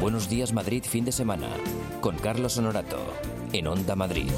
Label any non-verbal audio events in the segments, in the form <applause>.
Buenos días Madrid fin de semana con Carlos Honorato en Onda Madrid.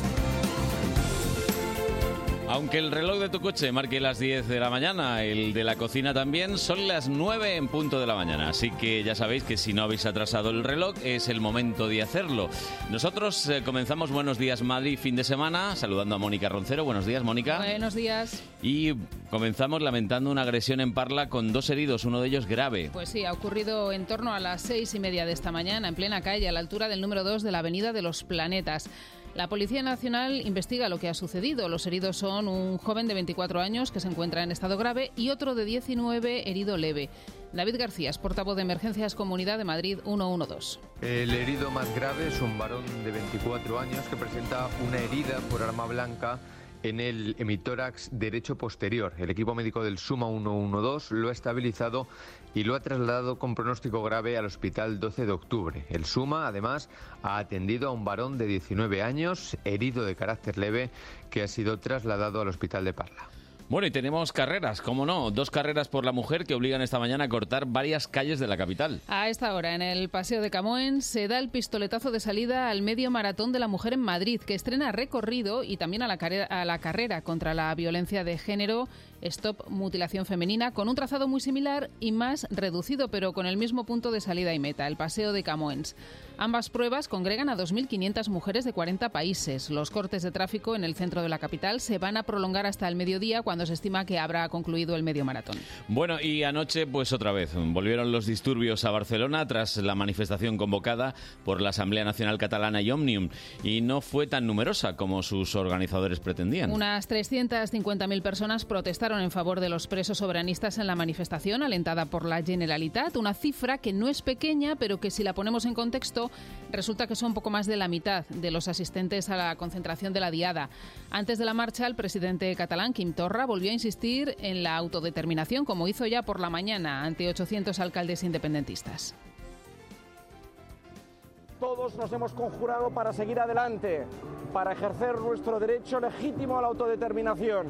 Aunque el reloj de tu coche marque las 10 de la mañana, el de la cocina también, son las 9 en punto de la mañana. Así que ya sabéis que si no habéis atrasado el reloj, es el momento de hacerlo. Nosotros eh, comenzamos Buenos Días Madrid fin de semana, saludando a Mónica Roncero. Buenos días, Mónica. Buenos días. Y comenzamos lamentando una agresión en Parla con dos heridos, uno de ellos grave. Pues sí, ha ocurrido en torno a las seis y media de esta mañana, en plena calle, a la altura del número 2 de la Avenida de los Planetas. La Policía Nacional investiga lo que ha sucedido. Los heridos son un joven de 24 años que se encuentra en estado grave y otro de 19 herido leve. David García es portavoz de Emergencias Comunidad de Madrid 112. El herido más grave es un varón de 24 años que presenta una herida por arma blanca en el hemitórax derecho posterior. El equipo médico del Suma 112 lo ha estabilizado y lo ha trasladado con pronóstico grave al hospital 12 de octubre. El Suma, además, ha atendido a un varón de 19 años, herido de carácter leve, que ha sido trasladado al hospital de Parla. Bueno, y tenemos carreras, cómo no, dos carreras por la mujer que obligan esta mañana a cortar varias calles de la capital. A esta hora, en el Paseo de Camoens, se da el pistoletazo de salida al medio maratón de la mujer en Madrid, que estrena recorrido y también a la, care- a la carrera contra la violencia de género, Stop Mutilación Femenina, con un trazado muy similar y más reducido, pero con el mismo punto de salida y meta, el Paseo de Camoens. Ambas pruebas congregan a 2.500 mujeres de 40 países. Los cortes de tráfico en el centro de la capital se van a prolongar hasta el mediodía, cuando se estima que habrá concluido el medio maratón. Bueno, y anoche, pues otra vez, volvieron los disturbios a Barcelona tras la manifestación convocada por la Asamblea Nacional Catalana y Omnium, y no fue tan numerosa como sus organizadores pretendían. Unas 350.000 personas protestaron en favor de los presos soberanistas en la manifestación alentada por la Generalitat, una cifra que no es pequeña, pero que si la ponemos en contexto, resulta que son poco más de la mitad de los asistentes a la concentración de la Diada. Antes de la marcha, el presidente catalán, Quim Torra, volvió a insistir en la autodeterminación, como hizo ya por la mañana ante 800 alcaldes independentistas. Todos nos hemos conjurado para seguir adelante, para ejercer nuestro derecho legítimo a la autodeterminación.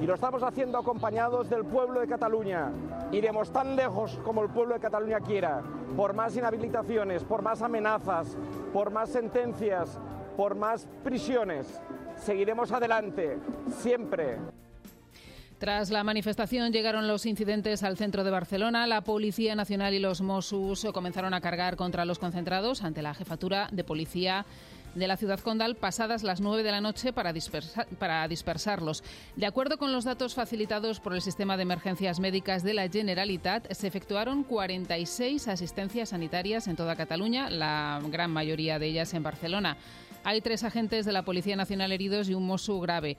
Y lo estamos haciendo acompañados del pueblo de Cataluña. Iremos tan lejos como el pueblo de Cataluña quiera, por más inhabilitaciones, por más amenazas, por más sentencias, por más prisiones. Seguiremos adelante, siempre. Tras la manifestación llegaron los incidentes al centro de Barcelona. La Policía Nacional y los Mossos comenzaron a cargar contra los concentrados ante la jefatura de policía de la ciudad condal pasadas las 9 de la noche para, dispersa- para dispersarlos. De acuerdo con los datos facilitados por el Sistema de Emergencias Médicas de la Generalitat, se efectuaron 46 asistencias sanitarias en toda Cataluña, la gran mayoría de ellas en Barcelona. Hay tres agentes de la Policía Nacional heridos y un mosso grave.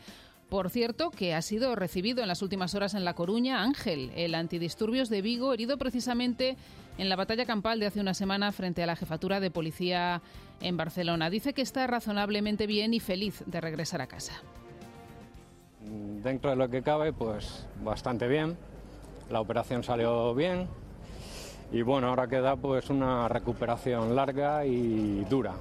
Por cierto, que ha sido recibido en las últimas horas en La Coruña Ángel, el antidisturbios de Vigo, herido precisamente en la batalla campal de hace una semana frente a la jefatura de policía en Barcelona. Dice que está razonablemente bien y feliz de regresar a casa. Dentro de lo que cabe, pues bastante bien. La operación salió bien. Y bueno, ahora queda pues una recuperación larga y dura.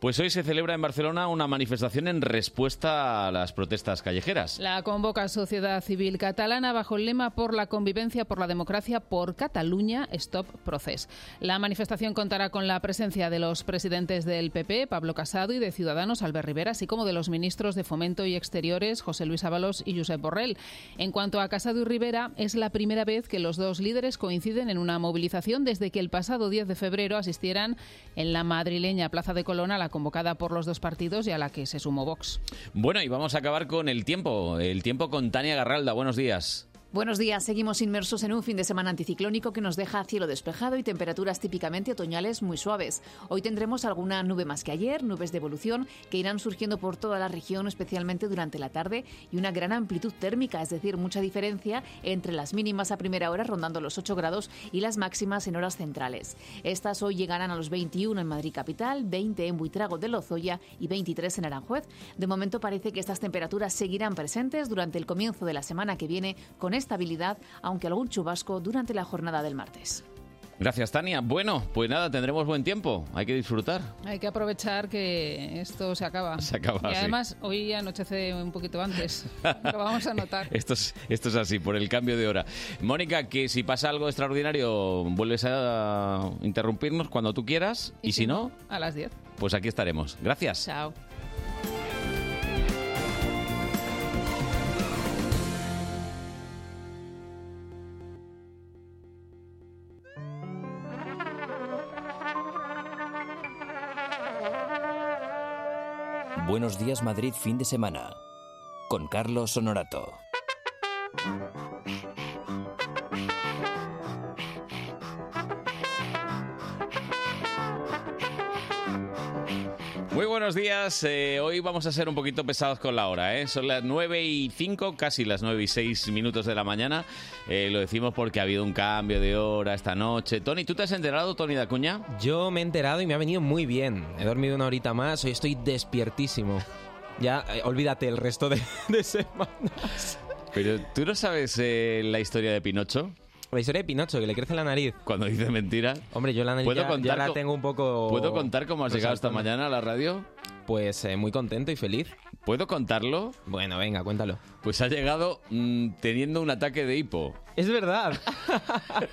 Pues hoy se celebra en Barcelona una manifestación en respuesta a las protestas callejeras. La convoca Sociedad Civil Catalana bajo el lema Por la convivencia, por la democracia, por Cataluña, Stop Procés. La manifestación contará con la presencia de los presidentes del PP, Pablo Casado, y de Ciudadanos, Albert Rivera, así como de los ministros de Fomento y Exteriores, José Luis Ábalos y Josep Borrell. En cuanto a Casado y Rivera, es la primera vez que los dos líderes coinciden en una movilización desde que el pasado 10 de febrero asistieran en la madrileña Plaza de Colón a la convocada por los dos partidos y a la que se sumó Vox. Bueno, y vamos a acabar con el tiempo, el tiempo con Tania Garralda. Buenos días. Buenos días, seguimos inmersos en un fin de semana anticiclónico que nos deja cielo despejado y temperaturas típicamente otoñales muy suaves. Hoy tendremos alguna nube más que ayer, nubes de evolución que irán surgiendo por toda la región, especialmente durante la tarde, y una gran amplitud térmica, es decir, mucha diferencia entre las mínimas a primera hora rondando los 8 grados y las máximas en horas centrales. Estas hoy llegarán a los 21 en Madrid Capital, 20 en Buitrago de Lozoya y 23 en Aranjuez. De momento parece que estas temperaturas seguirán presentes durante el comienzo de la semana que viene con estabilidad, aunque algún chubasco durante la jornada del martes. Gracias, Tania. Bueno, pues nada, tendremos buen tiempo. Hay que disfrutar. Hay que aprovechar que esto se acaba. Se acaba, Y sí. además, hoy anochece un <laughs> poquito antes. Lo vamos a notar. Esto es, esto es así, por el cambio de hora. Mónica, que si pasa algo extraordinario, vuelves a interrumpirnos cuando tú quieras. Y, si no, A las 10. pues aquí estaremos. Gracias. Chao. Buenos días Madrid fin de semana con Carlos Honorato. Muy buenos días. Eh, hoy vamos a ser un poquito pesados con la hora. ¿eh? Son las 9 y 5, casi las 9 y 6 minutos de la mañana. Eh, lo decimos porque ha habido un cambio de hora esta noche. Tony, ¿tú te has enterado, Tony Dacuña? Yo me he enterado y me ha venido muy bien. He dormido una horita más, hoy estoy despiertísimo. Ya, eh, olvídate el resto de, <laughs> de semanas. Pero tú no sabes eh, la historia de Pinocho. La historia de Pinocho, que le crece la nariz. Cuando dice mentira. Hombre, yo la nariz ¿Puedo ya, ya contar la co- tengo un poco... ¿Puedo contar cómo has llegado esta resaltando. mañana a la radio? Pues eh, muy contento y feliz. ¿Puedo contarlo? Bueno, venga, cuéntalo. Pues ha llegado mm, teniendo un ataque de hipo. Es verdad. <laughs>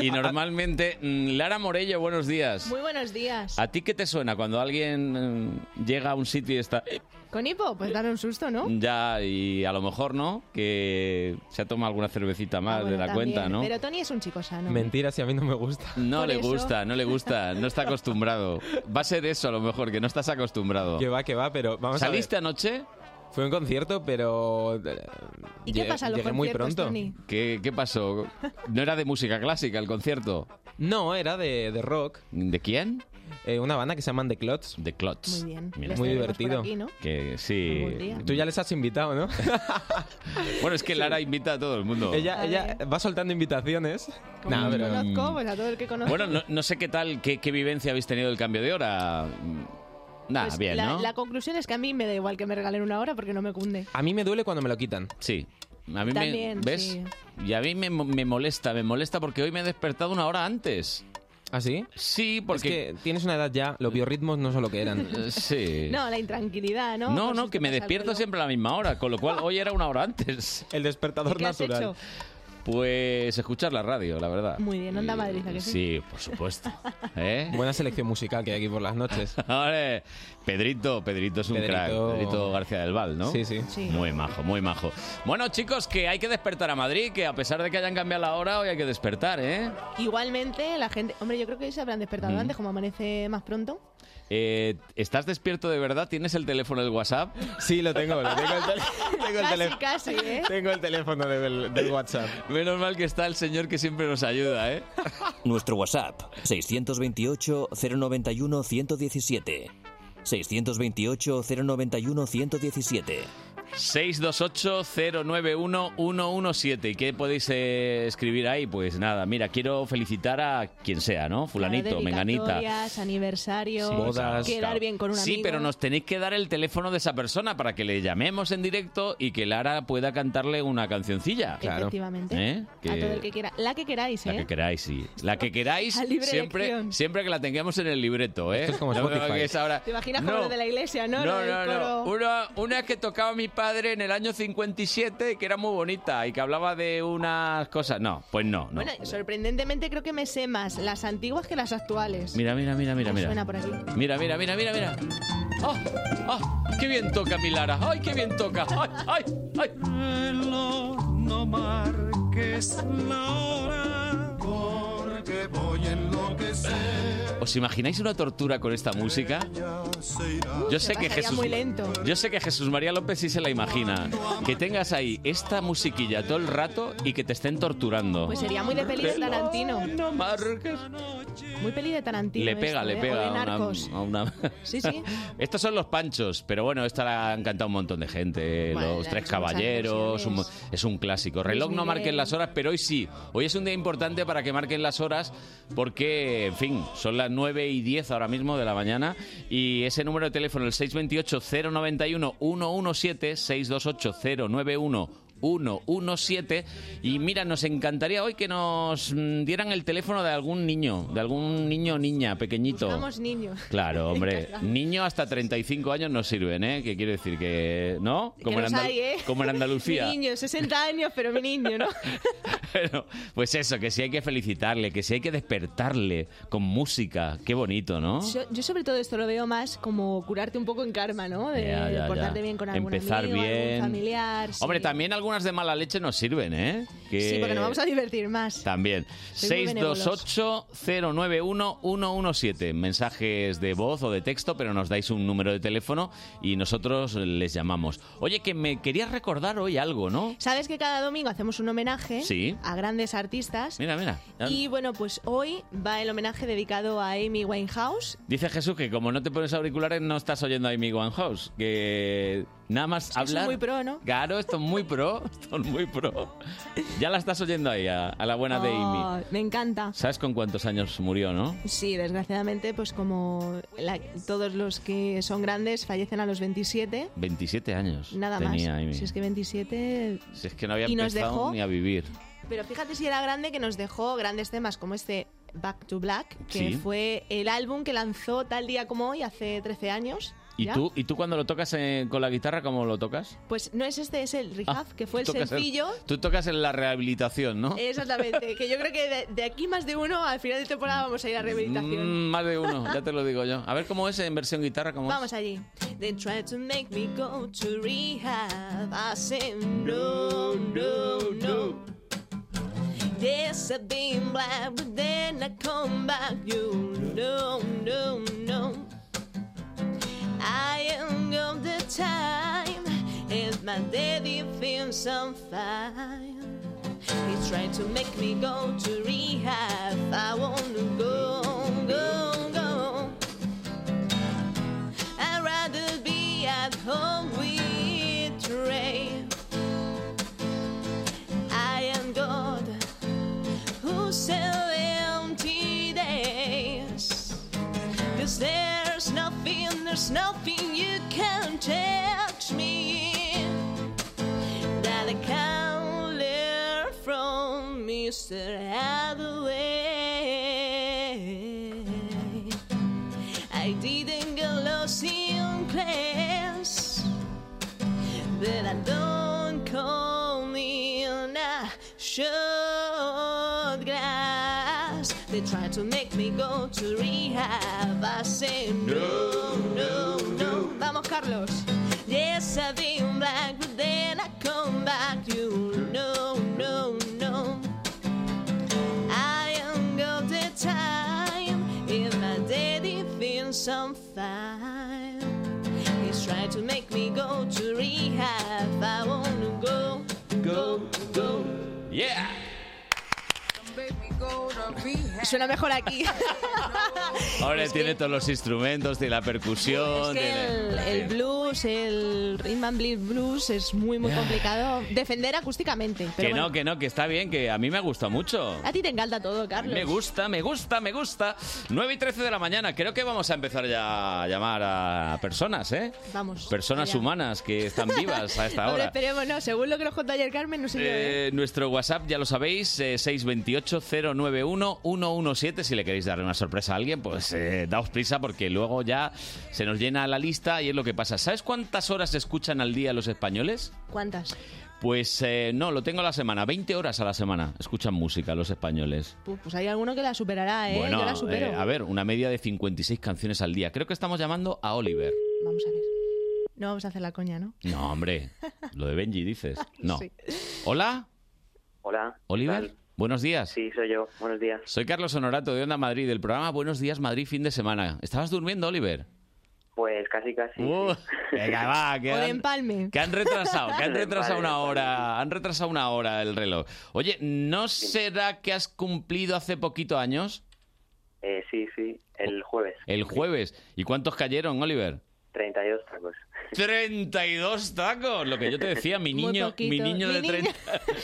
Y normalmente, mm, Lara Morello, buenos días. Muy buenos días. ¿A ti qué te suena cuando alguien mm, llega a un sitio y está "Eh, Con hipo, pues dar un susto, ¿no? ya y a lo mejor no que se ha tomado alguna cervecita más Ah, bueno, de la también. cuenta, ¿no? Pero Tony es un chico sano. Mentira, si a mí no me gusta. No Por le eso. gusta, no le gusta, no está acostumbrado. Va a ser eso a lo mejor que no estás acostumbrado. Que va, que va, pero vamos a ver. ¿Saliste anoche? Fue un concierto, pero... eh, ¿Y qué pasa a los Llegué muy conciertos, pronto. Tony? ¿Qué, qué pasó? ¿No era de música clásica el concierto? No, era de, de rock. ¿De quién? Eh, una banda que se llaman The Clots. De Clots. Muy bien. Mira, Les Muy tendremos por divertido. aquí, ¿no? Que sí. Algún día. Tú ya les has invitado, ¿no? <laughs> Bueno, es que Lara invita a todo el mundo. Ella, A ella ver. va soltando invitaciones. Como Nah, los pero- conozco, pues a todo el que conozco. mm. Bueno, no, ah, no sé qué tal, qué, qué vivencia habéis tenido del cambio de hora. Mm, Nada, Pues bien, la, ¿no? la conclusión es que a mí me da igual que me regalen una hora porque no me cunde. A mí me duele cuando me lo quitan. Sí. A mí También, me, ¿Ves? sí. Y a mí me, me molesta, me molesta porque hoy me he despertado una hora antes. ¿Ah, sí? Sí, porque... Es que tienes una edad ya, los biorritmos no son lo que eran. <laughs> eh, <laughs> Sí. No, la intranquilidad, ¿no? no, Pues no, esto que me pasa al despierto reloj. siempre a la misma hora, con lo cual hoy era una hora antes. El despertador ¿Qué has natural. hecho? Pues escuchar la radio, la verdad. Muy bien, Onda Madrid, ¿a que sí? Sí, por supuesto. ¿Eh? <laughs> Buena selección musical que hay aquí por las noches. <laughs> Ahora, Pedrito, Pedrito es un Pedrito. crack. Pedrito García del Val, ¿no? Sí, sí. Sí. Muy majo, muy majo. Bueno, chicos, que hay que despertar a Madrid, que a pesar de que hayan cambiado la hora, hoy hay que despertar, ¿eh? Igualmente, la gente. Hombre, yo creo que hoy se habrán despertado Mm. antes, como amanece más pronto. Eh, estás despierto de verdad? ¿Tienes el teléfono del WhatsApp? Sí, lo tengo, lo tengo el, tel- tengo el Casi, teléfono. casi, <laughs> ¿eh? Tengo el teléfono del, del WhatsApp. Menos mal que está el señor que siempre nos ayuda, ¿eh? <laughs> Nuestro WhatsApp 628 091 117. 628 091 117. 628-091-117. ¿Y qué podéis eh, escribir ahí? Pues nada, mira, quiero felicitar a quien sea, ¿no? Fulanito, Claro, menganita. dedicatorias, aniversarios, Sí, bodas. quedar bien con un Sí, amigo. pero nos tenéis que dar el teléfono de esa persona para que le llamemos en directo y que Lara pueda cantarle una cancioncilla. Claro. Efectivamente. ¿Eh? Que- A todo el que quiera. La que queráis, La ¿eh? que queráis, sí. La que <laughs> queráis, A libre siempre, elección. siempre que la tengamos en el libreto, ¿eh? Esto es como No me Spotify. hagáis ahora, ¿Te imaginas "No, como lo de la iglesia, no? Lo No, del no, coro. no. Una, una que tocaba mi padre en el año 57, que era muy bonita y que hablaba de unas cosas. No, pues no, no. Bueno, sorprendentemente creo que me sé más las antiguas que las actuales. Mira, mira, mira, Me mira, mira. Suena por aquí. Mira, mira, mira, mira, mira. ¡Oh! ¡Oh! ¡Qué bien toca mi Lara! ¡Ay, qué bien toca! ¡Ay, ay, ay! No marques la hora, porque voy a enloquecer. ¿Os imagináis una tortura con esta música? Ya se irá. Yo Se sé que pasaría Jesús. muy lento. Yo sé que Jesús María López sí se la imagina. Que tengas ahí esta musiquilla todo el rato y que te estén torturando. Pues sería muy de peli de Tarantino. No marques. Muy peli de Tarantino. Le pega, esto, le ¿eh? pega O de a una- narcos. a una- Sí, sí. <laughs> Estos son los panchos, pero bueno, esta la han cantado un montón de gente. Bueno, los hay tres muchas caballeros, un mo- versiones. es un clásico. Reloj Luis no Miguel. marquen las horas, pero hoy sí. Hoy es un día importante para que marquen las horas porque, en fin, son las 9 y 10 ahora mismo de la mañana y ese número de teléfono, el 628-091-117, 628-091. 68117. Y mira, nos encantaría hoy que nos mm, dieran el teléfono de algún niño, de algún niño o niña pequeñito. Somos niños. <laughs> Claro, hombre. Niños hasta 35 años no sirven, ¿eh? Que quiere decir que... ¿No? Que los en, Andal- hay, ¿eh? como en Andalucía. Mi <laughs> niño, 60 años, pero mi niño, <laughs> ¿no? Bueno, pues eso, que sí hay que felicitarle, que sí hay que despertarle con música. Qué bonito, ¿no? Yo, yo sobre todo esto lo veo más como curarte un poco en karma, ¿no? De Ya, ya, ya. eh, portarte bien con algún Empezar amigo, algún bien. familiar. sí. Hombre, también algunas de mala leche nos sirven, ¿eh? Que- Sí, porque nos vamos a divertir más. <laughs> También. Soy muy benévolos. 628-091-117. Mensajes de voz o de texto, pero nos dais un número de teléfono y nosotros les llamamos. Oye, que me querías recordar hoy algo, ¿no? Sabes que cada domingo hacemos un homenaje Sí. a grandes artistas. Mira, mira. Y bueno, pues hoy va el homenaje dedicado a Amy Winehouse. Dice Jesús que como no te pones auriculares no estás oyendo a Amy Winehouse, que nada más que hablar... soy muy pro, ¿no? Claro, esto es muy pro, <laughs> esto es muy pro. Ya la estás oyendo ahí, a, a la buena de Amy. Oh, me encanta. ¿Sabes con cuántos años murió, no? Sí, desgraciadamente, pues como la- todos los que son grandes fallecen a los 27, 27 años nada tenía más. Amy. Si es que 27... Si es que no había Y nos empezado dejó- ni a vivir. Pero fíjate si era grande que nos dejó grandes temas como este Back to Black, que Sí. fue el álbum que lanzó tal día como hoy, hace 13 años. ¿Y ¿ya? tú, ¿Y tú cuando lo tocas eh, con la guitarra, cómo lo tocas? Pues no es este, es Ah, el Rehab, que fue el Tú tocas sencillo. tú tocas en la rehabilitación, ¿no? Exactamente, que yo creo que de, de aquí más de uno al final de temporada vamos a ir a rehabilitación. Mm, más de uno, ya te lo digo yo. A ver cómo es en versión guitarra, cómo Vamos allí. They tried to make me go to rehab. I said no, no, no. Yes, I've been black, but then I come back. You no, no, no. I am of the time, and my daddy thinks I'm fine. He tried to make me go to rehab. I want to go, go, go. I'd rather be at home with Ray. I am God who sell empty days. Cause there's nothing, there's nothing you can touch me that I can learn from Mr. Hathaway. I didn't get lost in class, but I don't come in a short glass. They try to make me go to rehab. I say no, no, no. Vamos, Carlos. Yes, I've been black, but then I come back. You know, no, no. I am of the time if my daddy feels I'm fine. He's trying to make me go to rehab. I wanna go, go, go. es. ¡Yeah! Suena mejor <laughs> aquí. Ahora tiene todos los instrumentos, tiene la percusión. tiene- el, el blues, el rhythm and blues, blues es muy muy complicado defender acústicamente. Pero Ah. que bueno, no, que no, que está bien, que a mí me gusta mucho. a ti te encanta todo, Carlos. Me gusta, me gusta, me gusta. 9 y 13 de la mañana, creo que vamos a empezar ya a llamar a personas, ¿eh? Vamos. Personas allá. humanas que están vivas a esta <laughs> Hombre, hora. esperemos, no. Según lo que nos contó ayer Carmen, no sé yo, ¿eh? Eh, nuestro WhatsApp, ya lo sabéis, eh, 628-091-117. Si le queréis dar una sorpresa a alguien, pues eh, daos prisa porque luego ya se nos llena la lista y es lo que pasa. ¿Sabes cuántas horas escuchan al día los españoles? ¿Cuántas? Pues eh, no, lo tengo a la semana. 20 horas a la semana escuchan música los españoles. Pu- Pues hay alguno que la superará, ¿eh? bueno, Yo la supero. eh, a ver, una media de 56 canciones al día. Creo que estamos llamando a Oliver. Vamos a ver. No vamos a hacer la coña, ¿no? <laughs> No, hombre, lo de Benji dices. No. Sí. Hola, Hola. Oliver. Buenos días. Sí, soy yo. Buenos días. Soy Carlos Honorato de Onda Madrid, del programa Buenos Días Madrid Fin de Semana. ¿Estabas durmiendo, Oliver? Pues casi, casi. Uh, <laughs> venga, va, que O de han, empalme. que han retrasado, <laughs> que <laughs> han De retrasado padre, una de hora, han retrasado una hora el reloj. Oye, ¿no será que has cumplido hace poquito años? Eh, sí, sí. El jueves. El jueves. ¿Y cuántos cayeron, Oliver? 32 tacos. 32 tacos, lo que yo te decía, mi Muy niño, poquito. mi niño Mi de niño.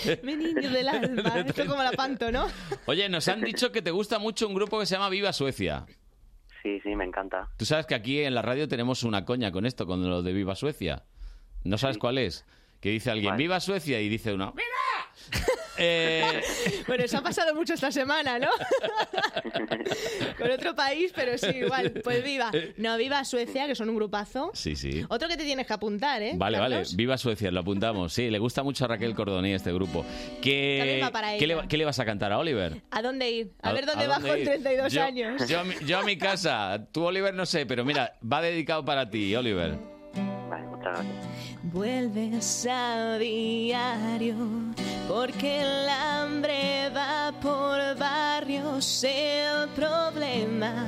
30. Mi niño del alma. Esto como la panto, ¿no? <laughs> Oye, nos han dicho que te gusta mucho un grupo que se llama Viva Suecia. Sí, sí, me encanta. Tú sabes que aquí en la radio tenemos una coña con esto, con lo de Viva Suecia. ¿No sabes cuál es? que dice alguien, viva Suecia, y dice uno, <laughs> eh, Bueno, eso ha pasado mucho esta semana, <laughs> ¿no? Con otro país, pero sí, igual. Pues viva. Eh, No, viva Suecia, que son un grupazo. sí, sí. Otro que te tienes que apuntar, ¿eh? Vale, vale, Carlos? viva Suecia, lo apuntamos. Sí, le gusta mucho a Raquel Cordoní este grupo. ¿Qué, También va para ¿qué, le, ella. va- qué le vas a cantar a Oliver? ¿A dónde ir? A, ver dónde a bajo en ir? 32 Yo- años. Yo, a mi- yo a mi casa. Tú, Oliver, no sé, pero mira, va dedicado para ti, Oliver. Vale, muchas gracias. Vuelves a diario porque el hambre va por barrios. El problema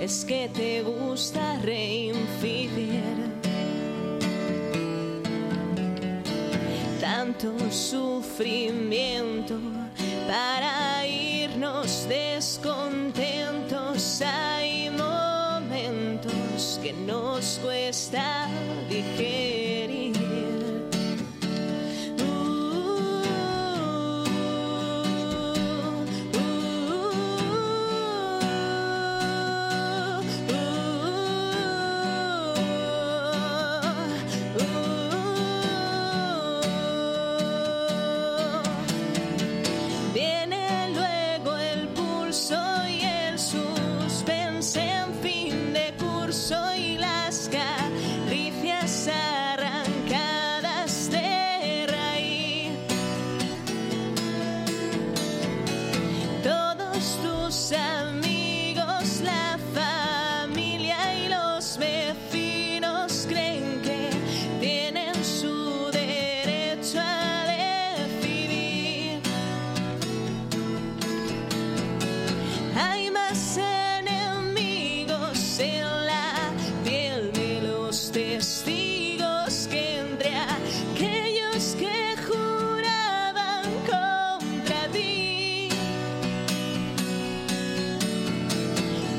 es que te gusta reincidir. Tanto sufrimiento para irnos descontentos. Hay momentos que nos cuesta digerir. Uh, Viene luego el pulso y el suspense en fin de curso y las caricias arrancadas de raíz. Todos tus amigos, la familia y los vecinos creen que tienen su derecho a decidir. Hay más enemigos en la piel de los testigos que entre aquellos que juraban contra ti.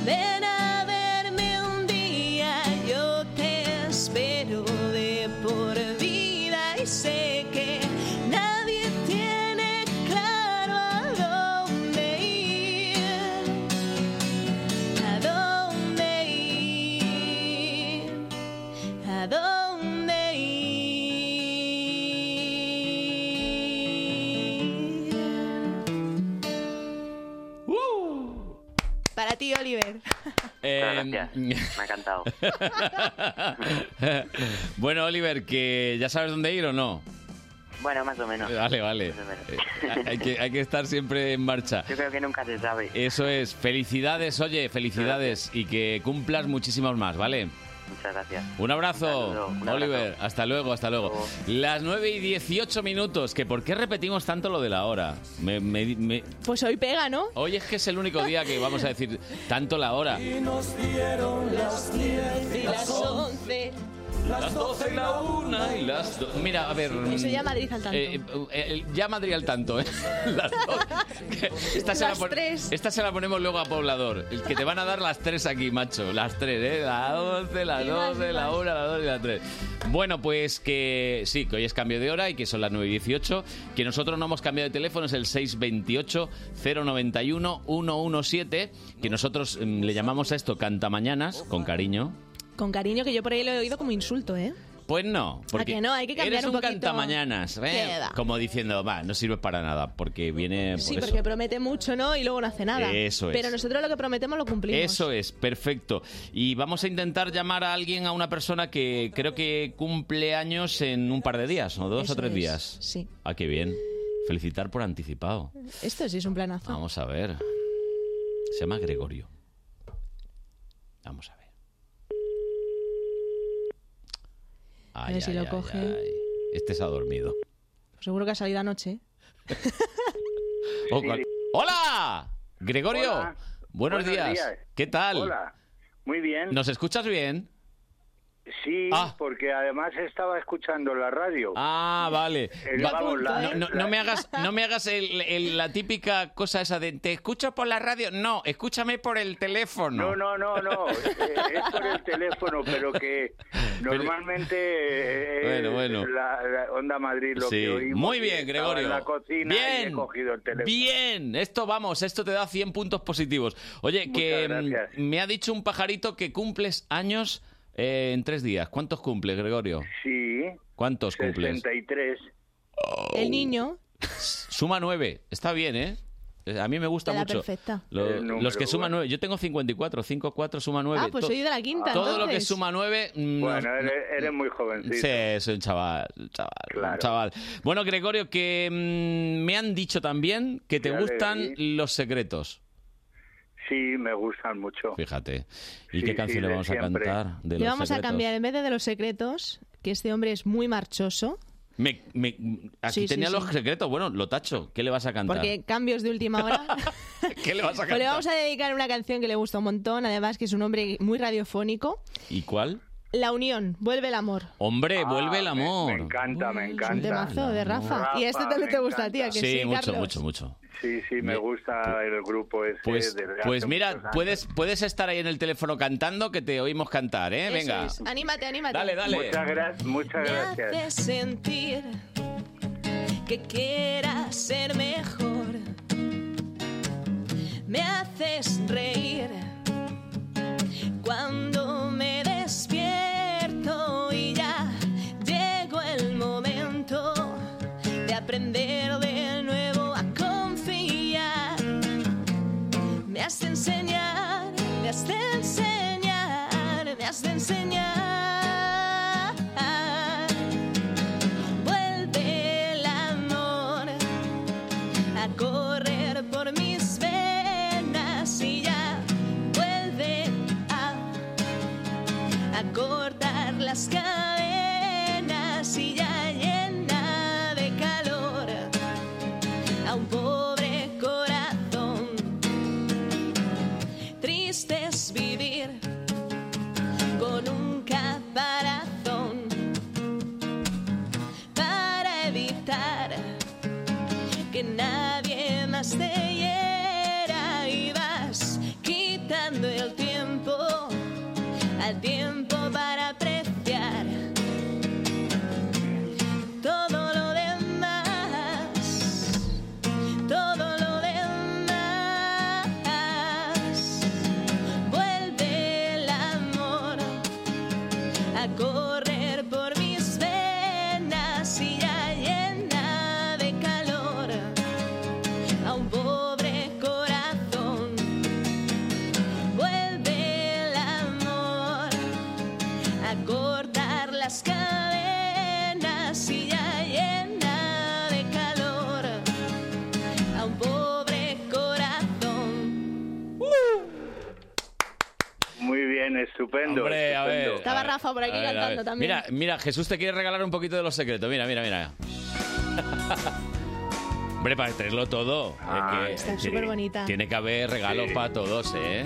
Ven a verme un día, yo te espero de por vida y sé que nadie tiene claro a dónde ir, a dónde ir, a dónde ir. <laughs> Para ti, Oliver. Eh, Me ha encantado. <laughs> bueno, Oliver, que ya sabes dónde ir o no. Bueno, más o menos. Vale, vale. Más o menos. Eh, Hay que, hay que estar siempre en marcha. Yo creo que nunca se sabe. Eso es. Felicidades, oye, felicidades. Y que cumplas muchísimos más, ¿vale? Muchas gracias. Un Un abrazo, saludo, un Oliver. Hasta luego, hasta luego. Las 9 y 18 minutos. Que ¿Por qué repetimos tanto lo de la hora? Me- me- me- Pues hoy pega, ¿no? Hoy es que es el único día que vamos a decir tanto la hora. nos dieron las 10 y las 11, las 12 y la 1 y las do- Mira, a ver. Eso ya mm, Madrid al tanto. eh, eh, ya Madrid al tanto, ¿eh? <laughs> Las <laughs> dos. Esta se, la Las pon- tres. esta se la ponemos luego a poblador. El que te van a dar las tres aquí, macho. Las tres, ¿eh? La 11, la Y más, 12, y la más. 1, la 2 y la 3. Bueno, pues que sí, que hoy es cambio de hora y que son las 9 y 18. Que nosotros no hemos cambiado de teléfono, es el 628-091-117. Que nosotros mm, le llamamos a esto Cantamañanas, con cariño. Con cariño, que yo por ahí lo he oído como insulto, ¿eh? Pues no, porque que no? Hay que cambiar eres un un, poquito. cantamañanas, ¿eh? Qué va. como diciendo, va, no sirves para nada, porque viene por Sí, eso. porque promete mucho, ¿no? Y luego no hace nada. Eso es. Pero nosotros lo que prometemos lo cumplimos. Eso es, perfecto. Y vamos a intentar llamar a alguien, a una persona que creo que cumple años en un par de días, o dos Eso o tres es, días. sí. Ah, qué bien. Felicitar por anticipado. Esto sí es un planazo. Vamos a ver. Se llama Gregorio. Vamos a ver. Ah, a ver si lo coge. Pues Este se ha dormido. Seguro que ha salido anoche. Oh, cal- ¡Hola! Gregorio, Hola. Buenos, Buenos días. días. ¿Qué tal? Hola. Muy bien. ¿Nos escuchas bien? Sí, porque además estaba escuchando la radio. Ah, vale. El- Va- vamos, la- no, no- la- no me hagas, no me hagas el- el- la típica cosa esa de te escucho por la radio. No, escúchame por el teléfono. No, no, no, <laughs> no. eh, es por el teléfono, pero que normalmente eh, Bueno, bueno. La, la Onda Madrid lo Sí. que oímos. Muy y bien, estaba Gregorio. En la cocina Bien. y he cogido el teléfono. Bien, esto vamos, esto te da 100 puntos positivos. Oye, que mm, me ha dicho un pajarito que cumples años, eh, en tres días. ¿Cuántos cumples, Gregorio? Sí, ¿Cuántos cumples? 63. Oh, El niño Suma nueve. Está bien, ¿eh? Eh, A mí me gusta de la mucho. perfecta. Lo- El número los que suman nueve. Yo tengo 54. 5, 4 suma nueve. Ah, pues To- soy de la quinta. Todo lo que entonces. suma nueve... mm, Bueno, nos- eres, eres muy jovencito. Sí, es un chaval, un chaval, un chaval. Bueno, Gregorio, que mm, me han dicho también que te Ya le gustan los secretos. Sí, me gustan mucho. Fíjate. ¿Y Sí, qué canción sí, le de vamos siempre. a cantar Le de los vamos a secretos? cambiar, en vez de, de los secretos, que este hombre es muy marchoso, Me- me- aquí Sí, sí, tenía sí. los secretos. Bueno, lo tacho. ¿Qué le vas a cantar? porque cambios de última hora. <laughs> ¿Qué le vas a Pero le cantar? vamos a dedicar una canción que le gusta un montón, además que es un hombre muy radiofónico. ¿Y cuál? La unión, vuelve el amor. Hombre, vuelve el amor. Me, Ah, encanta, me Un temazo de Rafa. y este también te gusta a ti, ¿a que sí, Sí, mucho, Carlos? mucho, mucho. Sí, sí, me gusta el grupo ese. Pues, desde pues hace muchos mira, años. puedes, puedes estar ahí en el teléfono cantando que te oímos cantar, ¿eh? Eso Venga. es. Anímate, anímate. Dale, dale. Muchas, gra- muchas Me gracias. hace sentir que quiera ser mejor. Me haces reír cuando me despierto y ya llegó el momento de aprender de nuevo a confiar. Me has de enseñar, me has de enseñar, me has de enseñar. Vuelve el amor a correr por mis venas y ya vuelve a, a cortar las cadenas y ya llena de calor a un pobre corazón. Triste es vivir con un caparazón para evitar que nadie más te hiera y vas quitando el tiempo al tiempo para apreciar todo lo demás, todo lo demás. Vuelve el amor a correr por mis venas y ya llena de calor a un pobre corazón. Vuelve el amor a cortar las cadenas y ya llena de calor a un pobre corazón. Muy bien, estupendo. Hombre, a ver. estupendo. Estaba a ver, Rafa por aquí a ver, a cantando ver. también. Mira, mira, Jesús te quiere regalar un poquito de los secretos. Mira, mira, <laughs> mira. Hombre, para tenerlo todo. es Ah, que Está tiene- superbonita. Tiene que haber regalos Sí. para todos, ¿eh?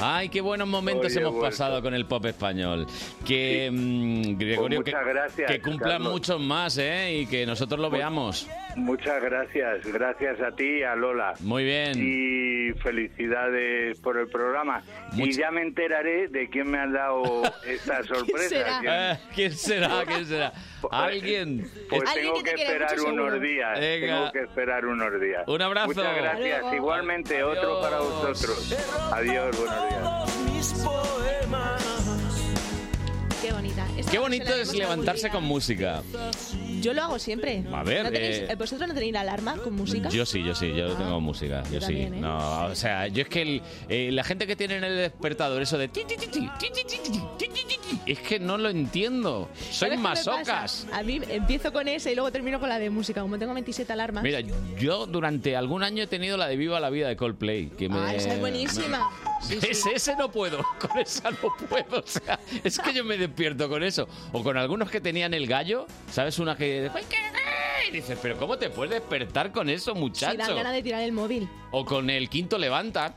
Ay, qué buenos momentos Hoy he hemos vuelto. pasado con el pop español. Que, mm, Gregorio, Pues muchas que, gracias, que cumplan Carlos. Pues muchos más, ¿eh? Y que nosotros lo veamos. Muchas gracias. Gracias a ti y a Lola. Muy bien. Y felicidades por el programa. Y ya me enteraré de quién me ha dado <laughs> esta sorpresa. será? Eh, ¿Quién será? <laughs> ¿Quién será? Alguien. Pues Alguien tengo que que, te quiere esperar mucho, unos seguro. días. Venga. Tengo que esperar unos días. Un abrazo. Muchas Hasta gracias. luego. Igualmente, otro para vosotros. Adiós, buenos días. mis poemas. Qué bonita. Esta Qué se la bonito haremos es a la levantarse Vulgar. con música. Yo lo hago siempre. A ver, ¿No tenéis- eh, eh, ¿Vosotros no tenéis la alarma con música? Ah, Yo sí, yo sí, yo tengo música. Yo, sí. también, ¿eh? No, o sea, yo es que el- eh, la gente que tiene en el despertador eso de ti, ti, ti, ti, ti, ti, ti, ti, ti, ti, ti, ti, es que no lo entiendo. Soy ¿Sabes qué me masocas. pasa? A mí empiezo con esa y luego termino con la de música. Como tengo 27 alarmas. Mira, yo durante algún año he tenido la de Viva la Vida de Coldplay. Que me, Ah, esa es buenísima. <laughs> Ese, ese no puedo, <laughs> con esa no puedo. O sea, es que yo me despierto con eso. O con algunos que tenían el gallo, ¿sabes? Una que. Y dices, pero ¿cómo te puedes despertar con eso, muchacho? Si dan ganas de tirar el móvil. O con el quinto levanta.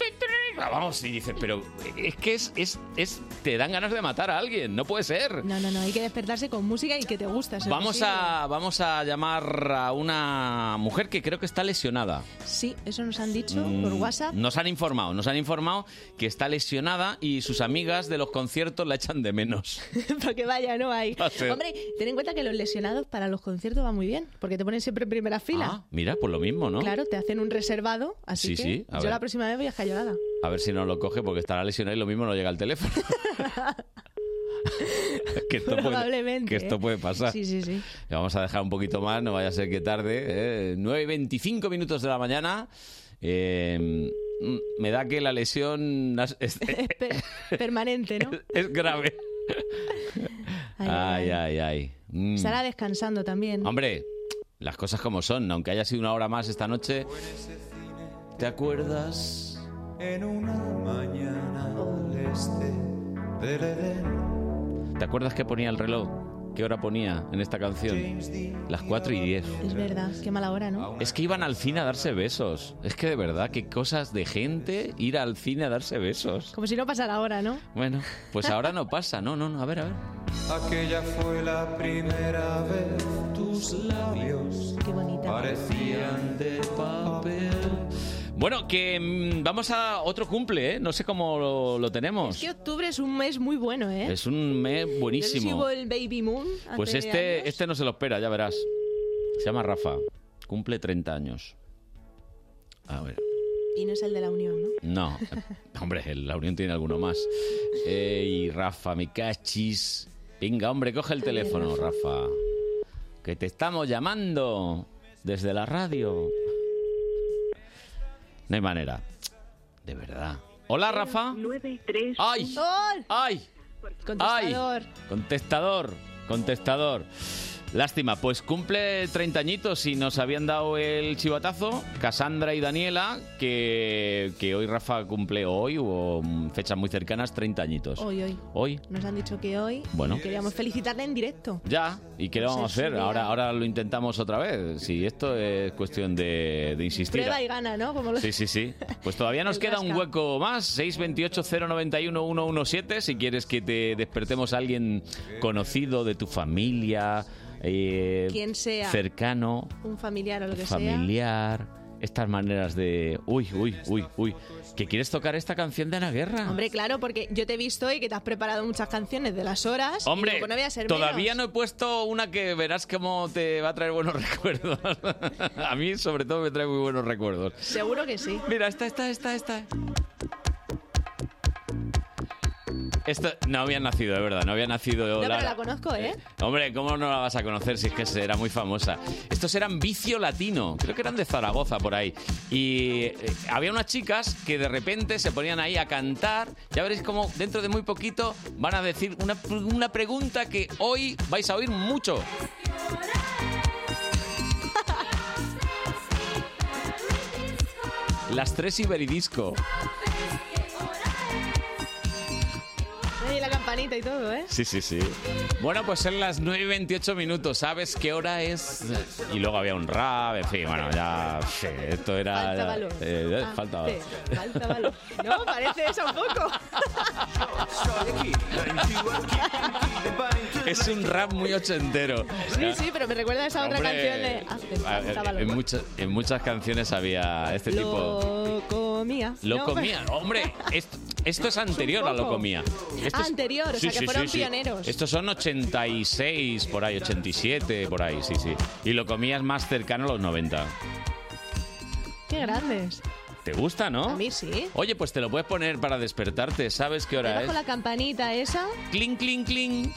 Vamos, y dices, pero es que es, es, es- te dan ganas de matar a alguien, no puede ser. No, no, no. Hay que despertarse con música y que te gusta. eso es Vamos posible. a, vamos a llamar a una mujer que creo que está lesionada. Sí, eso nos han dicho por Mm, WhatsApp. <laughs> Nos han informado, nos han informado que está lesionada y sus amigas de los conciertos la echan de <laughs> menos. Porque vaya, no hay. Va a ser. Hombre, ten en cuenta que los lesionados para los conciertos va muy bien. Porque te ponen siempre en primera fila. Mira, pues lo mismo, ¿no? Claro, te hacen un reservado. Así Sí, que sí, a yo ver. la <laughs> próxima vez voy a escayolada. <laughs> A ver si no lo coge porque estará lesionada y lo mismo no llega al teléfono. <laughs> que, esto puede, Probablemente. ¿eh? que esto puede pasar. Sí, sí, sí. Le vamos a dejar un poquito más, no vaya a ser que tarde. ¿eh? 9 y 25 minutos de la mañana. Eh, mm, me da que la lesión es, <laughs> es- Permanente, ¿no? es grave. Ay, ay, ay. Mm. Estará descansando también. Hombre, las cosas como son, aunque haya sido una hora más esta noche. ¿Te acuerdas? En una mañana al este del Edén, ¿Te acuerdas que ponía el reloj? ¿Qué hora ponía en esta canción? Las 4 y 10. Es verdad, qué mala hora, ¿no? Es que iban al cine a darse besos. Es que de verdad, qué cosas de gente ir al cine a darse besos. Como si no pasara ahora, ¿no? Bueno, pues ahora no pasa. No, no, no. A ver, a ver. aquella fue la primera vez tus labios parecían de papel. Bueno, que mm, vamos a otro cumple, ¿eh? No sé cómo lo, lo Es tenemos. que octubre es un mes muy bueno, ¿eh? Es un mes No sé si buenísimo. hubo el Baby Moon. Pues hace años. este, este no se lo espera, ya verás. Se llama Rafa. Cumple 30 años. A ver. Y no es el de la Unión, ¿no? No, <laughs> hombre, el- la Unión tiene alguno más. Ey, Rafa, mi cachis. Venga, hombre, coge el teléfono, Rafa. Que te estamos llamando desde la radio. No hay manera. De verdad. Hola, Rafa. 9 y 3. ¡Ay! ¡Ay! Contestador. Contestador, contestador. Lástima, pues cumple 30 añitos y nos habían dado el chivatazo, Casandra y Daniela, que, que hoy Rafa cumple o hoy o mm, fechas muy cercanas 30 añitos. Hoy, hoy. Hoy, Nos han dicho que hoy Bueno. queríamos felicitarle en directo. ya. ¿Y qué le vamos a hacer? Ahora, ahora lo intentamos otra vez. Si esto es cuestión de, de insistir. Prueba y gana, ¿no? Como lo- <laughs> Sí, sí, sí. Pues todavía nos queda un hueco más. 628-091-117. Si quieres que te despertemos a alguien conocido de tu familia, eh, Quien sea. cercano, Un familiar o lo que familiar. Estas maneras de. Uy, uy, uy, uy. ¿Que quieres tocar esta canción de Ana sea. Guerra? Hombre, claro, porque yo te he visto hoy que te has preparado muchas canciones de las horas. y Hombre, digo, pues no voy a ser todavía menos. no he puesto una que verás cómo te va a traer buenos <laughs> recuerdos. a mí, sobre todo, me trae muy buenos recuerdos. Seguro que sí. Mira, esta, esta, esta, esta. Esto no había nacido, de verdad, no había nacido No, pero Lara. la conozco, ¿eh? Hombre, ¿cómo no la vas a conocer si es que era muy famosa? Estos eran Vicio Latino, creo que eran de Zaragoza por ahí. Y eh, había unas chicas que de repente se ponían ahí a cantar. Ya veréis cómo dentro de muy poquito van a decir una, una pregunta que hoy vais a oír mucho. Las tres Iberidisco. Y la campanita y todo, ¿eh? Sí, sí, sí. Bueno, pues son las 9 y 28 minutos. ¿Sabes qué hora es? Y luego había un rap, en fin, bueno, ya. sí, Esto era. Falta valor. eh, eh, Ah, falta valor. sí, falta valor. No, parece eso un poco. Es un rap muy ochentero. Sí, sí, pero me recuerda a esa otra Hombre, canción de. Hace a ver, falta valor. en, muchas, en muchas canciones había este tipo. Lo comía. Lo No, <laughs> comía. Hombre, esto, esto es anterior a lo comía. Esto es- Ah, Anterior, o sea que fueron pioneros. Estos son 86 por ahí, 87 por ahí, sí, sí. Y lo comías más cercano a los 90. Qué grandes. ¿Te gusta, no? A mí sí. Oye, pues te lo puedes poner para despertarte. ¿Sabes qué Te hora bajo es? la campanita esa. Cling, cling, cling.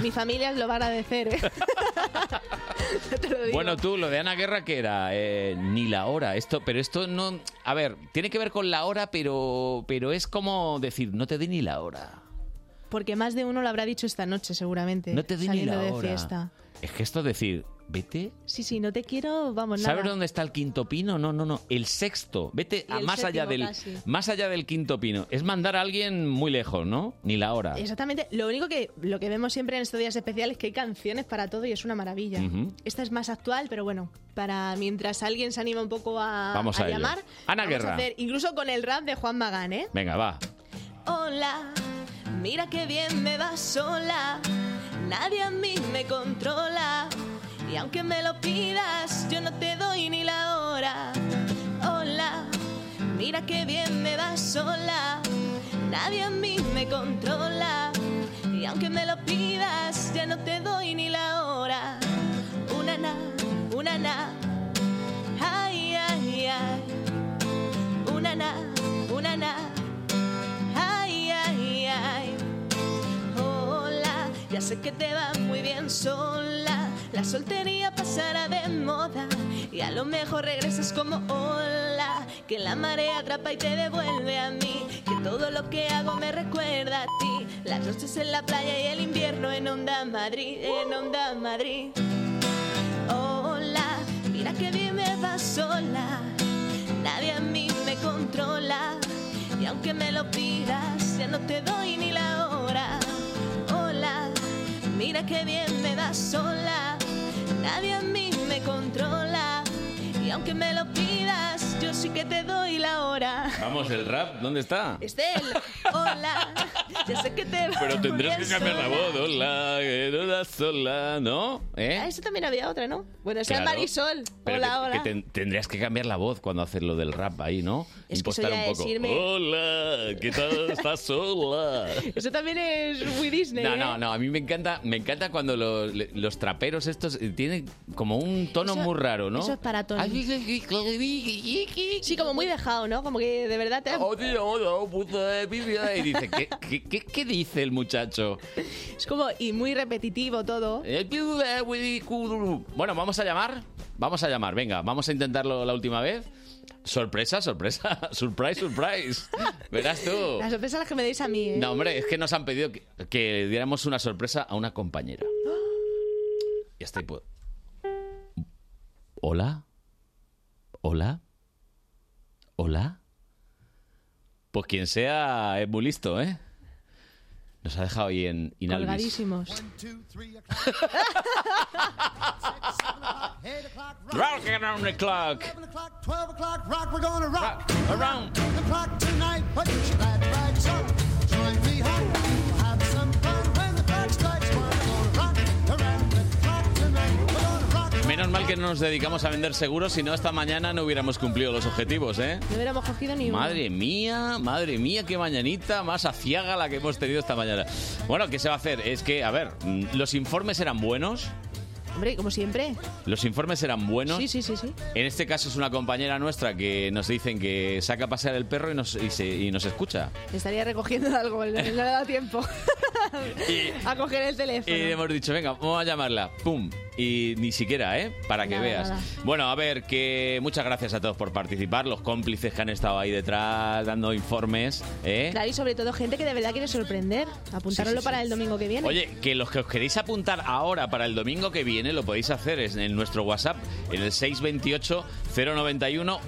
Mi familia os lo va a agradecer, ¿eh? <laughs> Ya te lo digo. Bueno, tú, lo de Ana Guerra, ¿qué era? Eh, ni la hora. Esto, pero esto no. A ver, tiene que ver con la hora, pero, pero es como decir, no te di ni la hora. Porque más de uno lo habrá dicho esta noche, seguramente. No te di ni saliendo la de hora. fiesta. Es que esto es decir, vete. Sí, sí, no te quiero, vamos, Pues nada. ¿Sabes dónde está el quinto pino? No, no, no. El sexto. Vete Y a el más allá séptimo del casi. más allá del quinto pino. Es mandar a alguien muy lejos, ¿no? Ni la hora. Exactamente. Lo único que lo que vemos siempre en estos días especiales es que hay canciones para todo y es una maravilla. Ujú. Esta es más actual, pero bueno, para mientras alguien se anima un poco Ah, a, Vamos a ello. llamar. vamos Ana a Guerra. hacer- incluso con el rap de Juan Magán, ¿eh? Venga, va. Hola, mira qué bien me va sola. Nadie a mí me controla. Y aunque me lo pidas, yo no te doy ni la hora. Hola, mira qué bien me va sola. Nadie a mí me controla. Y aunque me lo pidas, ya no te doy ni la hora. Una na, una na. Ay, ay, ay. Una na, una na. Ay, ay, ay. Hola. Ya sé que te va muy bien sola. La soltería pasará de moda. Y a lo mejor regresas como ola. Que la marea atrapa y te devuelve a mí. Que todo lo que hago me recuerda a ti. Las noches en la playa y el invierno en Onda Madrid. En Onda Madrid. Hola, mira que bien me va sola. Nadie a mí me controla. Y aunque me lo pidas, ya no te doy ni la hora. Hola, mira que bien me va sola. Nadie a mí me controla. Y aunque me lo pidas, yo sí que te doy la hora. Vamos, el rap, ¿dónde está? Estel, hola, ya sé que te va Pero tendrás muy que bien cambiar la sola. voz, hola, eh, hola, sola, ¿no? Ah, ¿Eh? eso también había otra, ¿no? Bueno, esa es Claro. Marisol. Pero hola, que- hola. que ten- tendrías que cambiar la voz cuando haces lo del rap ahí, ¿no? Es que eso Impostar ya un es poco. irme- Hola, ¿qué tal estás <laughs> sola? Eso también es muy Disney. No, ¿eh? no, no, a mí me encanta, me encanta cuando los, los traperos estos eh, tienen como un tono Eso- muy raro, ¿no? Eso es para Tony. Sí, como muy dejado, ¿no? Como que de verdad te... Y dice, ¿qué, qué, qué, qué dice el muchacho? Es como, y muy repetitivo todo. Eh, Bueno, vamos a llamar, vamos a llamar, venga, vamos a intentarlo la última vez. Sorpresa, sorpresa, <laughs> surprise, surprise. Verás tú. Las sorpresas las que me dais a mí, ¿eh? No, hombre, es que nos han pedido que, que diéramos una sorpresa a una compañera. pues, Y hasta ahí puedo. ¿Hola? ¿Hola? ¿Hola? Pues quien sea es muy listo, ¿eh? Nos ha dejado ahí en Inalvis. Colgadísimos. Rock around the clock. 12 o'clock rock, we're gonna rock, around the clock tonight. Put your glad rags on, join me home, we'll have some fun when the clock strikes one. We're gonna rock around the clock tonight. We're gonna rock. Menos mal que no nos dedicamos a vender seguros, si no, esta mañana no hubiéramos cumplido los objetivos, ¿eh? No hubiéramos cogido ni uno. Madre mía, madre mía, qué mañanita más aciaga la que hemos tenido esta mañana. Bueno, ¿qué se va a hacer? Es que, a ver, mm, los informes eran buenos, Hombre, como siempre. los informes eran buenos. Sí, sí, sí, sí. En este caso es una compañera nuestra que nos dicen que saca a pasear el perro y nos, y se- y nos escucha. Estaría <laughs> recogiendo algo, no no le ha dado <laughs> tiempo a coger el Y teléfono. hemos dicho, venga, vamos a llamarla. ¡Pum! Y ni siquiera, ¿eh? Para que Nada, veas. nada. Bueno, a ver, que muchas gracias a todos por participar, los cómplices que han estado ahí detrás dando informes, ¿eh? Claro, y sobre todo gente que de verdad quiere sorprender. Apuntároslo para el domingo que viene. Oye, que los que os queréis apuntar ahora para el domingo que viene lo podéis hacer es en nuestro WhatsApp, en el 628 091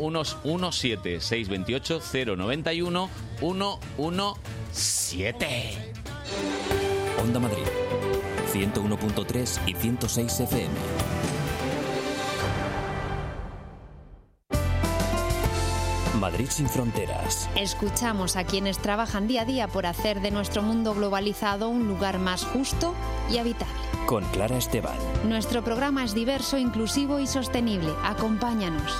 117. 628 091 117. Onda Madrid, 101.3 y 106 FM. Madrid sin fronteras. Escuchamos a quienes trabajan día a día por hacer de nuestro mundo globalizado un lugar más justo y habitable. Con Clara Esteban. Nuestro programa es diverso, inclusivo y sostenible. Acompáñanos.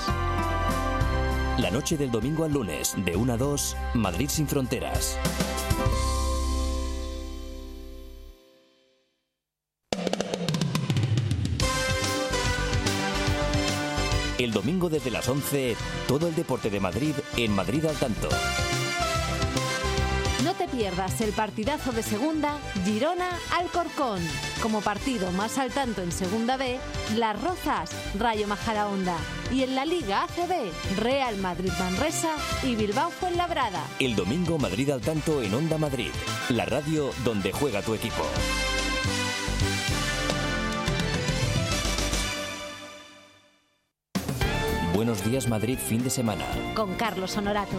La noche del domingo al lunes, de 1 a 2, Madrid sin fronteras. El domingo desde las 11, todo el deporte de Madrid en Madrid al tanto. No te pierdas el partidazo de segunda Girona-Alcorcón. Como partido más al tanto en segunda B, Las Rozas, Rayo Majadahonda. Y en la Liga ACB, Real Madrid-Manresa y Bilbao Fuenlabrada. El domingo Madrid al tanto en Onda Madrid, la radio donde juega tu equipo. Buenos días Madrid fin de semana. Con Carlos Honorato.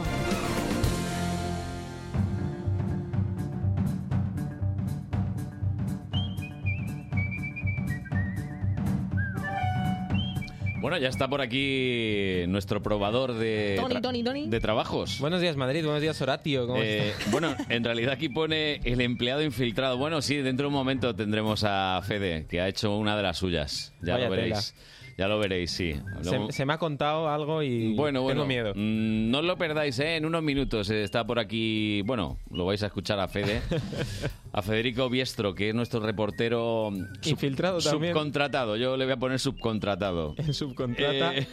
Bueno, ya está por aquí nuestro probador eh, de, Tony, tra- Tony, Tony. de trabajos. Buenos días, Madrid. Buenos días, Horatio. ¿Cómo Eh, <laughs> estás? <laughs> bueno, en realidad aquí pone el empleado infiltrado. Bueno, sí, dentro de un momento tendremos a Fede, que ha hecho una de las suyas. Ya Vaya lo veréis. Ya lo veréis, sí. Luego- Se, se me ha contado algo y bueno, bueno. tengo miedo. mm, No os lo perdáis, ¿eh? En unos minutos eh, está por aquí... Bueno, lo vais a escuchar a Fede. a Federico Biestro, que es nuestro reportero... sub- Infiltrado también. <laughs> Subcontratado. Yo le voy a poner subcontratado. Subcontrata. Eh,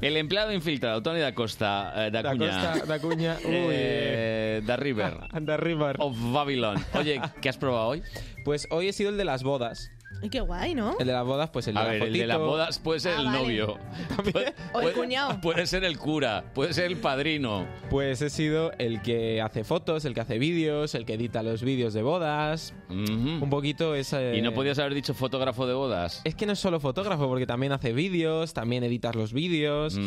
El empleado infiltrado, Tony da Costa, eh, da, Da Cuña. Costa, <laughs> da Cuña, uy. Eh, <laughs> da River. Da River. Of Babylon. Oye, ¿qué has probado hoy? Pues hoy he sido el de las bodas. Ay, Qué guay, ¿no? El de las bodas, pues <laughs> el A de la ver, el de fotito. las bodas puede ser Ah, el vale. novio. O el cuñado. Puede ser el cura, puede ser el padrino. Pues he sido el que hace fotos, el que hace vídeos, el que edita los vídeos de bodas. Un poquito esa. ¿Y no podías haber dicho fotógrafo de bodas? Es que no es solo fotógrafo, porque también hace vídeos, también editas los vídeos,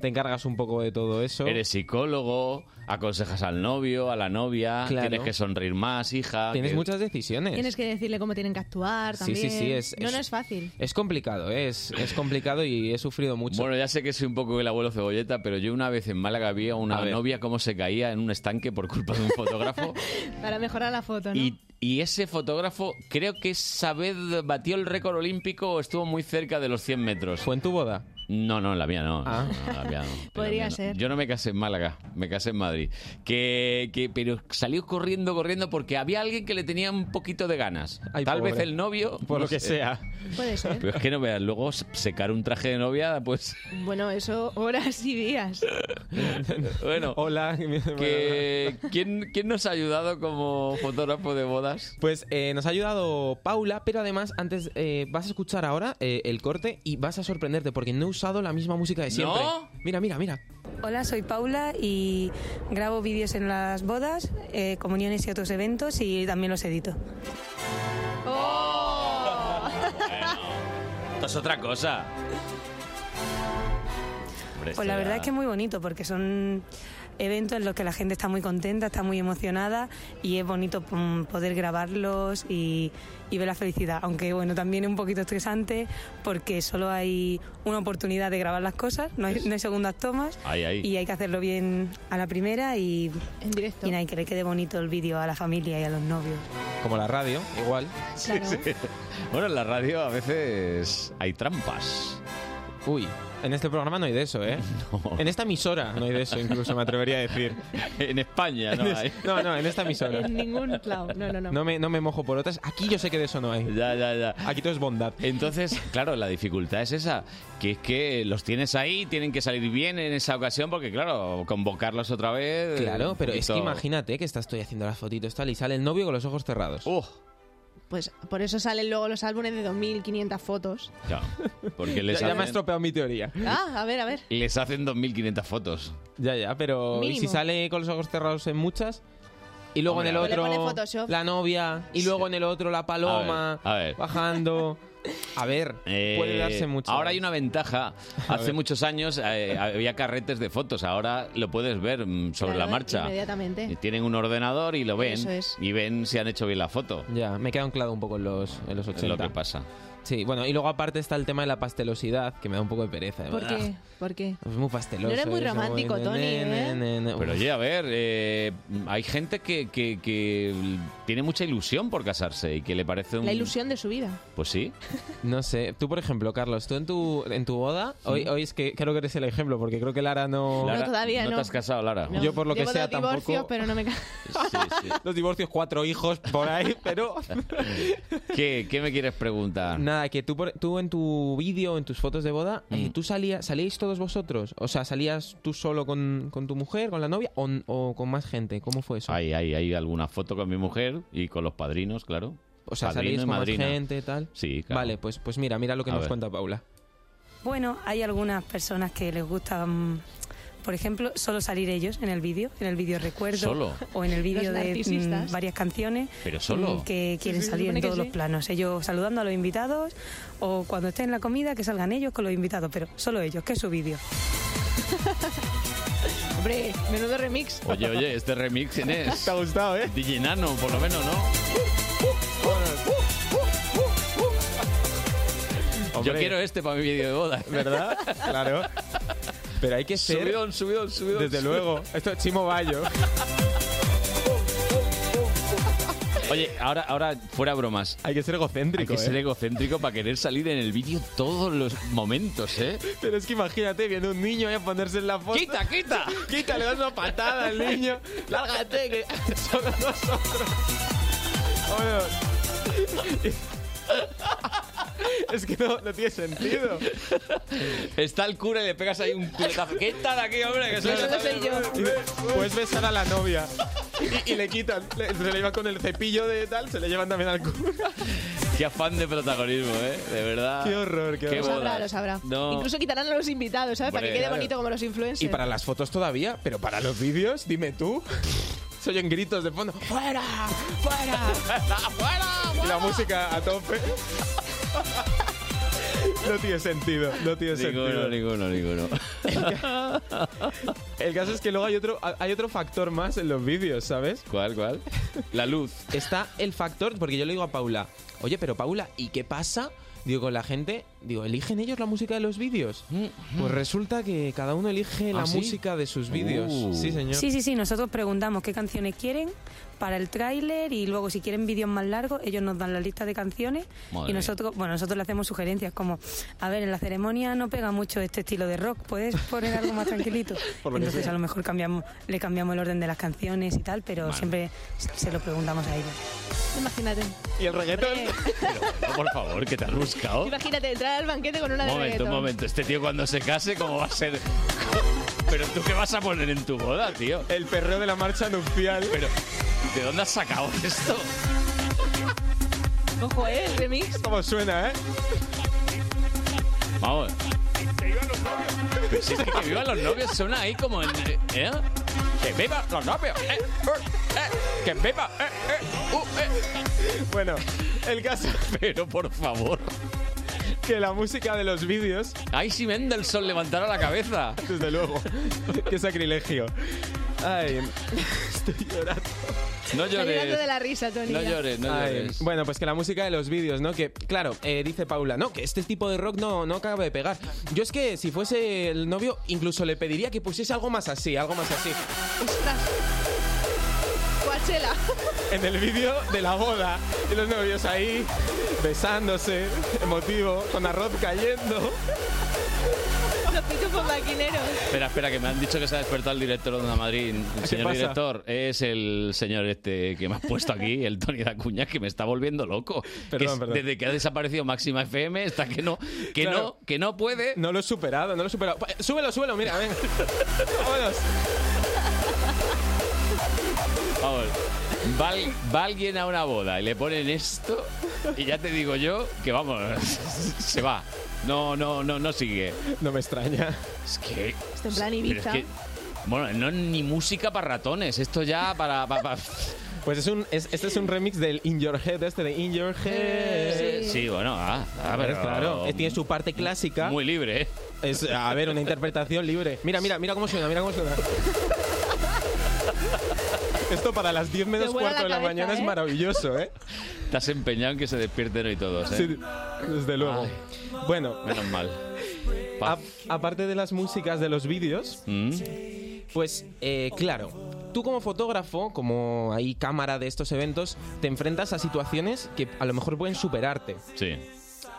te encargas un poco de todo eso. Eres psicólogo, aconsejas al novio, a la novia, Claro. tienes que sonreír más, hija. Tienes que- muchas decisiones. Tienes que decirle cómo tienen que actuar Sí, también. sí, sí, es- no, es- no es fácil. Es complicado, ¿eh? es, es complicado y he sufrido mucho. Bueno, ya sé que soy un poco el abuelo cebolleta, pero yo una vez en Málaga vi a una A ver. novia cómo se caía en un estanque por culpa de un fotógrafo Para mejorar la foto, ¿no? y, y ese fotógrafo creo que esa vez batió el récord olímpico o estuvo muy cerca de los 100 metros. ¿Fue en tu boda? Ah. No, no, la mía no. No, la mía <laughs> no, la Podría mía no. ser. Yo no me casé en Málaga, me casé en Madrid. Que, que- pero salió corriendo, corriendo porque había alguien que le tenía un poquito de ganas. Tal pobre. vez el novio. Por no lo que sé. sea. Puede <laughs> ser. Pero es que no veas, luego secar un traje de novia, pues Bueno, eso horas y días. Bueno. Hola. <laughs> que- ¿quién, quién nos ha ayudado como fotógrafo de bodas? Pues eh, nos ha ayudado Paula, pero además antes eh, vas a escuchar ahora eh, el corte y vas a sorprenderte porque no he usado la misma música de siempre. ¿No? Mira, mira, mira. Hola, soy Paula y grabo vídeos en las bodas, eh, comuniones y otros eventos y también los edito. Oh. Esto es otra cosa. Hombre, Pues la esto verdad ya- es que es muy bonito porque son eventos en los que la gente está muy contenta, está muy emocionada y es bonito mm, poder grabarlos y, y ver la felicidad. Aunque bueno, también es un poquito estresante porque solo hay una oportunidad de grabar las cosas, no hay, no hay segundas tomas Ahí, ahí. y hay que hacerlo bien a la primera y, en directo. y nada, y que le quede bonito el vídeo a la familia y a los novios. Como la radio, igual. Bueno, en la radio a veces hay trampas. Uy, en este programa no hay <laughs> de eso, ¿eh? En esta emisora no hay de eso, incluso me atrevería a decir. en España no hay. No, no, en esta emisora. En ningún lado. No, no, no. No me, no me mojo por otras. Aquí yo sé que de eso no hay. Ya, ya, ya. Aquí todo es bondad. Entonces, claro, la dificultad es esa, que es que los tienes ahí, tienen que salir bien en esa ocasión, porque claro, convocarlos otra vez. Claro, pero es que Eh, poquito- imagínate que estás tú ahí haciendo las fotitos tal y sale el novio con los ojos cerrados. Pues por eso salen luego los álbumes de 2.500 fotos. Claro, porque les <laughs> ya, ya me ha hacen, estropeado mi teoría. Ah, a ver, a ver. les hacen 2.500 fotos. Ya, ya, pero ¿y si Mínimo. sale con los ojos cerrados en muchas? Y luego Hombre, en el a ver. otro Le pone Photoshop. la novia y luego en el otro la paloma A ver, a ver. bajando. A ver, puede Eh, darse mucho. Ahora hay una ventaja. Hace ver. muchos años eh, había carretes de fotos, ahora lo puedes ver mm, sobre Claro, la marcha. Inmediatamente. Tienen un ordenador y lo ven. Eso es. Y ven si han hecho bien la foto. Ya, me queda anclado un poco en los, en los 80. lo que pasa. Sí, bueno, y luego aparte está el tema de la pastelosidad, que me da un poco de pereza. de ¿Por verdad. qué? ¿Por qué? Es muy pasteloso. No eres muy eso, romántico, ne, Tony, ne, ¿eh? ne, ne, ne. Pero oye, a ver, eh, hay gente que, que- que tiene mucha ilusión por casarse y que le parece un... La ilusión de su vida. Pues sí. <laughs> No sé, tú por ejemplo, Carlos, tú en tu, en tu boda, Sí. hoy, hoy es que creo que eres el ejemplo, porque creo que Lara no... Lara, No, todavía no te no. has casado, Lara. No, Yo por lo que llevo sea dos divorcios, tampoco... pero no me ca- <laughs> Dos divorcios, cuatro hijos por ahí, pero... <laughs> ¿Qué, qué me quieres preguntar? Nada, que tú, por- tú en tu vídeo, en tus fotos de boda, eh, ¿tú salías, salíais todos vosotros? O sea, ¿salías tú solo con, con tu mujer, con la novia o, o con más gente? ¿Cómo fue eso? Hay, hay, hay alguna foto con mi mujer y con los padrinos, claro. O sea, Padrino salíais y con más madrina. gente, tal. Sí, claro. Vale, pues, pues mira, mira lo que A nos ver. cuenta Paula. Bueno, hay algunas personas que les gusta, mm, por ejemplo, solo salir ellos en el vídeo, en el vídeo recuerdo Solo. o en el vídeo Los de narcisistas. mm, varias canciones. Pero solo. mm, Que Sí, quieren sí, se salir supone que en todos sí. los planos. Ellos saludando a los invitados o cuando estén en la comida que salgan ellos con los invitados, pero solo ellos, que es su vídeo. Hombre, menudo remix. Oye, oye, este remix, <laughs> ¿quién es? Te ha gustado, ¿eh? DJ Nano, por lo menos, <laughs> ¿no? Yo Hombre. quiero este para mi vídeo de boda. <laughs> ¿Verdad? Claro. Pero hay que ser... Subidón, subidón, subidón. Desde subidón. luego. Esto es Chimo Bayo. Oye, ahora, ahora, fuera bromas. Hay que ser egocéntrico, Hay que ser ¿eh? egocéntrico para querer salir en el vídeo todos los momentos, ¿eh? Pero es que imagínate viendo un niño ahí a ponerse en la foto. ¡Quita, quita! ¡Quita! Le das una patada al niño. ¡Lárgate! Que <laughs> solo nosotros. Vámonos. <laughs> es que <laughs> no, no tiene sentido. Está el cura y le pegas ahí un culetazo. ¿Qué tal aquí, hombre? Pues Que soy Puedes besar a la novia. Y, y le quitan, le- se le llevan con el cepillo de tal, se le llevan también al culo. Qué afán de protagonismo, ¿eh? De verdad. Qué horror, qué Lo horror. sabrá, bodas. lo sabrá. No. Incluso quitarán a los invitados, ¿sabes? Para Hombre, que quede claro. bonito como los influencers. Y para las fotos todavía, pero para los vídeos, dime tú. Se oyen gritos de fondo. ¡Fuera! ¡Fuera! Y la música a tope. No tiene sentido, no tiene Ninguno, sentido. ninguno, ninguno. El caso es que luego hay otro, hay otro factor más en los vídeos, ¿sabes? ¿Cuál, cuál? La luz. Está el factor, porque yo le digo a Paula, oye, pero Paula, ¿y qué pasa? Digo, con la gente, digo, ¿eligen ellos la música de los vídeos? Pues resulta que cada uno elige la ¿Ah, sí? música de sus vídeos. Uh. Sí, señor. Sí, sí, sí, nosotros preguntamos qué canciones quieren para el tráiler y luego si quieren vídeos más largos, ellos nos dan la lista de canciones Madre y mía. nosotros, bueno, nosotros le hacemos sugerencias como, a ver, en la ceremonia no pega mucho este estilo de rock, puedes poner algo más tranquilito. <laughs> Por lo que Entonces sea. a lo mejor cambiamos, le cambiamos el orden de las canciones y tal, pero Vale. siempre se se lo preguntamos a ellos. Imagínate. ¿Y el reggaetón? No, por favor, que te has buscado. Imagínate entrar al banquete con una Un de momento, reggaetón. un momento. Este tío cuando se case, ¿cómo va a ser? Pero tú qué vas a poner en tu boda, tío. El perreo de la marcha nupcial. Pero, ¿de dónde has sacado esto? Ojo, ¿eh? El remix. ¿Cómo suena, eh? Vamos. Pero si es que, que vivan los novios suena ahí como en. ¿eh? ¡Que vivan los novios! eh, eh, eh, ¡Que vivan! eh, eh, uh, eh. Bueno, el caso. <laughs> Pero por favor. Que la música de los vídeos. ¡Ay, si Mendelssohn levantará la cabeza! <laughs> Desde luego. ¡Qué sacrilegio! Ay, estoy llorando. No Está llorando de la risa, Tony. ya. Ay, Bueno, pues que la música de los vídeos, ¿no? Que, claro, eh, dice Paula, no, que este tipo de rock no, no acaba de pegar. Yo es que si fuese el novio, incluso le pediría que pusiese algo más así, algo más así. Coachella. <laughs> En el vídeo de la boda, y los novios ahí, besándose, emotivo, con arroz cayendo. Los pitufos maquineros. Espera, espera, que me han dicho que se ha despertado el director de Onda Madrid. El señor pasa? director es el señor este que me has puesto aquí, el Tony da Cuña, que me está volviendo loco. Que Perdón, es- perdón. Desde que ha desaparecido Máxima FM, está que no, que Claro. no, que no puede. No lo he superado, no lo he superado. Pa- eh, Súbelo, súbelo, mira, ven. <laughs> Vámonos. Vamos. Va, al- va alguien a una boda y le ponen esto y ya te digo yo que vamos, <laughs> se va. No, no, no, no sigue. No me extraña. Es que... Está en plan pero es Ibiza. que- bueno, no ni música para ratones, esto ya para... para- para- Pues es un, es- este es un remix del In Your Head, este de In Your Head. Sí, bueno, ah, ah, Pues pero- claro, eh, tiene su parte clásica. Muy libre, ¿eh? Es, a ver, una interpretación libre. Mira, mira, mira cómo suena, mira cómo suena. Esto para las 10 menos Te vuela cuarto de la la cabeza, mañana es ¿eh? maravilloso, ¿eh? Te has empeñado en que se despierten hoy todos, ¿eh? Sí, desde luego. Bueno, Menos mal. <laughs> a- aparte de las músicas de los vídeos, Mm. pues eh, claro, tú como fotógrafo, como hay cámara de estos eventos, te enfrentas a situaciones que a lo mejor pueden superarte. Sí.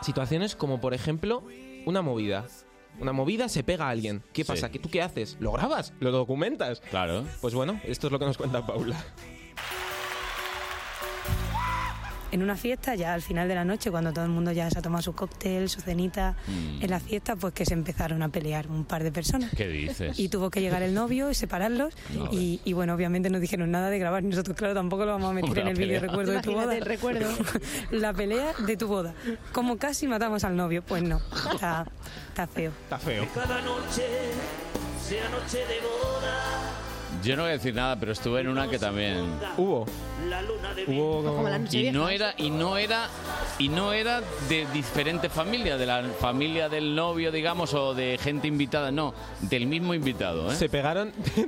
Situaciones como, por ejemplo, una movida. Una movida se pega a alguien. ¿Qué pasa? ¿Qué- ¿Tú qué haces? ¿Lo grabas? ¿Lo documentas? Claro. Pues bueno, esto es lo que nos cuenta Paula. en una fiesta, ya al final de la noche, cuando todo el mundo ya se ha tomado su cóctel, su cenita, Mm. en la fiesta, pues que se empezaron a pelear un par de personas. ¿Qué dices? Y tuvo que llegar el novio y separarlos. No, y, y bueno, obviamente no dijeron nada de grabar. Nosotros, claro, tampoco lo vamos a meter Hombre, en la el vídeo pelea. recuerdo de tu boda. Imagínate el recuerdo. <laughs> la pelea de tu boda. Como casi matamos al novio. Pues no, está, está feo. Está feo. Cada noche sea noche de boda, Yo no voy a decir nada, pero estuve en una que también. Hubo. la luna de Hubo Y no era, y no era, y no era de diferente familia, de la familia del novio, digamos, o de gente invitada, no, del mismo invitado, ¿eh? Se pegaron. <laughs>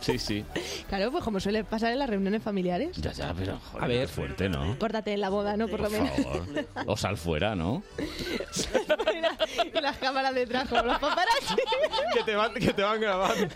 Sí, sí. Claro, pues como suele pasar en las reuniones familiares. Ya, ya, pero joder, qué fuerte, ¿no? Córtate en la boda, ¿no? Por lo menos. <laughs> O sal fuera, ¿no? Y las cámaras detrás, como los paparazzi. que, te van, que te van grabando.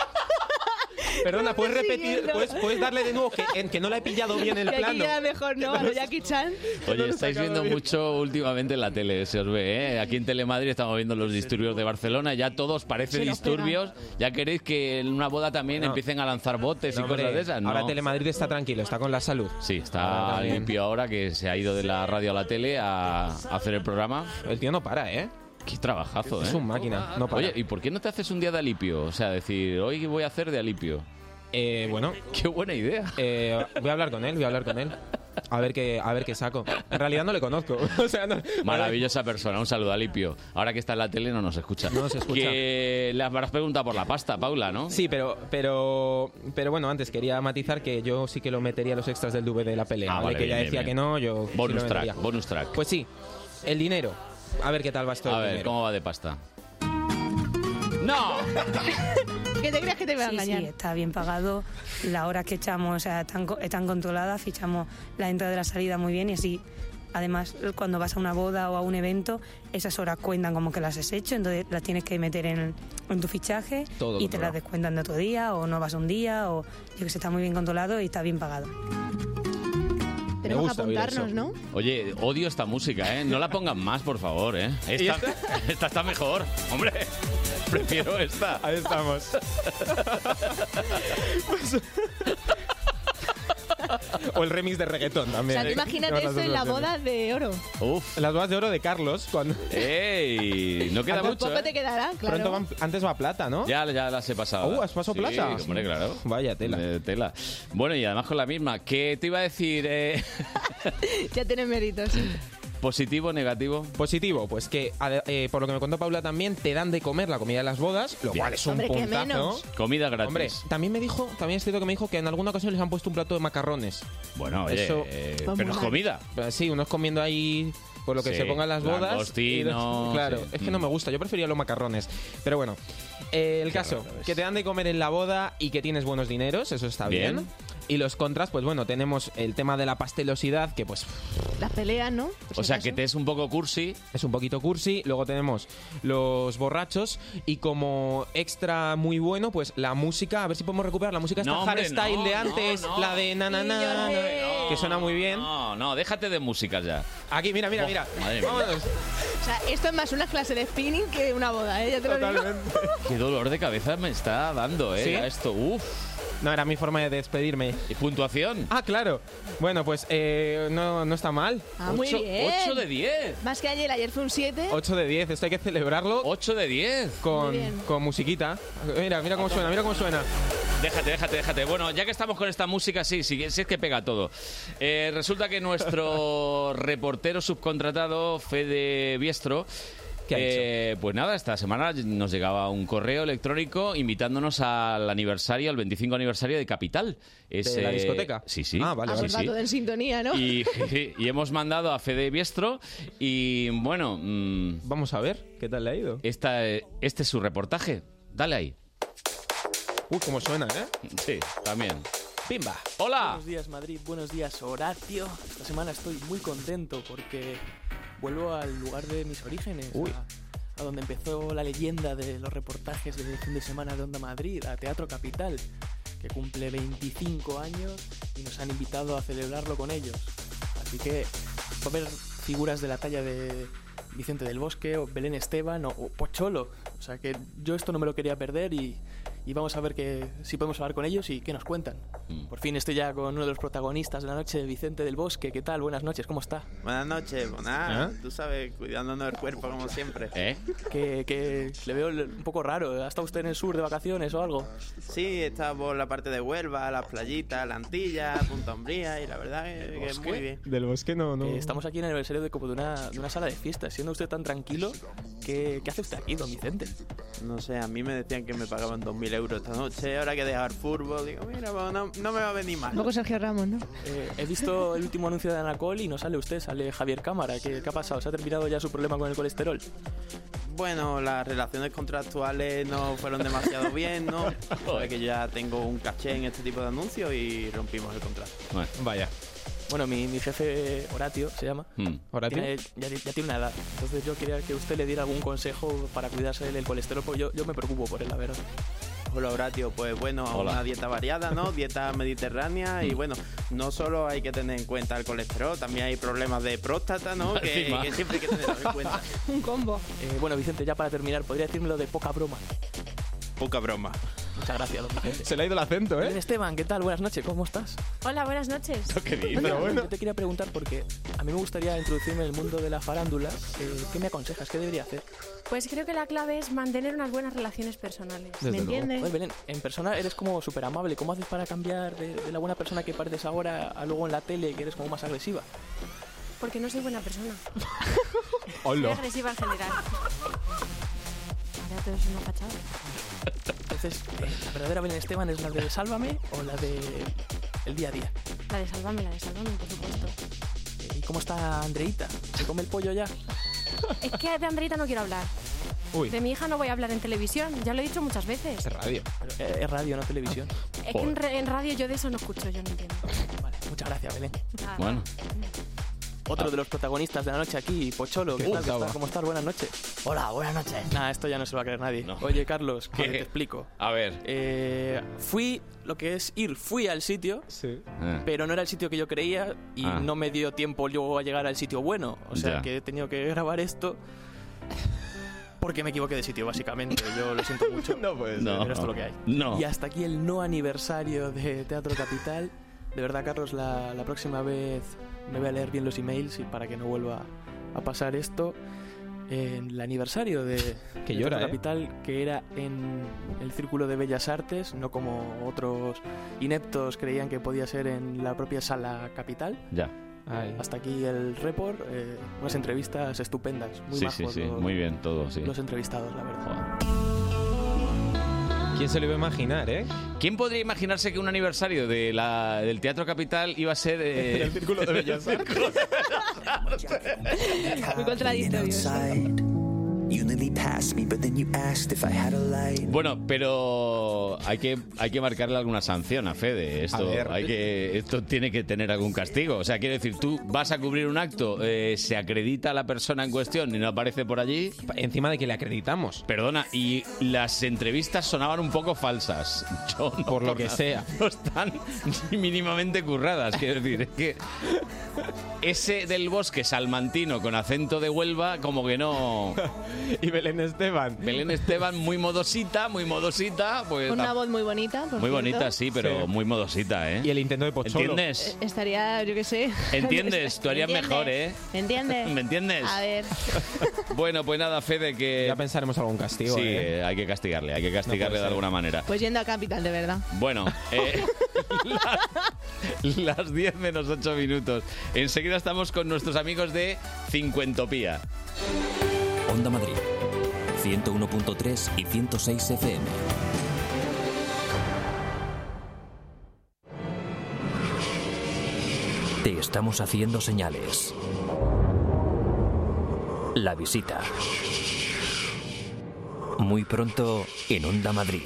Perdona, ¿puedes estoy repetir? siguiendo. ¿Puedes, puedes darle de nuevo que, en que no la he pillado bien el Y aquí plano? ya mejor, ¿no? A lo Jackie Chan. Oye, estáis viendo mucho últimamente en la tele, se os ve, ¿eh? Aquí en Telemadrid estamos viendo los disturbios de Barcelona, ya todos parecen Se nos pegan. disturbios, ya queréis que en una boda también No. empiecen a lanzar botes No, y hombre, cosas de esas, ¿no? Ahora Telemadrid está tranquilo, está con la salud. Sí, está Ahora también. limpio ahora que se ha ido de la radio a la tele a, a hacer el programa. El tío no para, ¿eh? Qué trabajazo, ¿eh? Es un máquina, no para. Oye, ¿y por qué no te haces un día de alipio? O sea, decir, hoy voy a hacer de alipio. Eh, bueno. Eh, Qué buena idea. voy a hablar con él, voy a hablar con él. A ver qué, a ver qué saco. En realidad no le conozco. <laughs> O sea, no- Maravillosa persona, un saludo a Lipio. Ahora que está en la tele no nos escucha. No nos escucha. Que le habrás preguntado por la pasta, Paula, ¿no? Sí, pero, pero, pero bueno, antes quería matizar que yo sí que lo metería a los extras del DVD de la pelea. Ah, ¿vale? vale, que ya bien, decía bien. que no, yo. sí Bonus lo track, metería. bonus track. Pues sí, el dinero. A ver qué tal va esto. A del ver, dinero. ¿cómo va de pasta? ¡No! ¿Qué te crees <laughs> que te va a Sí, engañar? sí, está bien pagado. Las horas que echamos o sea, están, co- están controladas, fichamos la entrada y la salida muy bien y así. Además, cuando vas a una boda o a un evento, esas horas cuentan como que las has hecho, entonces las tienes que meter en, en tu fichaje Todo y te controlado. las descuentan de otro día o no vas un día o yo que sé, está muy bien controlado y está bien pagado. Tenemos que apuntarnos, ¿no? Oye, odio esta música, ¿eh? No la pongan más, por favor, ¿eh? Esta, <laughs> esta está mejor, hombre. <laughs> Prefiero esta. Ahí estamos. <laughs> O el remix de reggaetón O también. sea, tú imagínate Otras eso en la boda de oro. soluciones. Las bodas de oro de Carlos. Cuando... ¡Ey! No queda mucho. Tampoco ¿eh? te quedará, claro. Pronto van- antes va plata, ¿no? Ya, ya las he pasado. Uh, ¿has pasado Sí, plaza? hombre, claro. Vaya tela. tela. Bueno, y además con la misma. ¿Qué te iba a decir? <laughs> eh, Ya tiene méritos. ¿Positivo, negativo? Positivo, pues que ade- eh, por lo que me contó Paula también te dan de comer la comida de las bodas, lo cual es un Hombre, qué puntazo. menos. Comida gratis. Hombre, también me dijo, también es cierto que me dijo que en alguna ocasión les han puesto un plato de macarrones. Bueno, oye, eh, Va muy pero es mal. comida. Eh, Sí, unos comiendo ahí por lo que Sí, se pongan las bodas. <laughs> y los- langostinos, claro, sí. es que no me gusta, yo prefería los macarrones. Pero bueno, eh, el caso, que te dan de comer en la boda y que tienes buenos dineros, eso está bien. Bien. Y los contras, pues bueno, tenemos el tema de la pastelosidad, que pues Las peleas, ¿no? o sea, que te es un poco cursi. Pues Es un poquito cursi. Luego tenemos los borrachos. Y como extra muy bueno, pues la música. A ver si podemos recuperar la música. Esta No, hombre, hardstyle no, de no, antes, no. la de na, na, na, na, que suena muy bien. No, no, déjate de músicas ya. Aquí, mira, mira, Oh, mira. madre mía. Vámonos. O sea, esto es más una clase de spinning que una boda, ¿eh? Ya te lo digo. Qué dolor de cabeza me está dando, ¿eh? ¿Sí? A Esto, uff. No, era mi forma de despedirme. ¿Y puntuación? Ah, claro. Bueno, pues eh, no, no está mal. Ah, muy bien. 8 de 10. Más que ayer, ayer fue un 7. 8 de 10, esto hay que celebrarlo. 8 de 10. Con, Muy bien. con musiquita. Mira, mira cómo suena, mira cómo suena. Déjate, déjate, déjate. Bueno, ya que estamos con esta música, sí, sí, sí es que pega todo. Eh, resulta que <laughs> nuestro reportero subcontratado, Fede Biestro, eh, pues nada, esta semana nos llegaba un correo electrónico invitándonos al aniversario, al 25 aniversario de Capital. Es, ¿De la eh, discoteca? Sí, sí. Ah, vale, Ah, Sí, pues va sí. todo en sintonía, ¿no? Y, <laughs> y hemos mandado a Fede Biestro y bueno... mm, Vamos a ver qué tal le ha ido. Esta, eh, este es su reportaje. Dale ahí. Uy, cómo suena, ¿eh? Sí, también. ¡Pimba! ¡Hola! Buenos días Madrid, buenos días Horacio. Esta semana estoy muy contento porque vuelvo al lugar de mis orígenes, A, a donde empezó la leyenda de los reportajes de fin de semana de Onda Madrid, a Teatro Capital, que cumple 25 años y nos han invitado a celebrarlo con ellos. Así que va a haber figuras de la talla de Vicente del Bosque o Belén Esteban o, o Pocholo. O sea que yo esto no me lo quería perder y, y vamos a ver que, si podemos hablar con ellos y qué nos cuentan. Por fin estoy ya con uno de los protagonistas de la noche, Vicente del Bosque. ¿Qué tal? Buenas noches, ¿cómo está? Buenas noches, pues ¿Ah? nada, ¿Eh? tú sabes, cuidándonos del cuerpo como siempre. ¿Eh? Que, que le veo un poco raro. ¿Ha estado usted en el sur de vacaciones o algo? Sí, está por la parte de Huelva, las playitas, la Antilla, Punta Umbría y la verdad que, que es muy bien. Del bosque no, no. Eh, estamos aquí en el aniversario de, como de, una, de una sala de fiestas. Siendo usted tan tranquilo, ¿qué, qué hace usted aquí, don Vicente? No sé, a mí me decían que me pagaban 2.000 euros esta noche, ahora que dejar fútbol, digo, mira, pues no, no me va a venir mal. Un poco Sergio Ramos, ¿no? Eh, he visto el último anuncio de Anacol y no sale usted, sale Javier Cámara. ¿Qué, qué ha pasado? ¿Se ha terminado ya su problema con el colesterol? Bueno, las relaciones contractuales no fueron demasiado bien, <laughs> ¿no? Sabes que yo ya tengo un caché en este tipo de anuncios y rompimos el contrato. Vaya. Bueno, mi, mi jefe Horatio se llama. Hmm. ¿Horatio? Eh, Tiene- ya, ti- ya tiene una edad. Entonces yo quería que usted le diera algún consejo para cuidarse del colesterol, porque yo, yo me preocupo por él, la verdad. Hola Horatio, pues bueno, Hola. una dieta variada, Ah, ¿no? Dieta mediterránea Mm. y bueno, no solo hay que tener en cuenta el colesterol, también hay problemas de próstata, <laughs> ¿no? Que, Encima. que siempre hay que tenerlo en cuenta. <laughs> Un combo. Eh, bueno, Vicente, ya para terminar, podría decirme lo de poca broma. Poca broma. Muchas gracias, don Vicente. Se le ha ido el acento, ¿eh? Bien, Esteban, ¿qué tal? Buenas noches, ¿cómo <laughs> estás? <laughs> Hola, buenas noches. Oye, Yo te quería preguntar porque a mí me gustaría introducirme en el mundo de la farándula. Eh, ¿Qué me aconsejas? ¿Qué debería hacer? Pues creo que la clave es mantener unas buenas relaciones personales. ¿Me entiendes? Oye, Belén, en persona eres como súper amable. ¿Cómo haces para cambiar de, de la buena persona que pareces ahora a luego en la tele que eres como más agresiva? Porque no soy buena persona. Soy Hola. agresiva en general. Ahora todo es una fachada. Entonces, eh, ¿la verdadera Belén Esteban es la de Sálvame o la de El Día a Día? La de Sálvame, la de Sálvame, por supuesto. ¿Y cómo está Andreita? ¿Se come el pollo ya? Es que de Andreita no quiero hablar. Uy. De mi hija no voy a hablar en televisión, ya lo he dicho muchas veces. radio. Eh, es radio, no televisión. Es que en, re- en radio yo de eso no escucho, yo no entiendo. Muchas gracias, Belén. Ah. Nada. Bueno. Otro de los protagonistas de la noche aquí, Pocholo. ¿Qué tal? Uh, ¿Qué estaba. tal? ¿Cómo estás? Buenas noches. Hola, buenas noches. Nah, esto ya no se lo va a creer nadie. Oye, Carlos, que te explico. A ver. Eh, fui, lo que es ir, fui al sitio, Eh. pero no era el sitio que yo creía y Ah. no me dio tiempo luego a llegar al sitio bueno. O sea Ya. que he tenido que grabar esto porque me equivoqué de sitio, básicamente. Yo lo siento mucho. no, pues, <laughs> No. pero esto es lo que hay. No. Y hasta aquí el no aniversario de Teatro Capital. De verdad, Carlos, la, la próxima vez me voy a leer bien los emails y para que no vuelva a pasar esto. En el aniversario <laughs> de, de Teatro llora, ¿eh? Capital, que era en el Círculo de Bellas Artes, no como otros ineptos creían que podía ser en la propia sala capital. Ya. Hasta aquí el report, eh, unas entrevistas estupendas, muy sí, sí, majos sí. los- Muy bien, todo, sí. los entrevistados, la verdad. ¿Quién se lo iba a imaginar, eh? ¿Quién podría imaginarse que un aniversario de la, del Teatro Capital iba a ser... eh, <laughs> El Círculo de Bellas Muy contradictorios. You nearly passed me, but then you asked if I had a light. Bueno, pero hay que, hay que marcarle alguna sanción a Fede. A Esto, ver. hay que, esto tiene que tener algún castigo. O sea, quiero decir, tú vas a cubrir un acto, eh, se acredita a la persona en cuestión y no aparece por allí. Encima de que le acreditamos. Perdona, y las entrevistas sonaban un poco falsas. Yo no Por lo que nada. sea. No están ni mínimamente curradas. Quiero decir, es que ese del bosque salmantino con acento de Huelva, como que no. y Belén Esteban. Belén Esteban, muy modosita, muy modosita. Pues, Con una tampoco- voz muy bonita. por muy cierto. bonita, sí, pero muy modosita, ¿eh? Y el intento de Pocholo. ¿Entiendes? Eh, Estaría, yo qué sé. <laughs> ¿Entiendes? Tú harías mejor, ¿eh? ¿Me entiendes? ¿Me entiendes? A ver. Bueno, pues nada, Fede, que... Ya pensaremos algún castigo, Sí, eh, hay que castigarle, hay que castigarle de ser. alguna manera. Pues yendo a Capital, de verdad. Bueno, eh, <laughs> las, las 10 menos 8 minutos. Enseguida estamos con nuestros amigos de Cincuentopía. Onda Madrid, 101.3 y 106 FM. Te estamos haciendo señales. La visita. Muy pronto en Onda Madrid.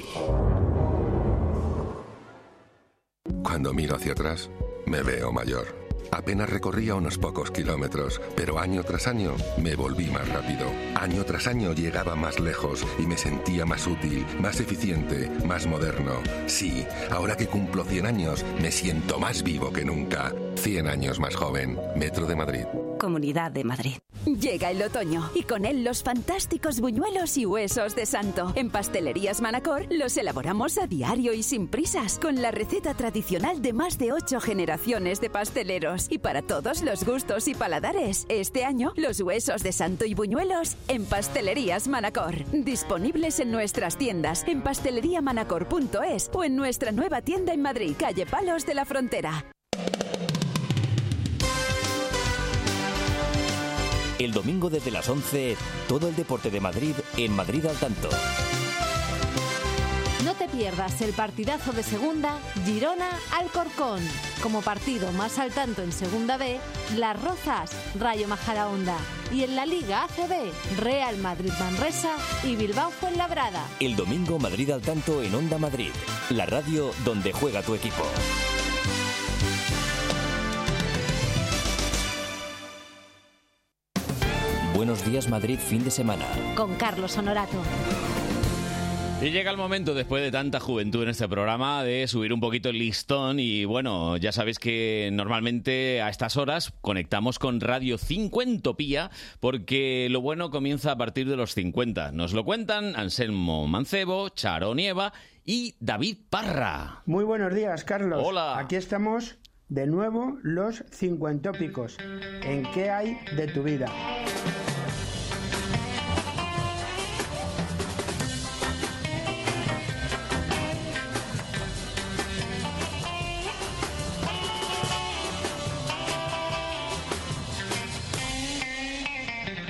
Cuando miro hacia atrás, me veo mayor. Apenas recorría unos pocos kilómetros, pero año tras año me volví más rápido. Año tras año llegaba más lejos y me sentía más útil, más eficiente, más moderno. Sí, ahora que cumplo 100 años, me siento más vivo que nunca. 100 años más joven. Metro de Madrid. Comunidad de Madrid. Llega el otoño y con él los fantásticos buñuelos y huesos de santo. En Pastelerías Manacor los elaboramos a diario y sin prisas, con la receta tradicional de más de ocho generaciones de pasteleros. Y para todos los gustos y paladares, este año los huesos de santo y buñuelos en Pastelerías Manacor. Disponibles en nuestras tiendas en pasteleriamanacor.es o en nuestra nueva tienda en Madrid, calle Palos de la Frontera. El domingo desde las 11, todo el deporte de Madrid en Madrid al tanto. No te pierdas el partidazo de segunda Girona Alcorcón. Como partido más al tanto en segunda B, Las Rozas, Rayo Majadahonda y en la Liga ACB, Real Madrid Manresa y Bilbao Fuenlabrada. El domingo Madrid al tanto en Onda Madrid, la radio donde juega tu equipo. Buenos días Madrid fin de semana. Con Carlos Honorato. Y llega el momento, después de tanta juventud en este programa, de subir un poquito el listón. Y bueno, ya sabéis que normalmente a estas horas conectamos con Radio 50 Topía, porque lo bueno comienza a partir de los 50. Nos lo cuentan Anselmo Mancebo, Charo Nieva y David Parra. Muy buenos días, Carlos. Hola. Aquí estamos de nuevo los cincuentópicos. ¿En qué hay de tu vida?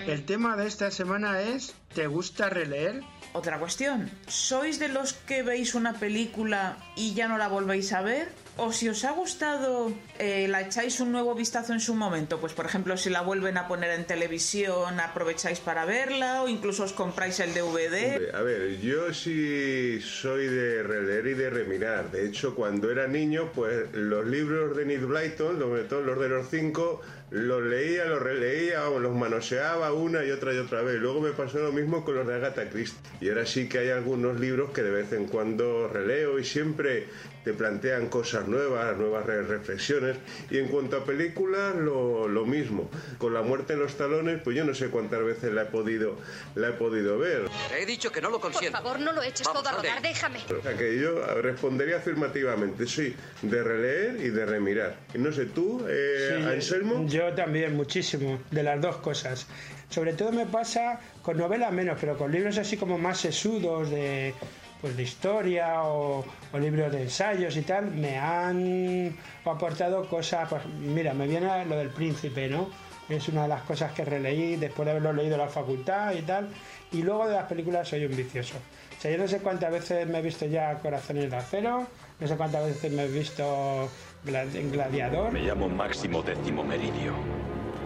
El tema de esta semana es ¿Te gusta releer? Otra cuestión, ¿sois de los que veis una película y ya no la volvéis a ver? ¿O si os ha gustado, eh, la echáis un nuevo vistazo en su momento? Pues por ejemplo, si la vuelven a poner en televisión, aprovecháis para verla o incluso os compráis el DVD. Hombre, A ver, yo sí soy de releer y de remirar. De hecho, cuando era niño, pues los libros de Nick Blyton, sobre todo los de los cinco, los leía, los releía, vamos, los manoseaba una y otra y otra vez. Luego me pasó lo mismo con los de Agatha Christie. Y ahora sí que hay algunos libros que de vez en cuando releo y siempre te plantean cosas nuevas, nuevas re- reflexiones. Y en cuanto a películas, lo, lo mismo. Con la muerte en los talones, pues yo no sé cuántas veces la he podido, la he podido ver. Te he dicho que no lo consiento. Por favor, no lo eches todo a rodar, déjame. O sea, que yo respondería afirmativamente, sí, de releer y de remirar. Y no sé, tú, eh, Sí, Anselmo. Yo también, muchísimo, de las dos cosas. Sobre todo me pasa con novelas menos, pero con libros así como más sesudos de, pues de historia o, o libros de ensayos y tal, me han aportado cosas. pues, mira, me viene lo del príncipe, ¿no? Es una de las cosas que releí después de haberlo leído en la facultad y tal. Y luego de las películas soy un vicioso. O sea, yo no sé cuántas veces me he visto ya Corazones de Acero, no sé cuántas veces me he visto Gla- Gladiador. Me llamo Máximo Décimo Meridio,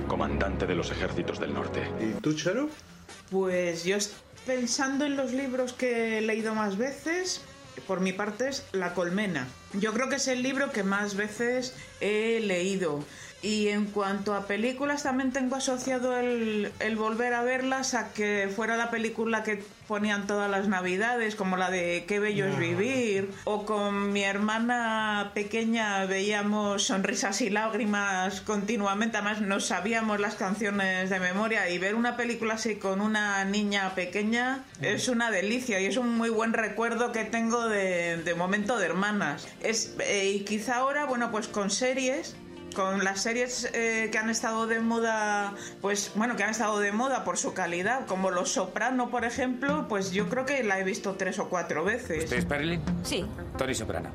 comandante de los ejércitos del norte. ¿Y tú, Charo? Pues yo es- pensando en los libros que he leído más veces, por mi parte es La Colmena. Yo creo que es el libro que más veces he leído. Y en cuanto a películas, también tengo asociado el, el volver a verlas a que fuera la película que ponían todas las navidades, como la de Qué bello es vivir, o con mi hermana pequeña veíamos sonrisas y lágrimas continuamente, además no sabíamos las canciones de memoria y ver una película así con una niña pequeña es una delicia y es un muy buen recuerdo que tengo de, de momento de hermanas. Es, eh, y quizá ahora, bueno, pues con series con las series eh, que han estado de moda, pues bueno, que han estado de moda por su calidad, como Los Soprano, por ejemplo, pues yo creo que la he visto tres o cuatro veces. ¿Usted es Perlin? Sí. Tony Soprano.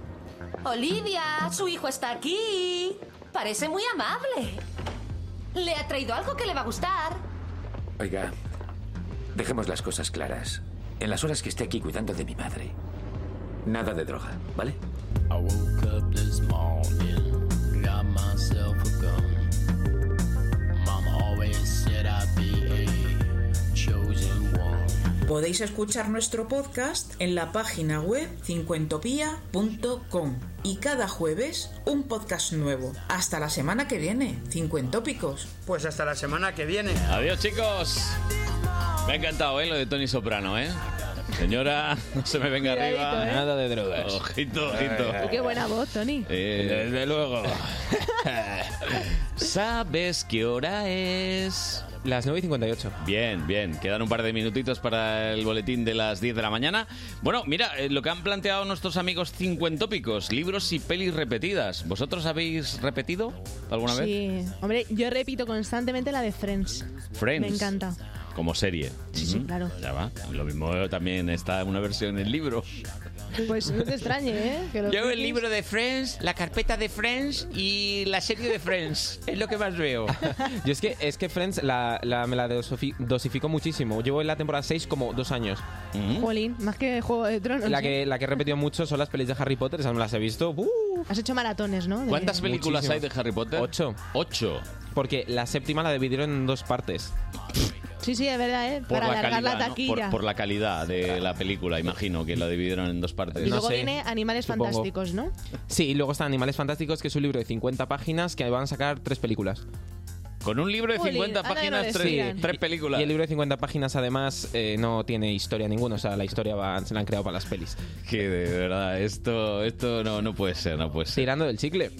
Olivia, su hijo está aquí. Parece muy amable. Le ha traído algo que le va a gustar. Oiga, dejemos las cosas claras. En las horas que esté aquí cuidando de mi madre, nada de droga, ¿vale? I woke up this morning, got myself a gun. Mama always said I'd be a chosen one. Podéis escuchar nuestro podcast en la página web cincuentopía.com y cada jueves un podcast nuevo. Hasta la semana que viene, cincuentópicos. Pues hasta la semana que viene. Adiós, chicos. Me ha encantado, ¿eh? Lo de Tony Soprano, ¿eh? Señora, <laughs> no se me venga Cuidadito, arriba. ¿eh? Nada de drogas. Ojito, ojito. Y qué buena voz, Tony. Eh, Desde luego. <laughs> ¿Sabes qué hora es? Las 9 y 58. Bien, bien. Quedan un par de minutitos para el boletín de las 10 de la mañana. Bueno, mira, eh, lo que han planteado nuestros amigos cincuentópicos, libros y pelis repetidas. ¿Vosotros habéis repetido alguna vez? Sí. Hombre, yo repito constantemente la de Friends. Friends. Me encanta. Como serie. Sí, sí, Ujú. claro. Ya va. Lo mismo también está una versión en libro. Pues no te extrañe, ¿eh? Que lo Yo el piques. libro de Friends, la carpeta de Friends y la serie de Friends. Es lo que más <laughs> veo. <laughs> Yo es que, es que Friends la, la- me la dosofi- dosifico muchísimo. Llevo en la temporada 6 como dos años. Mm. Jolín, más que Juego de Tronos. ¿Mm? La ¿eh? que, la que he repetido mucho son las pelis de Harry Potter, esas no las he visto. ¡uh! Has hecho maratones, ¿no? De- ¿Cuántas películas hay de Harry Potter? Ocho. Ocho. Porque la séptima la dividieron en dos partes. Sí, sí, es verdad, ¿eh? Para alargar la ¿no? taquilla. por, por la calidad de la película, imagino que la dividieron en dos partes. Y luego viene Animales supongo. Fantásticos, ¿no? Sí, y luego está Animales Fantásticos, que es un libro de 50 páginas que van a sacar tres películas. Con un libro de Jolín, 50 ahora ya no páginas, tres, decían. <laughs> tres películas. Y el libro de 50 páginas, además, eh, no tiene historia ninguna. O sea, la historia va- se la han creado para las pelis. Que de verdad, esto, esto no, no puede ser, no puede ser. Tirando del chicle.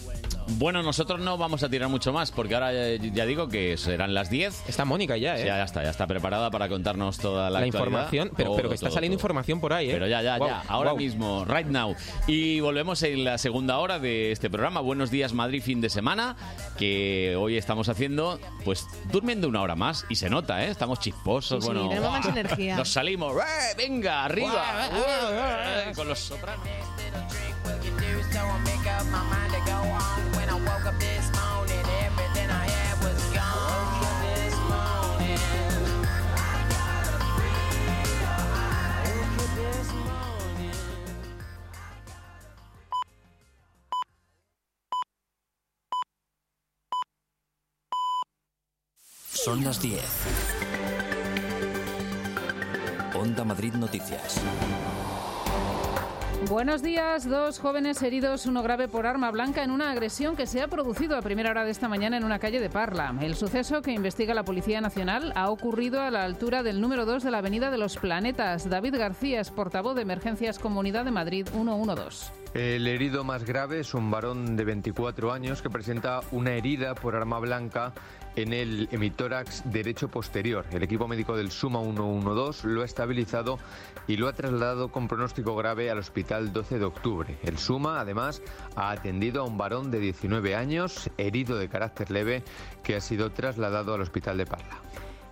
Bueno, nosotros no vamos a tirar mucho más, porque ahora ya, ya digo que serán las 10. Está Mónica ya, ¿eh? Ya, ya está, ya está preparada para contarnos toda la, La actualidad. información, pero- pero que está saliendo información por ahí, ¿eh? Pero ya, ya, Guau, ya, ahora guau. mismo, right now. Y volvemos en la segunda hora de este programa, Buenos Días Madrid, fin de semana, que hoy estamos haciendo, pues, durmiendo una hora más, y se nota, ¿eh? Estamos chisposos, Sí, bueno. tenemos más energía. Nos salimos, ¡eh! venga, arriba, Guau, guau, ¡eh! con los sopranos. So I make up my mind to go on. When I woke up this morning, everything I had was gone. This morning. Son las 10. Onda Madrid Noticias. Buenos días. Dos jóvenes heridos, uno grave por arma blanca en una agresión que se ha producido a primera hora de esta mañana en una calle de Parla. El suceso que investiga la Policía Nacional ha ocurrido a la altura del número 2 de la Avenida de los Planetas. David García es portavoz de Emergencias Comunidad de Madrid 112. El herido más grave es un varón de 24 años que presenta una herida por arma blanca en el hemitórax derecho posterior. El equipo médico del Suma 112 lo ha estabilizado y lo ha trasladado con pronóstico grave al hospital 12 de octubre. El Suma, además, ha atendido a un varón de 19 años herido de carácter leve que ha sido trasladado al hospital de Parla.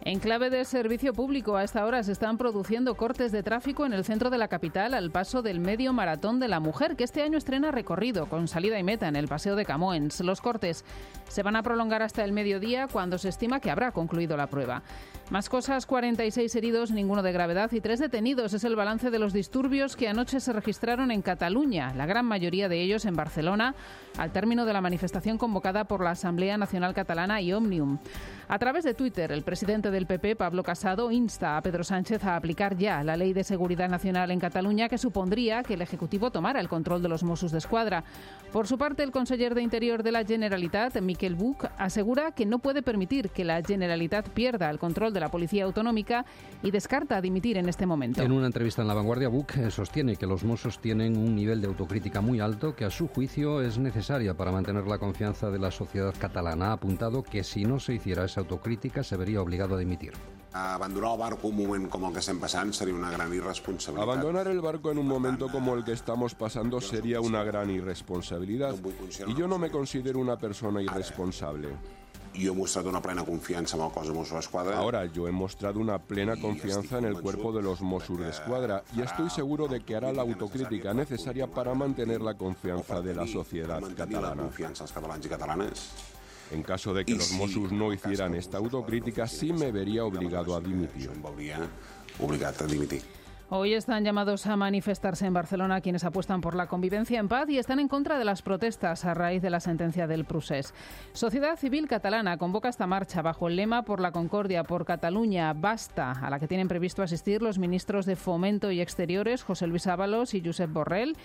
En clave de servicio público, a esta hora se están produciendo cortes de tráfico en el centro de la capital al paso del medio maratón de la mujer, que este año estrena recorrido con salida y meta en el Paseo de Camoens. Los cortes se van a prolongar hasta el mediodía, cuando se estima que habrá concluido la prueba. Más cosas, 46 heridos, ninguno de gravedad y tres detenidos. Es el balance de los disturbios que anoche se registraron en Cataluña, la gran mayoría de ellos en Barcelona, al término de la manifestación convocada por la Asamblea Nacional Catalana y Omnium. A través de Twitter, el presidente del PP, Pablo Casado, insta a Pedro Sánchez a aplicar ya la Ley de Seguridad Nacional en Cataluña, que supondría que el Ejecutivo tomara el control de los Mossos de Escuadra. Por su parte, el conseller de Interior de la Generalitat, Miquel Buch, asegura que no puede permitir que la Generalitat pierda el control de la Policía Autonómica y descarta dimitir en este momento. En una entrevista en La Vanguardia, Buck eh, sostiene que los Mossos tienen un nivel de autocrítica muy alto que a su juicio es necesaria para mantener la confianza de la sociedad catalana. Ha apuntado que si no se hiciera esa autocrítica se vería obligado a dimitir. Abandonar el barco un moment com el que estem passant seria una gran irresponsabilitat. Abandonar el barco en un momento como el que estamos pasando sería una gran irresponsabilidad. Y yo no me considero una persona irresponsable. Jo he mostrat una plena confiança amb el cos de Mossos d'Esquadra. Ahora yo he mostrado una plena confianza en el cuerpo de los Mossos de Escuadra y estoy seguro de que hará la autocrítica necesaria para mantener la confianza de la sociedad catalana. En caso de que Y los si Mossos no hicieran esta autocrítica, sí me vería obligado a dimitir. em Obligat a dimitir. Hoy están llamados a manifestarse en Barcelona quienes apuestan por la convivencia en paz y están en contra de las protestas a raíz de la sentencia del Prusés. Sociedad Civil Catalana convoca esta marcha bajo el lema Por la Concordia, por Cataluña, basta, a la que tienen previsto asistir los ministros de Fomento y Exteriores, José Luis Ábalos y Josep Borrell.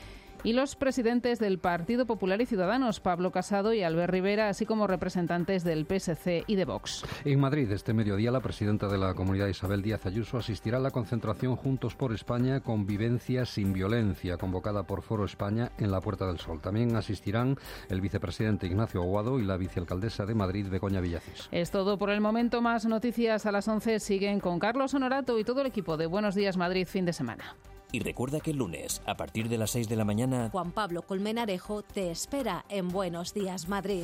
Y los presidentes del Partido Popular y Ciudadanos, Pablo Casado y Albert Rivera, así como representantes del PSC y de Vox. En Madrid, este mediodía, la presidenta de la comunidad Isabel Díaz Ayuso asistirá a la concentración Juntos por España, Convivencia sin Violencia, convocada por Foro España en la Puerta del Sol. También asistirán el vicepresidente Ignacio Aguado y la vicealcaldesa de Madrid, Begoña Villacís. Es todo por el momento. Más noticias a las 11 siguen con Carlos Honorato y todo el equipo de Buenos Días Madrid fin de semana. Y recuerda que el lunes, a partir de las 6 de la mañana, Juan Pablo Colmenarejo te espera en Buenos Días Madrid.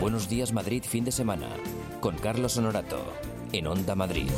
Buenos Días Madrid, fin de semana, con Carlos Honorato, en Onda Madrid.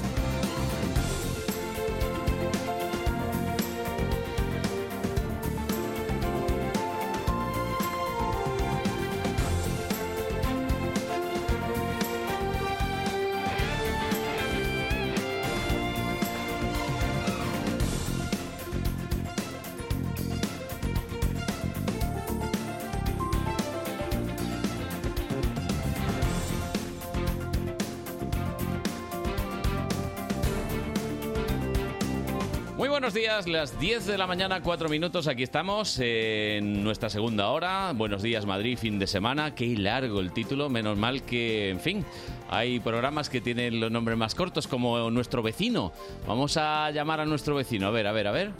Buenos días, las 10 de la mañana, 4 minutos. Aquí estamos eh, en nuestra segunda hora. Buenos días, Madrid, fin de semana. Qué largo el título. Menos mal que, en fin, hay programas que tienen los nombres más cortos, como nuestro vecino. Vamos a llamar a nuestro vecino. A ver, a ver, a ver.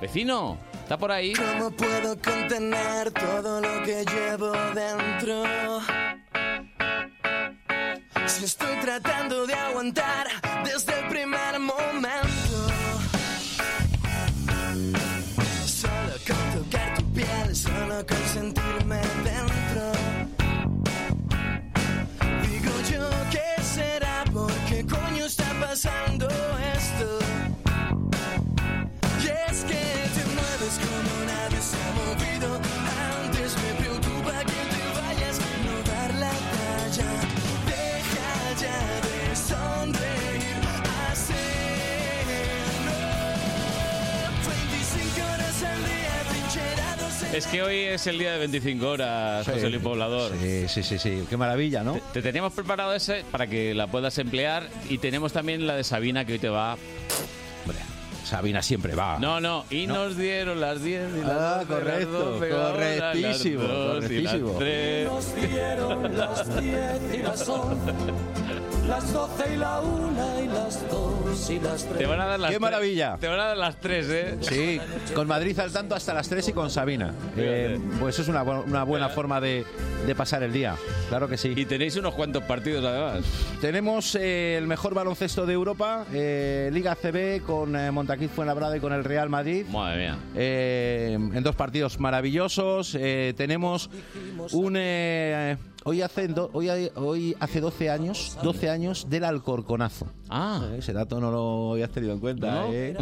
Vecino, ¿está por ahí? ¿Cómo puedo contener todo lo que llevo dentro? Si estoy tratando de aguantar desde el primer momento. Solo con tocar tu piel, solo con sentirme dentro. Digo yo, ¿qué será? ¿Por qué coño está pasando esto? Y es que te mueves como nadie se ha movido antes. Me preocupa que te vayas, no dar la talla. Deja ya de sonreír, hacerlo. 25 horas al día, trincherados en Es que hoy es el día de 25 horas, José Luis Poblador. Sí, sí, sí, sí. Qué maravilla, ¿no? Te teníamos preparado ese para que la puedas emplear y tenemos también la de Sabina que hoy te va. Sabina siempre va. No, no, y No. nos dieron las 10 y las Ah, 12, las correcto, 12, ahora las correctísimo, 2 y las correctísimo. 3. Nos dieron las <laughs> 10 y las 11, las 12 y la 1 y las 2 y las 3. Te van a dar las Qué tres- maravilla. Te van a dar las 3, ¿eh? Sí, con Madrid al tanto hasta las 3 y con Sabina. Eh, pues eso es una, bu- una buena forma de, de pasar el día. Claro que sí. Y tenéis unos cuantos partidos además. Tenemos eh, el mejor baloncesto de Europa, eh, Liga CB con eh, Montaquí Fuenlabrada y con el Real Madrid. Madre mía. Eh, en dos partidos maravillosos. Eh, tenemos un. eh, hoy, hace, do- hoy, hay- hoy hace 12 años, 12 años del Alcorconazo. Eh, Ah. ese dato no lo habías tenido en cuenta, ¿No? ¿eh?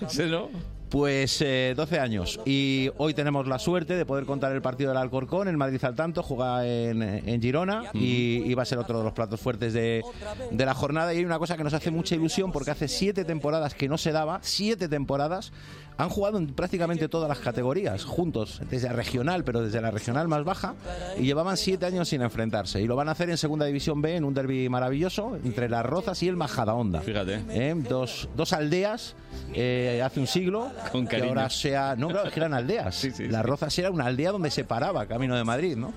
Ese no. Pues eh, 12 años y hoy tenemos la suerte de poder contar el partido del Alcorcón, el Madrid al tanto, juega en, en Girona y, y va a ser otro de los platos fuertes de, de la jornada. Y hay una cosa que nos hace mucha ilusión porque hace siete temporadas que no se daba, siete temporadas, han jugado en prácticamente todas las categorías juntos, desde la regional, pero desde la regional más baja, y llevaban siete años sin enfrentarse. Y lo van a hacer en Segunda División B, en un derby maravilloso, entre Las Rozas y el Majadahonda. Fíjate. ¿eh? Dos, dos aldeas eh, hace un siglo Con que cariño. ahora sea no claro es que eran <laughs> aldeas las rozas era una aldea donde se paraba camino de Madrid no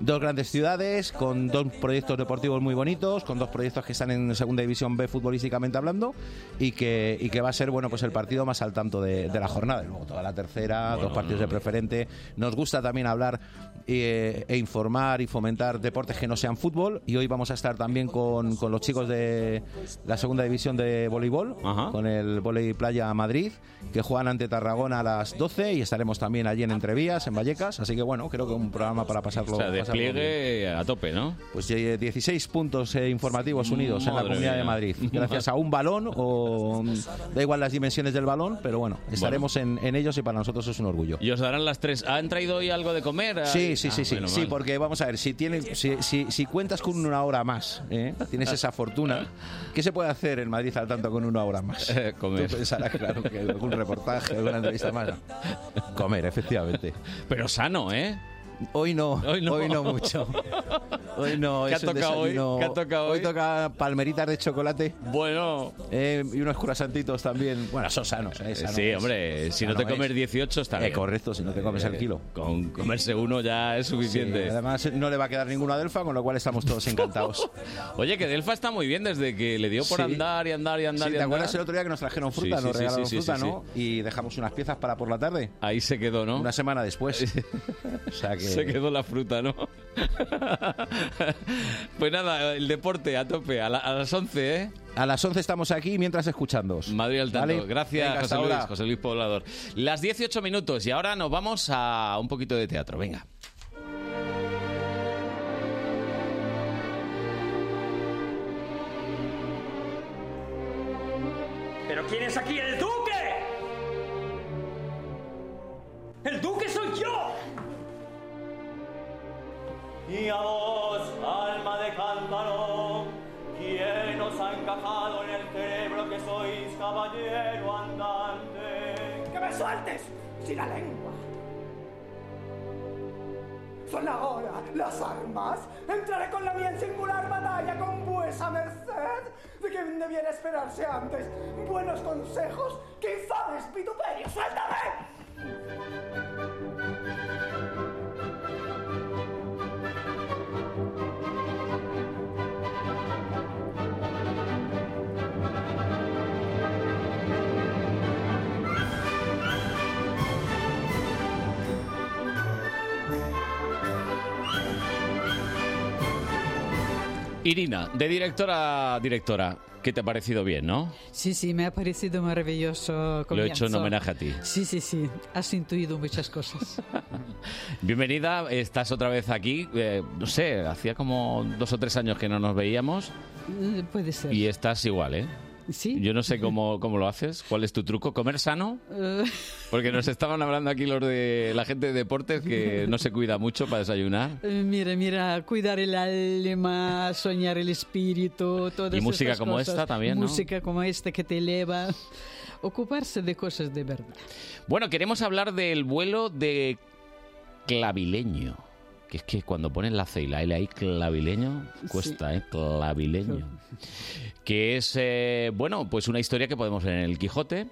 dos grandes ciudades con dos proyectos deportivos muy bonitos con dos proyectos que están en segunda división B futbolísticamente hablando y que y que va a ser bueno pues el partido más al tanto de, de la jornada Y luego toda la tercera dos partidos de preferente nos gusta también hablar eh, e informar y fomentar deportes que no sean fútbol y hoy vamos a estar también con, con los chicos de la segunda división de voleibol con el Volei Playa Madrid, que juegan ante Tarragona a las 12 y estaremos también allí en Entrevías, en Vallecas. Así que bueno, creo que un programa para pasarlo. O sea, pasarlo bien. despliegue a tope, ¿no? Pues eh, 16 puntos eh, informativos unidos en la Madre Comunidad de mía. <laughs> Madrid, gracias a un balón o mm, da igual las dimensiones del balón, pero bueno, estaremos en- en ellos y para nosotros es un orgullo. Y os darán las 3. ¿Han traído hoy algo de comer? Sí, sí, Ah, sí, sí, menos sí, mal. porque vamos a ver, si, tiene, si, si- si cuentas con una hora más, ¿eh? tienes esa fortuna, ¿qué se puede hacer en Madrid al tanto con una hora más? Eh, <laughs> comer. Tú pensarás, claro, que algún reportaje, alguna entrevista más. Comer, efectivamente. Pero sano, ¿eh? Hoy no, Hoy no. mucho. Hoy no, ¿Qué ha es un tocado hoy? desayuno- ¿Qué ha tocado hoy? toca palmeritas de chocolate. Eh, Bueno. y unos curasantitos también. Bueno, son sanos. ¿eh? Sano Sí, es. hombre, si no Sano te es. comes 18 está bien. correcto, si no te comes el kilo. Con comerse uno ya es suficiente. Sí, además, no le va a quedar ninguna delfa, con lo cual estamos todos <laughs> encantados. Oye, que Delfa está muy bien desde que le dio por Sí. andar y andar y andar Sí, y ¿Te andar. acuerdas el otro día que nos trajeron fruta? Sí, sí, nos sí, regalaron sí, sí, fruta, sí, ¿no? Y dejamos unas piezas para por la tarde. Ahí se quedó, ¿no? Una semana <laughs> después. o sea que... <laughs> Se quedó la fruta, ¿no? <laughs> pues nada, el deporte a tope, a, la- a las 11, ¿eh? A las 11 estamos aquí mientras escuchándos. Madrid al tanto. Vale. Gracias, Venga, José hasta Luis, ahora. José Luis Poblador. Las 18 minutos y ahora nos vamos a un poquito de teatro. Venga. ¿Pero quién es aquí el duque? ¡El duque soy yo! Y a vos, alma de cántaro, ¿quién os ha encajado en el cerebro que sois caballero andante? ¡Que me sueltes! ¡Sin la lengua! Son ahora las armas. Entraré con la mía en singular batalla con vuesa merced. ¿De quien debiera esperarse antes? Buenos consejos. ¿Qué sabes, vituperio? ¡Suéltame! Irina, de directora a directora, ¿qué te ha parecido bien, no? Sí, sí, me ha parecido maravilloso. Lo he hecho en comienzo. homenaje a ti. Sí, sí, sí. Has intuido muchas <laughs> cosas. Bienvenida, estás otra vez aquí. eh, no sé, hacía como dos o tres años que no nos veíamos Eh, Puede ser. y estás igual, ¿eh? Sí. Yo no sé cómo, cómo lo haces, cuál es tu truco, comer sano, Eh, porque nos estaban hablando aquí los de la gente de deportes que no se cuida mucho para desayunar. eh, mira, mira, cuidar el alma, soñar el espíritu, todas Y música estas como cosas. esta también, ¿no? Música como esta que te eleva. Ocuparse de cosas de verdad. Bueno, queremos hablar del vuelo de clavileño. Que es que cuando ponen la C y la L ahí, clavileño, cuesta, ¿eh? Clavileño. Que es, eh, bueno, pues una historia que podemos ver en El Quijote.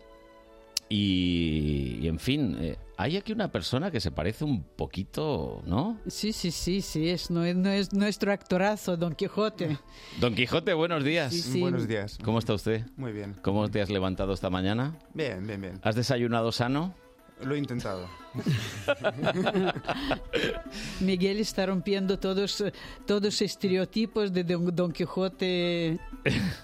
Y, y, en fin, eh, hay aquí una persona que se parece un poquito, ¿no? Sí, sí, sí, sí. Es, no, es- no es nuestro actorazo, Don Quijote. Don Quijote, buenos días. Sí, sí. Buenos días. ¿Cómo está usted? Muy bien. ¿Cómo te has levantado esta mañana? Bien, bien, bien. ¿Has desayunado sano? Lo he intentado. Miguel está rompiendo todos, todos estereotipos de Don, <laughs> Don Quijote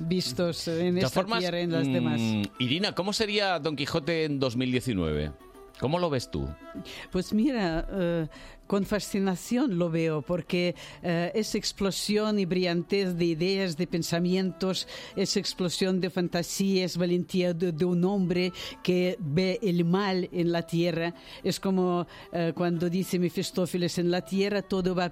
vistos en De todas esta formas, tierra y en las mm, demás. Irina, ¿cómo sería Don Quijote en 2019? ¿Cómo lo ves tú? Pues mira, eh, con fascinación lo veo, porque eh, esa explosión y brillantez de ideas, de pensamientos, esa explosión de fantasía, es valentía de, de un hombre que ve el mal en la tierra. Es como eh, cuando dice Mefistófeles, en la tierra todo va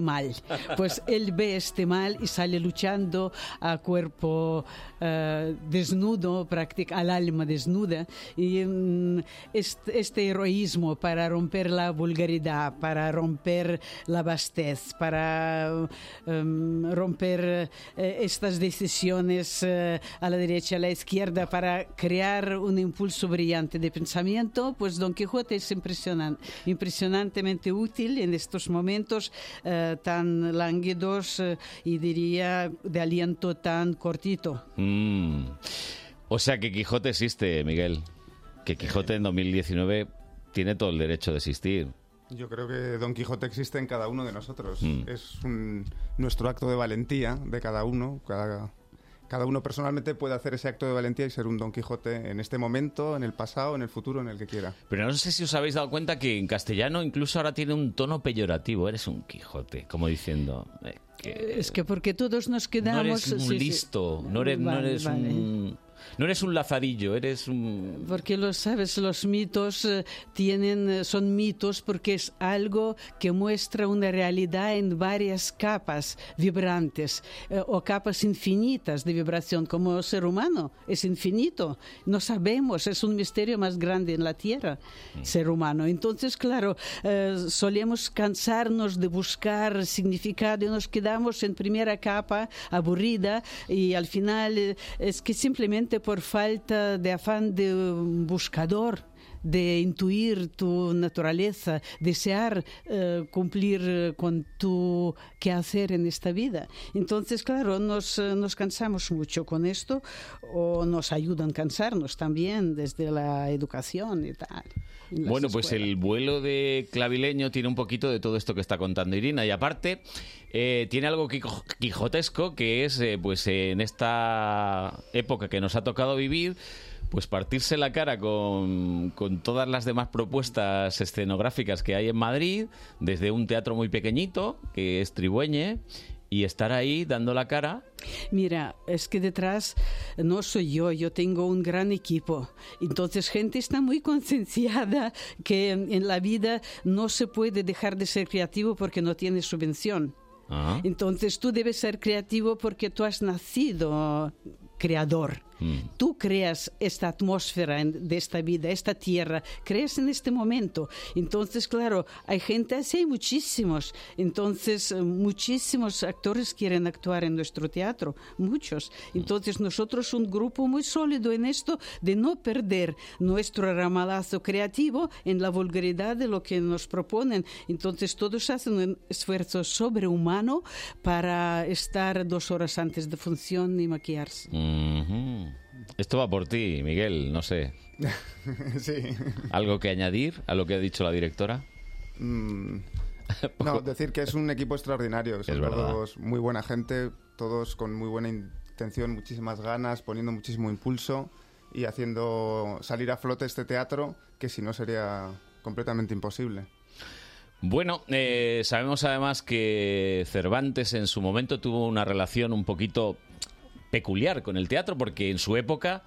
<laughs> mal. Pues él ve este mal y sale luchando a cuerpo eh, desnudo, practic- al alma desnuda. Y mm, este, este heroísmo para romper la vulgaridad, para romper la vastez, para mm, romper eh, estas decisiones eh, a la derecha, a la izquierda, para crear un impulso brillante de pensamiento, pues Don Quijote es impresionan- impresionantemente útil en estos momentos eh, tan lánguidos eh, y diría de aliento tan cortito. Mm. O sea que Quijote existe, Miguel. Que Quijote en 2019 tiene todo el derecho de existir. Yo creo que Don Quijote existe en cada uno de nosotros. Es un- nuestro acto de valentía de cada uno. Cada, cada uno personalmente puede hacer ese acto de valentía y ser un Don Quijote en este momento, en el pasado, en el futuro, en el que quiera. <laughs> Pero no sé si os habéis dado cuenta que en castellano incluso ahora tiene un tono peyorativo. Eres un Quijote, como diciendo... eh, que Es que porque todos nos no quedamos... eres un sí, sí. listo, no eres, no Vale, eres vale. un... No eres un lazadillo, eres un... Porque los sabes, los mitos eh, tienen, eh, son mitos porque es algo que muestra una realidad en varias capas vibrantes eh, o capas infinitas de vibración. Como ser humano es infinito, no sabemos, es un misterio más grande en la tierra, ser humano. Entonces, claro, eh, solemos cansarnos de buscar significado y nos quedamos en primera capa aburrida y al final eh, es que simplemente por falta de afán de um, buscador de intuir tu naturaleza, desear eh, cumplir eh, con tu quehacer en esta vida. Entonces, claro, nos, eh, nos cansamos mucho con esto o nos ayudan a cansarnos también desde la educación y tal. en las Bueno, pues escuelas. el vuelo de clavileño tiene un poquito de todo esto que está contando Irina. Y aparte, eh, tiene algo quico- quijotesco que es, eh, pues en esta época que nos ha tocado vivir, pues partirse la cara con, con todas las demás propuestas escenográficas que hay en Madrid, desde un teatro muy pequeñito, que es Tribueñe, y estar ahí dando la cara. Mira, es que detrás no soy yo, yo tengo un gran equipo. Entonces, gente está muy concienciada que en la vida no se puede dejar de ser creativo porque no tiene subvención. Entonces, tú debes ser creativo porque tú has nacido creador. Tú creas esta atmósfera en- de esta vida, esta tierra, creas en este momento. Entonces, claro, hay gente así, hay muchísimos. Entonces, eh, muchísimos actores quieren actuar en nuestro teatro, muchos. Entonces, nosotros un grupo muy sólido en esto de no perder nuestro ramalazo creativo en la vulgaridad de lo que nos proponen. Entonces, todos hacen un esfuerzo sobrehumano para estar dos horas antes de función y maquillarse. Ujú. Esto va por ti, Miguel, no sé. sí. ¿Algo que añadir a lo que ha dicho la directora? Mm, No, decir que es un equipo extraordinario. que Son verdad. todos muy buena gente, todos con muy buena intención, muchísimas ganas, poniendo muchísimo impulso y haciendo salir a flote este teatro que si no sería completamente imposible. Bueno, eh, sabemos además que Cervantes en su momento tuvo una relación un poquito peculiar con el teatro porque en su época,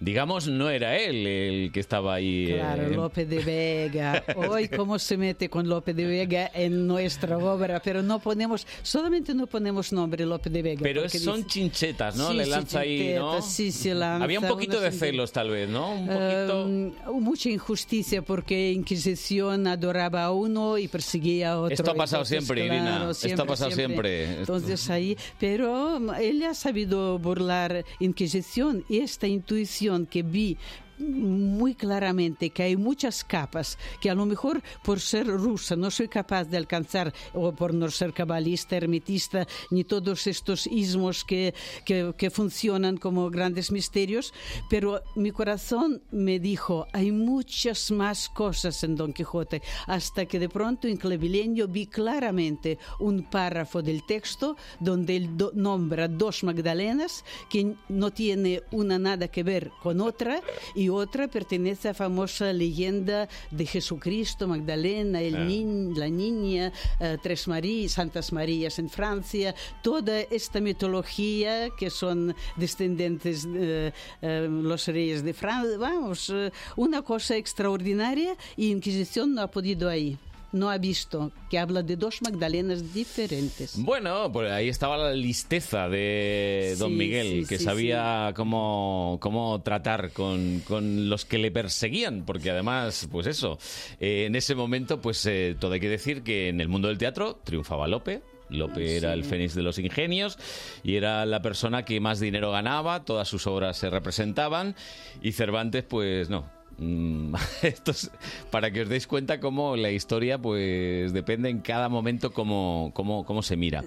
digamos, no era él el que estaba ahí. eh, Claro, Lope de <laughs> Vega. Hoy cómo se mete con Lope de Vega en nuestra obra, pero no ponemos, solamente no ponemos nombre Lope de Vega. Pero porque es- son dice- chinchetas, ¿no? Sí, Le sí, lanza ahí, ¿no? chinchetas, sí, sí, lanza Había un poquito unas de celos, tal vez, ¿no? Un Eh, mucha injusticia porque Inquisición adoraba a uno y perseguía a otro. Esto ha pasado Entonces, siempre, Irina. Esto ha pasado siempre. Entonces ahí, pero mm, él ha sabido burlar Inquisición y esta intuición que vi muy claramente que hay muchas capas que a lo mejor por ser rusa no soy capaz de alcanzar o por no ser cabalista, ermitista ni todos estos ismos que, que, que funcionan como grandes misterios pero mi corazón me dijo hay muchas más cosas en Don Quijote hasta que de pronto en Clavileño vi claramente un párrafo del texto donde él do- nombra dos Magdalenas que no tiene una nada que ver con otra y otra pertenece a famosa leyenda de Jesucristo, Magdalena, el Ah. nin- la niña, eh, Tres Marías, Santas Marías en Francia, toda esta mitología que son descendientes de eh, los reyes de Francia, vamos, eh, una cosa extraordinaria y Inquisición no ha podido ahí. No ha visto que habla de dos Magdalenas diferentes. Bueno, pues ahí estaba la listeza de don Sí, Miguel, sí, que sí, sabía Cómo, cómo tratar con, con los que le perseguían, porque además, pues eso, eh, en ese momento, pues eh, todo hay que decir que en el mundo del teatro triunfaba Lope. Lope Sí. era el fénix de los ingenios y era la persona que más dinero ganaba, todas sus obras se representaban y Cervantes, pues no. Mm, <laughs> Esto es para que os deis cuenta cómo la historia pues depende en cada momento cómo, cómo, cómo se mira.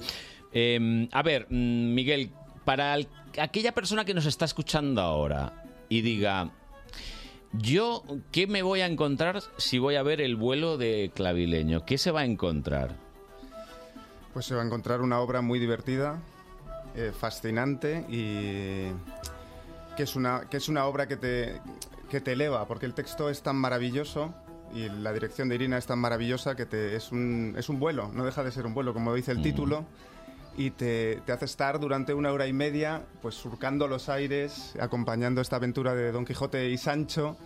Eh, a ver, mm, Miguel, para al- aquella persona que nos está escuchando ahora y diga, yo, ¿qué me voy a encontrar si voy a ver el vuelo de clavileño? ¿Qué se va a encontrar? Pues se va a encontrar una obra muy divertida, eh, fascinante y que es una, que es una obra que te, que te eleva, porque el texto es tan maravilloso y la dirección de Irina es tan maravillosa que te, es, un, es un vuelo, no deja de ser un vuelo, como dice el título, y te, te hace estar durante una hora y media pues surcando los aires, acompañando esta aventura de Don Quijote y Sancho,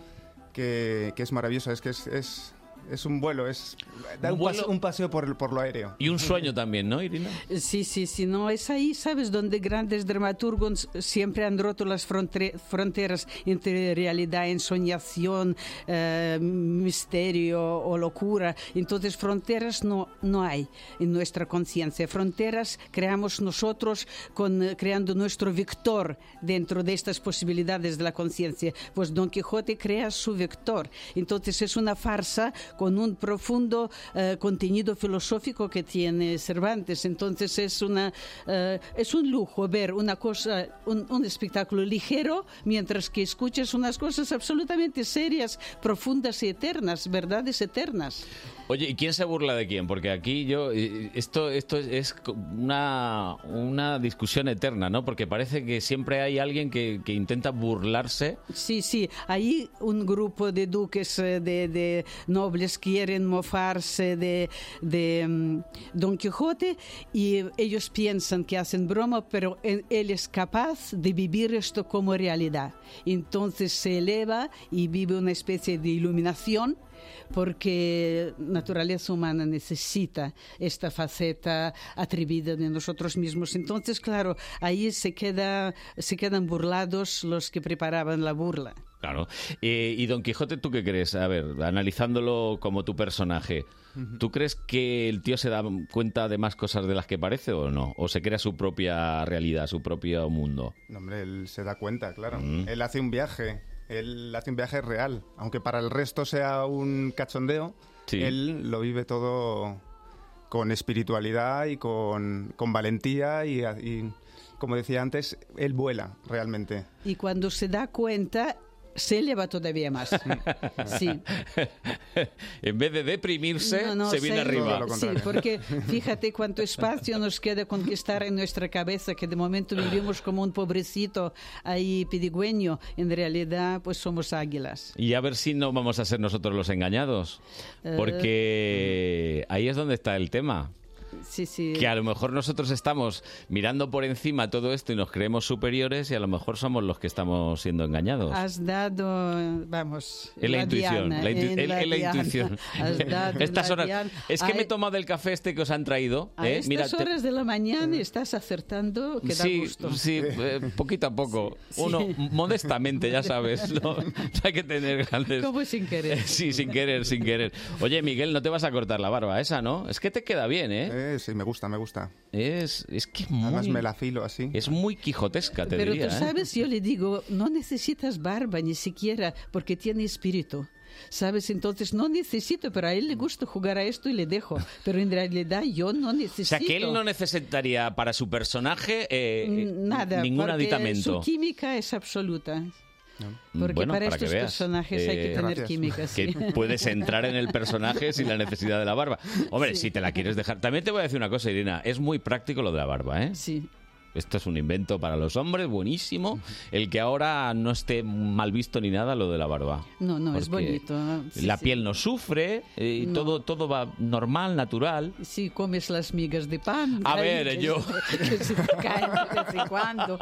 que, que es maravillosa, es que es... es es un vuelo, es da Un un, pas- vuelo- un paseo por, por lo aéreo. Y un sueño también, ¿no, Irina? Sí, sí, sí, no, es ahí, ¿sabes? Donde grandes dramaturgos siempre han roto las frontre- fronteras entre realidad, ensoñación, eh, misterio o locura. Entonces, fronteras no, no hay en nuestra conciencia. Fronteras creamos nosotros con, eh, creando nuestro vector dentro de estas posibilidades de la conciencia. Pues Don Quijote crea su vector. Entonces, es una farsa con un profundo eh, contenido filosófico que tiene Cervantes. Entonces es una eh, es un lujo ver una cosa un, un espectáculo ligero mientras que escuchas unas cosas absolutamente serias, profundas y eternas, verdades eternas. Oye, ¿y quién se burla de quién? Porque aquí yo eh, esto esto es, es co- una una discusión eterna, ¿no? Porque parece que siempre hay alguien que, que intenta burlarse. Sí, sí, ahí un grupo de duques, eh, de, de nobles quieren mofarse de, de, mm, Don Quijote y ellos piensan que hacen broma, pero en- él es capaz de vivir esto como realidad. Entonces se eleva y vive una especie de iluminación porque naturaleza humana necesita esta faceta atrevida de nosotros mismos. Entonces, claro, ahí se, queda, se quedan burlados los que preparaban la burla. Claro. Eh, y Don Quijote, ¿tú qué crees? A ver, analizándolo como tu personaje, ¿tú crees que el tío se da cuenta de más cosas de las que parece o no? ¿O se crea su propia realidad, su propio mundo? No, hombre, él se da cuenta, claro. Mm. Él hace un viaje, él hace un viaje real. Aunque para el resto sea un cachondeo, Sí. él lo vive todo con espiritualidad y con, con valentía y, y, como decía antes, él vuela realmente. Y cuando se da cuenta, se eleva <laughs> todavía más. Sí. en vez de deprimirse, No, no, se viene sí, arriba. Sí, porque fíjate cuánto espacio nos queda conquistar en nuestra cabeza, que de momento vivimos como un pobrecito ahí pidigüeño. En realidad, pues somos águilas. <laughs> Y a ver si no vamos a ser nosotros los engañados. Eh. Porque ahí es donde está el tema. Sí, sí. Que a lo mejor nosotros estamos mirando por encima todo esto y nos creemos superiores y a lo mejor somos los que estamos siendo engañados. Has dado, vamos, Es la, intuición, diana, la intu- en es- la es la diana. intuición. Has <laughs> dado en Estas la horas. diana. Es que A- e, me he tomado el café este que os han traído. A este ¿eh? estas Mira, te- horas de la mañana estás acertando que da sí, gusto. sí, eh, poquito a poco. <laughs> Sí, Uno, sí. modestamente, ya sabes, <laughs> ¿no? <laughs> hay que tener grandes... Como sin querer. Sí, sin querer, sin querer. Oye, Miguel, no te vas a cortar la barba esa, ¿no? Es que te queda bien, ¿eh? sí, me gusta, me gusta. Es, es que es Además muy- me la filo así. Es muy quijotesca, te Pero diría, tú ¿eh? sabes, yo le digo, no necesitas barba ni siquiera porque tiene espíritu. ¿Sabes? Entonces no necesito, pero a él le gusta jugar a esto y le dejo. Pero en realidad yo no O necesito. sea, que él no necesitaría para su personaje eh, eh, nada, ningún porque aditamento. Su química es absoluta. Porque Mm, Bueno, para, que estos veas. personajes hay que Eh, tener química. sí. <laughs> Que puedes entrar en el personaje sin la necesidad de la barba. Hombre, si te la quieres dejar. También te voy a decir una cosa, Irina. Es muy práctico lo de la barba, ¿eh? Sí. Esto es un invento para los hombres, buenísimo. El que ahora no esté mal visto ni nada lo de la barba. No, no, es Porque bonito. Sí, la sí. piel no sufre eh, y todo, todo va normal, natural. Si comes las migas de pan. A ahí, ver, que yo- se- que se te caen de vez <laughs> en cuando.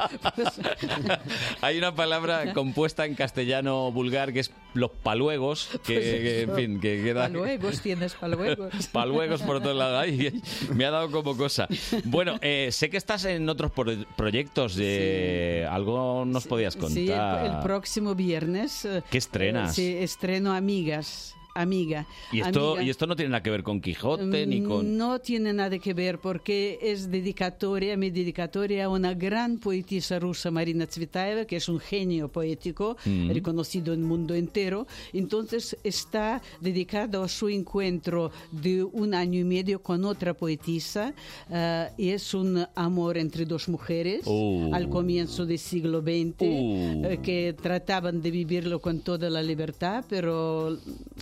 Hay una <laughs> palabra compuesta en castellano vulgar que es los paluegos, que, Pues que, en eso. fin, que queda... Paluegos, tienes paluegos. <laughs> Paluegos por todos lados. Ay, ay, <laughs> me ha dado como cosa. Bueno, eh, sé que estás en otros pro- proyectos. De... Algo nos podías contar. Sí, el, el próximo viernes. eh, ¿Qué estrenas? eh, Sí, estreno Amigas. Amiga. y, esto, Amiga. y esto no tiene nada que ver con Quijote ni con... Mm, No tiene nada que ver porque es dedicatoria, mi dedicatoria a una gran poetisa rusa, Marina Tsvetaeva, que es un genio poético Mm. reconocido en el mundo entero. Entonces está dedicado a su encuentro de un año y medio con otra poetisa eh, y es un amor entre dos mujeres Oh. al comienzo del siglo XX Oh. eh, que trataban de vivirlo con toda la libertad, pero...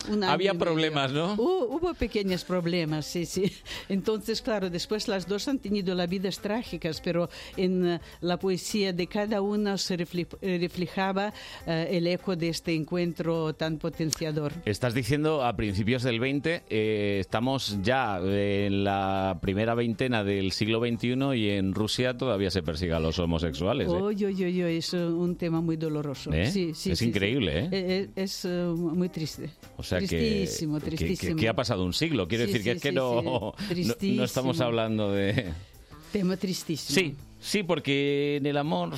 un año Había y medio- problemas, ¿no? Hu- Hubo pequeños problemas, sí, sí. Entonces, claro, después las dos han tenido las vidas trágicas, pero en eh, la poesía de cada una se refle- eh, reflejaba eh, el eco de este encuentro tan potenciador. Estás diciendo a principios del 20, eh, estamos ya en la primera veintena del siglo XXI y en Rusia todavía se persigue a los homosexuales. ¿eh? Oy, oy, oy, oy, es eh, un tema muy doloroso. ¿Eh? Sí, sí, Es sí, sí. increíble, ¿eh? Eh, eh, Es eh, muy triste. O sea que- tristísimo, que, que- tristísimo. que ha pasado un siglo. Quiero Sí, decir que sí, es que sí, no, <laughs> sí. no- no, Tristísimo. estamos hablando de... Tema tristísimo. Sí, sí, porque en el amor...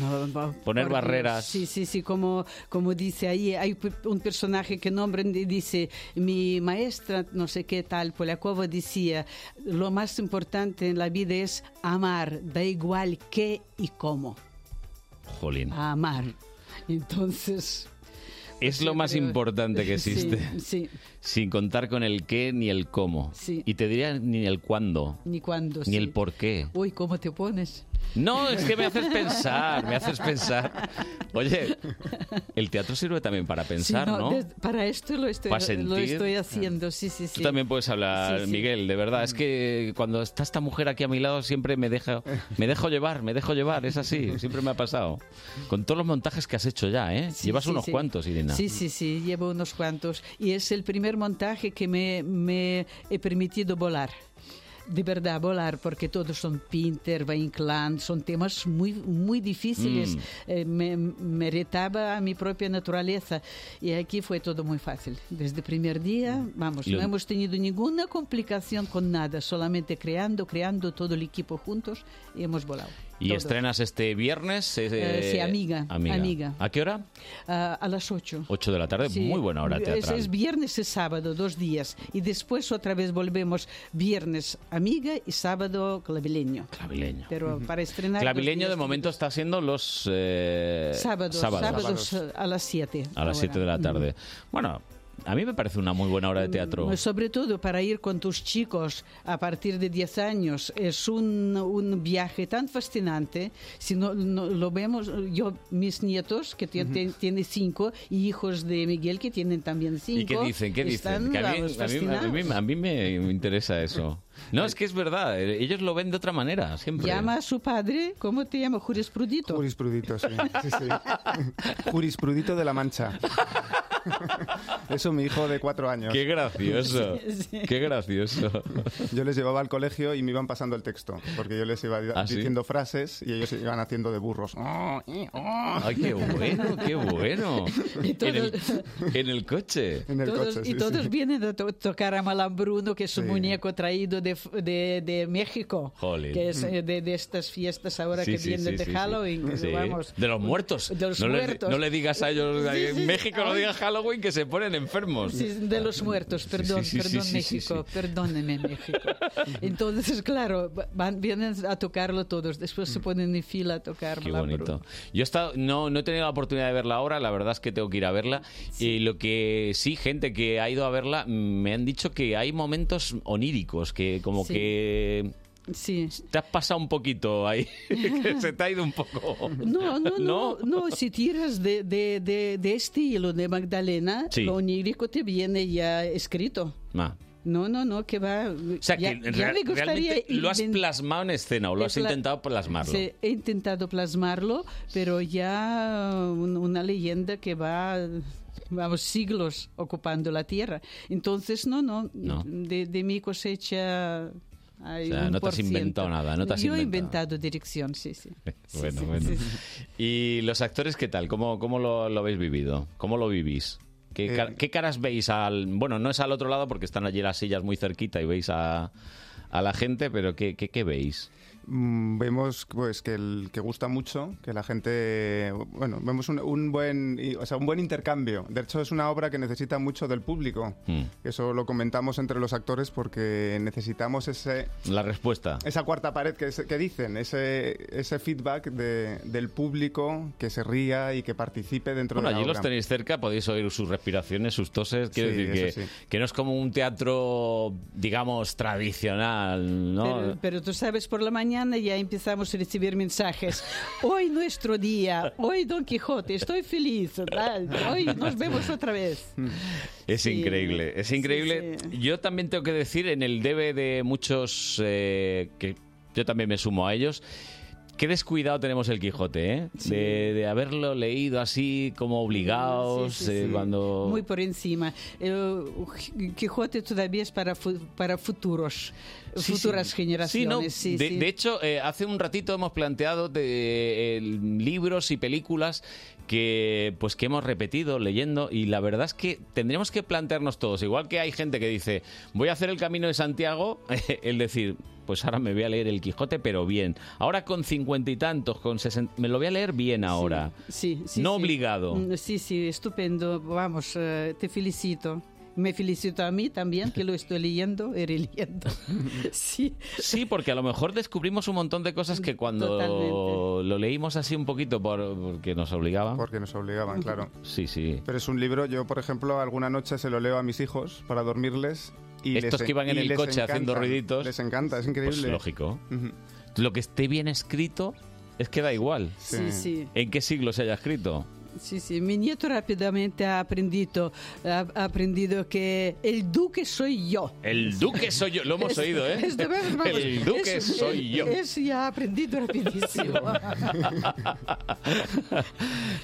poner Por Dios, barreras. Sí, sí, sí, como, como dice ahí, hay pe- un personaje que nombran y dice, mi maestra, no sé qué tal, Polakova, decía, lo más importante en la vida es amar, da igual qué y cómo, Jolín. amar. Entonces, es lo más creo- importante que sí, existe. <laughs> sí. Sin contar con el qué ni el cómo. Sí. Y te diría ni el cuándo, ni cuándo. ni sí. el por qué. Uy, ¿cómo te pones? No, es que me haces pensar, me haces pensar. Oye, el teatro sirve también para Sí, pensar, no, ¿no? des- para esto lo estoy, Para sentir. lo estoy haciendo, sí, sí, sí. Tú también puedes hablar, Sí, Mm. sí. Miguel, de verdad. Es que cuando está esta mujer aquí a mi lado siempre me deja, me dejo llevar, me dejo llevar, es así, siempre me ha pasado. Con todos los montajes que has hecho ya, ¿eh? Llevas sí, unos sí. cuantos, Irina. Sí, sí, sí, llevo unos cuantos. Y es el primer montaje que me, me he permitido volar. de verdad volar, porque todos son Pinter, Vain Clan, son temas muy, muy difíciles. Mm. Eh, me, me retaba a mi propia naturaleza. Y aquí fue todo muy fácil. Desde el primer día, vamos, Lo- no hemos tenido ninguna complicación con nada, solamente creando, creando todo el equipo juntos y hemos volado. Y Todos. estrenas este viernes. eh, sí, Amiga, Amiga. ¿A qué hora? Ah, a las 8. 8 de la tarde. Sí. Muy buena hora Es- teatral. Es, viernes y sábado, dos días. Y después otra vez volvemos viernes amiga y sábado clavileño. Clavileño. Pero para estrenar... pues, Clavileño de dos días. momento está haciendo los eh, Sábados, sábados. sábados, Mm. a las 7. a las 7 de la tarde. Bueno, a mí me parece una muy buena hora de teatro. Pues Sobre todo para ir con tus chicos a partir de 10 años. Es un, un viaje tan fascinante. Si no, no- lo vemos, yo, mis nietos, que tie- tie- tienen 5, y hijos de Miguel, que tienen también 5. ¿Y qué dicen? ¿Qué dicen? Están, Que a, mí, a mí- a vamos, mí- fascinados. a mí me interesa eso. No, es que es verdad. eh, Ellos lo ven de otra manera, siempre. Llama a su padre, ¿cómo te llama? Jurisprudito. Jurisprudito, <laughs> sí. sí, sí. Jurisprudito de <laughs> la Mancha. <laughs> Eso mi hijo de cuatro años. Qué <laughs> gracioso. Sí, sí. Qué gracioso. Yo les llevaba al colegio y me iban pasando el texto, porque yo les iba di- ¿Ah, sí? diciendo frases y ellos se iban haciendo de burros. Oh, eh, oh. Ay, qué bueno, qué bueno. Y todo- En el, en el coche. En Todos- y todos vienen a to- tocar a Malambruno, que es un muñeco traído de, f- de, de México, Jolín. que es eh, de, de estas fiestas ahora Sí, que sí, vienen sí, de sí, sí. Halloween. que Sí. vamos, De los muertos. De los no, muertos. Le, no le digas a ellos, Sí, en sí, sí. México no Ay. digas Halloween que se ponen enfermos. Sí, de los muertos, perdón, sí, sí, perdón sí, sí, México, perdóneme México. <laughs> Entonces, claro, van, vienen a tocarlo todos, después Mm. se ponen en fila a tocar Qué Malambruno. bonito. Yo he estado- no, no he tenido la oportunidad de verla ahora, la verdad es que tengo que ir a verla. Y lo que sí, gente que ha ido a verla, mm, me han dicho que hay momentos oníricos, que como Sí. que... Sí. Te has pasado un poquito ahí, <laughs> <laughs> que se te ha ido un poco. No, <laughs> no, no, no, si tiras de, de, de, de este hilo de Magdalena, Sí. lo onírico te viene ya escrito. Ah. No, no, no, que va. O sea, ya, que ya real- me gustaría realmente lo has inven- plasmado en escena o lo has Pla- intentado plasmarlo. Sí, he intentado plasmarlo, pero ya un- una leyenda que va, vamos, siglos ocupando la tierra. Entonces, no, no, No. de, de mi cosecha hay O sea, un no te has por ciento. inventado nada, no te has Yo he inventado. inventado dirección, sí, sí. Sí, <laughs> Bueno, sí, bueno. sí, sí. ¿Y los actores qué tal? ¿Cómo, cómo lo, lo habéis vivido? ¿Cómo lo vivís? Eh, ¿Qué, car- qué caras veis al...? Bueno, no es al otro lado porque están allí las sillas muy cerquita y veis a, a la gente, pero ¿qué, qué, qué veis? Mm, Vemos pues que el que gusta mucho, que la gente, bueno, vemos un, un buen, y- o sea, un buen intercambio. De hecho, es una obra que necesita mucho del público. Hmm. Eso lo comentamos entre los actores porque necesitamos ese, La respuesta. esa cuarta pared que, se- que dicen, ese, ese feedback de- del público que se ría y que participe dentro Bueno, de la allí los obra. tenéis cerca, podéis oír sus respiraciones, sus toses. Quiero Sí, decir eso que, sí. que no es como un teatro, digamos, tradicional, ¿no? eh. Pero, pero tú sabes, por la mañana ya empezamos a recibir mensajes. Hoy nuestro día, hoy Don Quijote, estoy feliz, tal, hoy nos vemos otra vez. Es increíble, es increíble. Yo también tengo que decir, en el debe de muchos, eh, que yo también me sumo a ellos, qué descuidado tenemos el Quijote, ¿eh? De, de haberlo leído así como obligados, Sí, sí, eh, sí. cuando... Muy por encima. El Quijote todavía es para, fu- para futuros, Sí, futuras Sí, no, generaciones. sí, de, sí. de hecho, eh, hace un ratito hemos planteado de, eh, libros y películas que pues que hemos repetido leyendo y la verdad es que tendríamos que plantearnos todos, igual que hay gente que dice, voy a hacer el camino de Santiago, <laughs> el decir, pues ahora me voy a leer el Quijote, pero bien. Ahora con cincuenta y tantos, con sesenta, me lo voy a leer bien ahora. Sí, sí, no sí. obligado. Mm, Sí, sí, estupendo. Vamos, eh, te felicito. Me felicito a mí también, que lo estoy leyendo y releyendo. <laughs> Sí. Sí, porque a lo mejor descubrimos un montón de cosas que cuando Totalmente. lo leímos así un poquito por- porque nos obligaban. Porque nos obligaban, claro. Sí, sí. Pero es un libro, yo por ejemplo alguna noche se lo leo a mis hijos para dormirles. Y Estos les- que iban en y el les coche haciendo encanta, ruiditos. Les encanta, es increíble. Pues lógico. Lo que esté bien escrito es que da igual. Sí, sí. ¿En qué siglo se haya escrito? Sí, sí, mi nieto rápidamente ha aprendido, ha ha aprendido que el duque soy yo. El duque soy yo. Lo hemos Es- oído, ¿eh? es de ver- vamos, el duque es- soy yo. Eso ya ha aprendido <laughs> rapidísimo.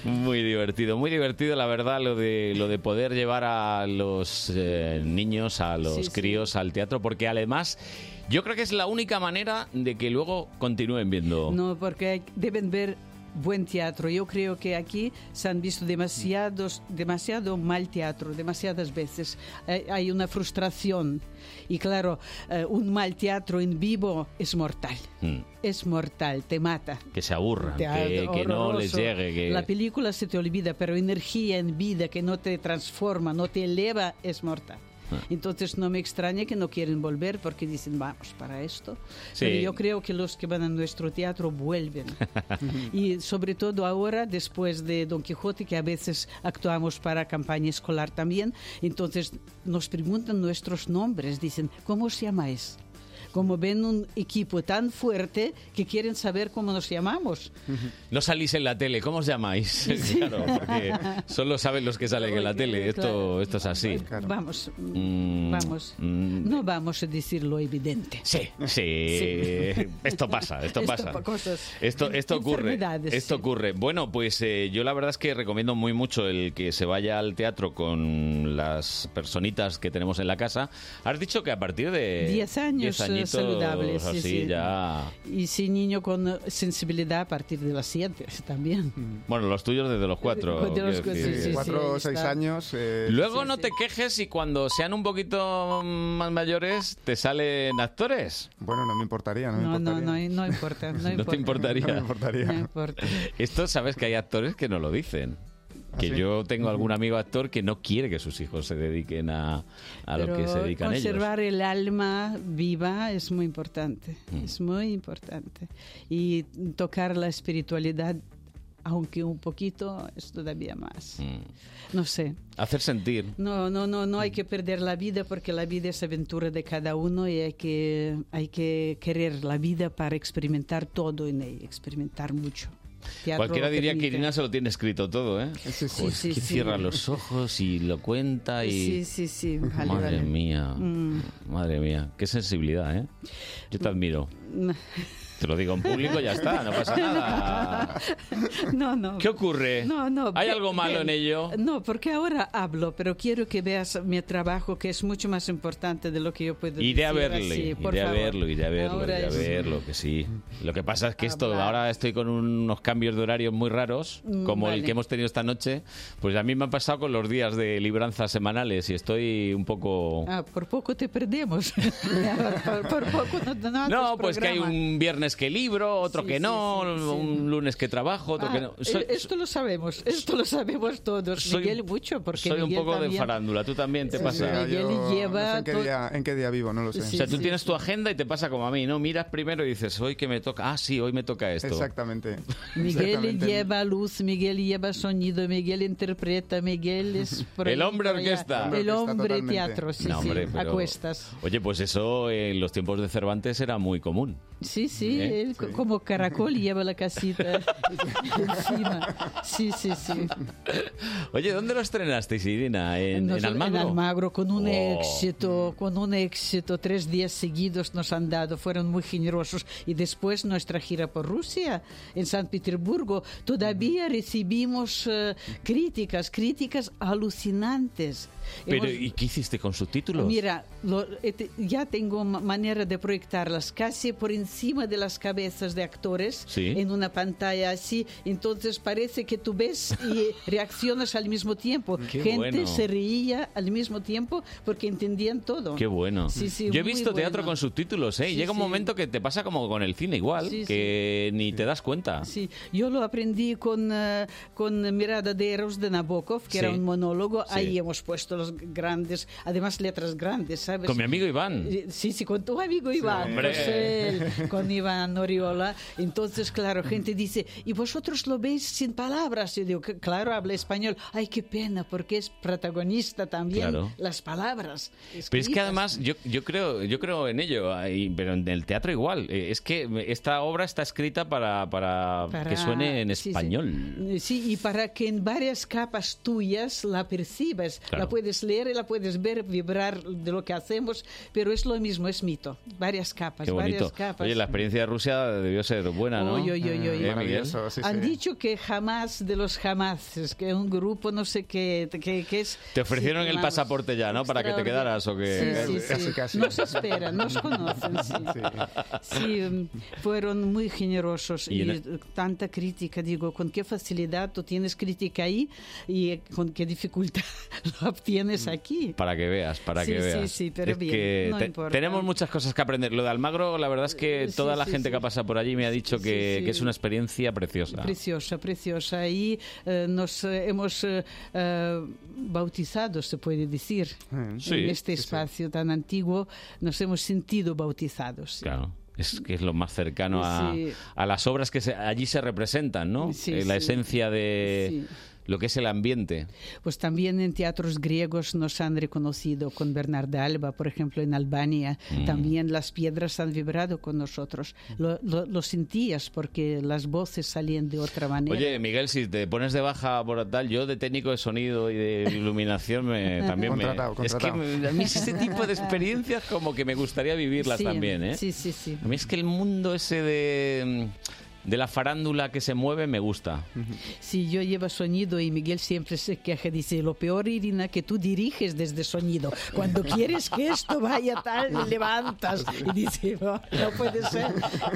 Muy divertido, muy divertido, la verdad, lo de, lo de poder llevar a los eh, niños, a los Sí, sí. críos al teatro, porque además yo creo que es la única manera de que luego continúen viendo. No, porque hay- deben ver buen teatro. Yo creo que aquí se han visto demasiados, demasiado mal teatro, demasiadas veces. Hay, hay una frustración. Y claro, eh, un mal teatro en vivo es mortal. Mm, Es mortal, te mata. Que se aburran, Te ha- que, que no les horroroso. llegue. Que... La película se te olvida, pero energía en vida que no te transforma, no te eleva, es mortal. Ah. Entonces no me extraña que no quieren volver porque dicen, vamos, para esto. Sí. Pero yo creo que los que van a nuestro teatro vuelven. y sobre todo ahora, después de Don Quijote, que a veces actuamos para campaña escolar también, entonces nos preguntan nuestros nombres, dicen, ¿cómo os llamáis? Como ven un equipo tan fuerte que quieren saber cómo nos llamamos. No salís en la tele, ¿cómo os llamáis? <laughs> Claro, porque solo saben los que salen en la tele, esto, claro. esto es así. Vamos, Mm, vamos. mm, No vamos a decir lo evidente. Sí, sí. Esto pasa, esto, Esto pasa. pa- cosas. Esto, esto ocurre. Enfermedades, Esto ocurre. Bueno, pues eh, yo la verdad es que recomiendo muy mucho el que se vaya al teatro con las personitas que tenemos en la casa. Has dicho que a partir de 10 años, diez eh, añitos, saludables, sí, Así sí. ya. Y sin niño con sensibilidad a partir de las 7 también. Bueno, los tuyos desde los cuatro. Desde los quiero cuatro, decir. sí, sí, Cuatro o seis está. años. eh, Luego no te quejes si cuando sean un poquito más mayores te salen actores. Bueno, no me importaría, no me No, no, importaría. no, no importa. <laughs> No, No te importaría. No me importaría. No importa. Esto sabes que hay actores que no lo dicen. ¿Ah, Que yo tengo algún amigo actor que no quiere que sus hijos se dediquen a, a lo Pero que se dedican ellos. conservar el alma viva es muy importante, Mm. es muy importante. Y tocar la espiritualidad, aunque un poquito, es todavía más. No sé. Mm. Hacer sentir. No, no, no, Mm. no hay que perder la vida porque la vida es aventura de cada uno y hay que, hay que querer la vida para experimentar todo en ella, experimentar mucho. Teatro Cualquiera lo diría que permite. Irina se lo tiene escrito todo, ¿eh? sí, Joder, sí, que sí. cierra los ojos y lo cuenta y... Sí, sí, sí, vale, madre vale. mía, Mm. madre mía, qué sensibilidad, ¿eh? Yo te admiro. Te lo digo en público, ya está, no <laughs> pasa nada. <laughs> No, no. ¿Qué ocurre? No, no. Eh, ¿Hay ve- algo malo ve- en ello? No, porque ahora hablo, pero quiero que veas mi trabajo, que es mucho más importante de lo que yo puedo decir. Iré a verle, así, por iré a favor. verlo, iré a verlo, Ahora iré a es- Ah, verlo, que sí. Lo que pasa es que esto, ahora estoy con unos cambios de horarios muy raros, Mm, como el vale. que hemos tenido esta noche. Pues a mí me han pasado con los días de libranza semanales y estoy un poco... Ah, por poco te perdemos. <laughs> por, por poco no, no, haces No, pues que hay programa. un viernes que libro, otro Ah, Sí, que sí, no, sí, sí. un lunes que trabajo, otro Ah, que no. Soy- eh, esto lo sabemos, esto lo sabemos todos. soy- Miguel mucho, porque soy un Miguel poco de también- farándula, tú también te pasa. Miguel lleva no sé en, qué to- día, en qué día vivo, no lo sé. o sea, tú tienes tu agenda y te pasa como a mí, ¿no? Miras primero y dices, hoy que me toca, ah, sí, hoy me toca esto. Exactamente. Miguel Exactamente. lleva luz, Miguel lleva sonido, Miguel interpreta, Miguel es... <laughs> por El ahí, hombre por allá. orquesta. El El hombre orquesta, hombre totalmente. teatro, Pues sí, No, sí, hombre, pero- a cuestas. Oye, pues eso eh, en los tiempos de Cervantes era muy común. Sí, sí, ¿Eh? él co- como caracol lleva la casita encima. Sí, sí, sí. Oye, ¿dónde lo estrenasteis, Irina? ¿En, Nos- en Almagro? Almagro, con un Oh. éxito, con un éxito. Tres días seguidos nos han dado, fueron muy generosos. Y después nuestra gira por Rusia, en San Petersburgo, todavía recibimos eh, críticas, críticas alucinantes. Pero, Hemos- ¿y qué hiciste con subtítulos? Mira, lo- et- ya tengo ma- manera de proyectarlas casi por encima de las cabezas de actores Sí. en una pantalla así. Entonces parece que tú ves <laughs> y reaccionas al mismo tiempo. Qué Gente bueno. se reía al mismo tiempo porque entendían todo. Qué bueno. Sí, sí, Yo he muy visto teatro bueno. con subtítulos, ¿eh? Y Sí, Llega un sí. momento que te pasa como con el cine igual, Sí, que ni te das cuenta. Sí, yo lo aprendí con, eh, con Mirada de Eros de Nabokov, que era Sí. un monólogo. Sí. Ahí hemos puesto los grandes, además letras grandes, ¿sabes? Con mi amigo Iván. Eh, Sí, sí, con tu amigo Iván. hombre. pues él, con Iván. Juan Oriola. Entonces, claro, gente dice, ¿y vosotros lo veis sin palabras? Y digo, "C- claro, habla español. Ay, qué pena, porque es protagonista también Claro. las palabras. Pero es que escritas". además, yo, yo, creo, yo creo en ello, ahí, pero en el teatro igual. Eh, Es que esta obra está escrita para, para, Para- que suene en sí, sí. español. Eh, Sí, y para que en varias capas tuyas la percibas, Claro. la puedes leer y la puedes ver, vibrar de lo que hacemos, pero es lo mismo, es mito, varias capas, Qué bonito. varias capas. Oye, la experiencia de Rusia debió ser buena, ¿no? Oy, oy, oy, oy, oy. ¿Eh, Miguel? Maravilloso, Han dicho que jamás de los jamás, es que un grupo no sé qué, qué, qué es. Te ofrecieron Sí, el vamos. pasaporte ya, ¿no? Para que te extraordinario. quedaras o que... Sí, sí, sí. Nos esperan, nos conocen, sí. Sí, mm, fueron muy generosos Y y, en e- eh, tanta crítica, digo, con qué facilidad tú tienes crítica ahí y eh, con qué dificultad <laughs> lo Mm. obtienes aquí. <laughs> Para que veas, para Sí, que sí, veas. sí, pero Es bien, que no te- importa. tenemos muchas cosas que aprender. Lo de Almagro, la verdad es que Sí, toda la sí, gente sí. que pasa por allí me ha dicho que, sí. que es una experiencia preciosa. Preciosa, preciosa. Y eh, nos eh, hemos eh, eh, bautizado, se puede decir, Sí, en este sí, sí. espacio tan antiguo. Nos hemos sentido bautizados. sí. Claro. Es que es lo más cercano a, Sí. a las obras que se- allí se representan, ¿no? Sí, Eh, la sí. esencia de lo que es el ambiente. Pues también en teatros griegos nos han reconocido con Bernarda Alba, por ejemplo, en Albania. Mm. También las piedras han vibrado con nosotros. Lo, lo- lo sentías porque las voces salían de otra manera. Oye, Miguel, si te pones de baja por tal, yo de técnico de sonido y <laughs> de iluminación me, también me... Contratado, contratado. Es que me- a mí es este <laughs> tipo de experiencias como que me gustaría vivirlas Sí, también, ¿eh? Sí, sí, sí. A mí es que el mundo ese de, mm, de la farándula que se mueve me gusta. Sí, yo llevo sonido y Miguel siempre se queja, dice, lo peor, Irina, que tú diriges desde sonido. Cuando quieres que esto vaya <laughs> tal, le levantas. Y dice, no, no puede ser.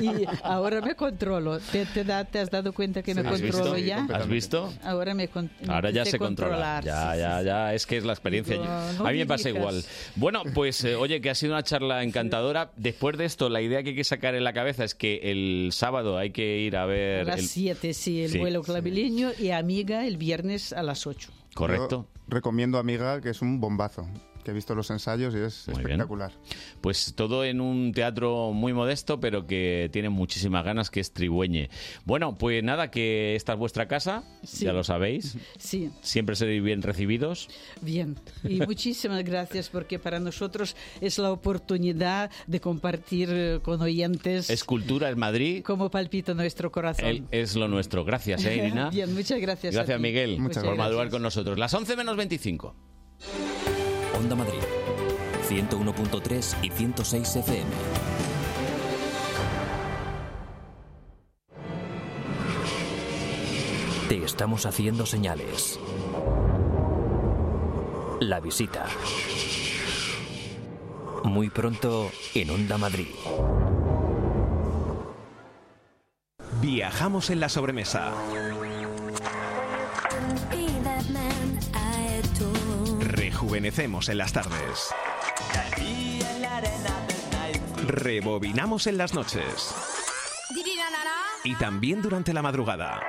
Y ahora me controlo. ¿Te, te da- te has dado cuenta que me ¿Has controlo visto? ya? ¿Has visto? Ahora me con- Ahora ya sé se controla. controlar, Ya, sí, ya, ya. Es que es la experiencia. Digo, no a mí me me pasa digas. igual. Bueno, pues eh, oye, que ha sido una charla encantadora. Después de esto, la idea que hay que sacar en la cabeza es que el sábado hay que ir a A ver. las el- 7, sí, el Sí. vuelo clavileño y amiga el viernes a las 8. Correcto. Yo recomiendo Amiga, que es un bombazo. Que he visto los ensayos y es espectacular. Pues todo en un teatro muy modesto, pero que tiene muchísimas ganas, que es Trigüeñe. Bueno, pues nada, que esta es vuestra casa, Sí. ya lo sabéis. Sí. Siempre seréis bien recibidos. Bien, y muchísimas gracias porque para nosotros es la oportunidad de compartir eh, con oyentes Es cultura, es Madrid, cómo palpita nuestro corazón. el- es lo nuestro. Gracias, ¿eh, Irina? <laughs> Bien, muchas gracias. a Gracias, ti. Miguel, por gracias. madrugar con nosotros. Las 11 menos 25. Onda Madrid, 101.3 y 106 FM. Te estamos haciendo señales. La visita. Muy pronto en Onda Madrid. Viajamos en la sobremesa. Rejuvenecemos en <laughs> las tardes. Rebobinamos en las noches. Y también durante la madrugada.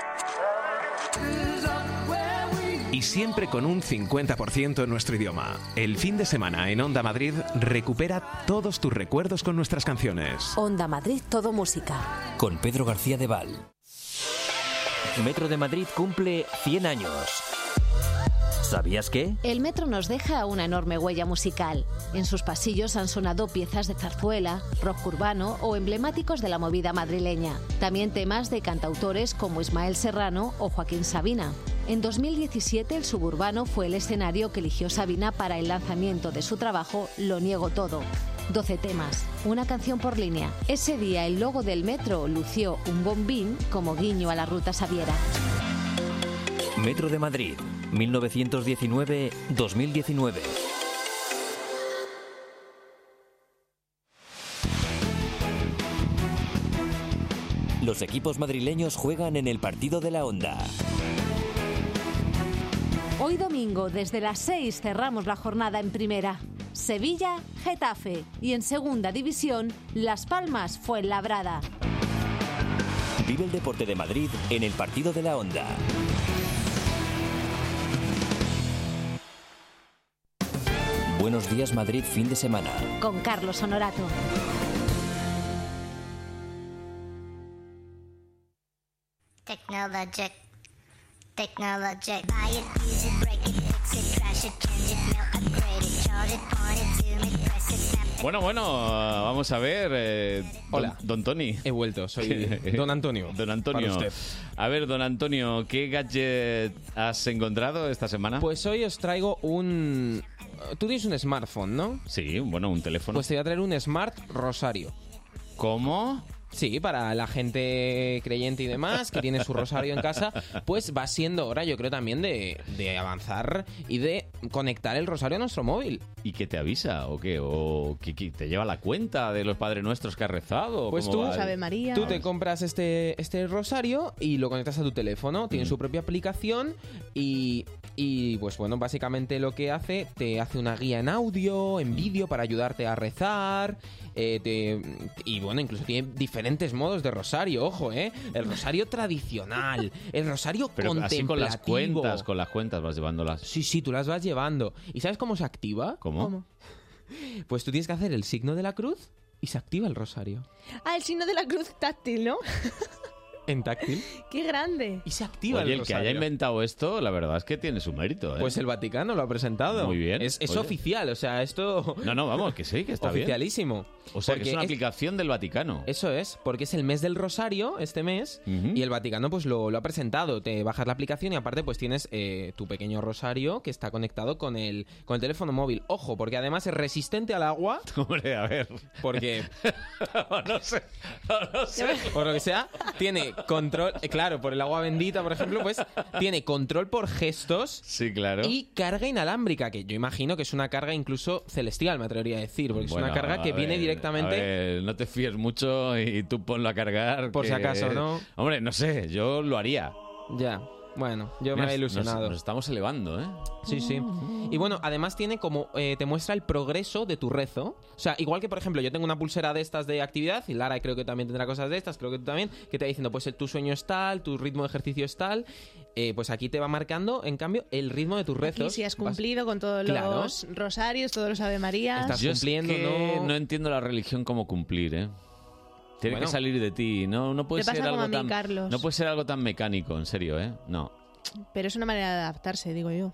Y siempre con un 50% en nuestro idioma. El fin de semana en Onda Madrid recupera todos tus recuerdos con nuestras canciones. Onda Madrid, todo música. Con Pedro García de Val. Metro de Madrid cumple 100 años. ¿Sabías qué? El metro nos deja una enorme huella musical. En sus pasillos han sonado piezas de zarzuela, rock urbano o emblemáticos de la movida madrileña. También temas de cantautores como Ismael Serrano o Joaquín Sabina. En 2017 el suburbano fue el escenario que eligió Sabina para el lanzamiento de su trabajo Lo Niego Todo. 12 temas, una canción por línea. Ese día el logo del metro lució un bombín como guiño a la ruta Sabiera. Metro de Madrid, 1919-2019. Los equipos madrileños juegan en el partido de la onda. Hoy domingo, desde las 6, cerramos la jornada en primera. Sevilla, Getafe y en segunda división, Las Palmas fue labrada. Vive el deporte de Madrid en el partido de la onda. Buenos días Madrid fin de semana. Con Carlos Honorato. Technologic. Technologic. Buy it, use it, break it, fix it, crash it, change it, melt, upgrade it, chart it, point it, zoom it, press it, snap it. Bueno, bueno, vamos a ver. eh, don- Hola. Don Tony. He vuelto, <laughs> soy don Antonio, Don Antonio. para usted. A ver, don Antonio, ¿qué gadget has encontrado esta semana? Pues hoy os traigo un... Tú tienes un smartphone, ¿no? Sí, bueno, un teléfono. Pues te voy a traer un Smart Rosario. ¿Cómo? Sí, para la gente creyente y demás que tiene su rosario en casa, pues va siendo hora, yo creo, también de, de avanzar y de conectar el rosario a nuestro móvil. ¿Y qué te avisa o qué? ¿O qué, qué- te lleva la cuenta de los Padres Nuestros que has rezado? ¿O Pues cómo tú, va el- tú te compras este, este rosario y lo conectas a tu teléfono. Mm. Tiene su propia aplicación y, y, pues bueno, básicamente lo que hace, te hace una guía en audio, en vídeo para ayudarte a rezar. eh, te- y bueno, incluso tiene diferentes modos de rosario, ojo, ¿eh? El rosario tradicional, el rosario Pero así con las contemplativo. cuentas, con las cuentas vas llevándolas. Sí, sí, tú las vas llevando. ¿Y sabes cómo se activa? ¿Cómo? Pues tú tienes que hacer el signo de la cruz y se activa el rosario. Ah, el signo de la cruz táctil, ¿no? En táctil. ¡Qué grande! Y se activa Oye, el que haya inventado esto, la verdad es que tiene su mérito. ¿eh? Pues el Vaticano lo ha presentado. Muy bien. Es, es Oye. oficial, o sea, esto... <laughs> No, no, vamos, que sí, que está bien. Oficialísimo. O sea, que Porque es una aplicación del Vaticano. Eso es, porque es el mes del Rosario, este mes, y el Vaticano pues lo, lo ha presentado. Te bajas la aplicación y aparte pues tienes eh, tu pequeño rosario que está conectado con el, con el teléfono móvil. Ojo, porque además es resistente al agua. <laughs> Hombre, a ver. Porque... <laughs> no sé, no sé. Por lo que sea, tiene control... eh, Claro, por el agua bendita, por ejemplo, pues tiene control por gestos. Sí, claro. Y carga inalámbrica, que yo imagino que es una carga incluso celestial, me atrevería a decir, porque es Bueno, una carga a que viene ver, directamente... a ver, no te fíes mucho y tú ponlo a cargar. Por si que- acaso, ¿no? Hombre, no sé, yo lo haría. Ya, bueno, yo Mira, me había ilusionado. Nos, nos estamos elevando, ¿eh? Sí, sí. Y bueno, además tiene como. eh, te muestra el progreso de tu rezo. O sea, igual que, por ejemplo, yo tengo una pulsera de estas de actividad, y Lara creo que también tendrá cosas de estas, creo que tú también, que te va diciendo, pues el- tu sueño es tal, tu ritmo de ejercicio es tal. eh, pues aquí te va marcando, en cambio, el ritmo de tus rezos. Aquí si has Vas- cumplido con todos Claro. los rosarios, todos los Ave Marías. Yo es que ¿no? entiendo la religión como cumplir, ¿eh? Tiene Bueno. que salir de ti, no, no puede Te pasa ser como algo a mí, tan Carlos. no puede ser algo tan mecánico, en serio, ¿eh? No. Pero es una manera de adaptarse, digo yo.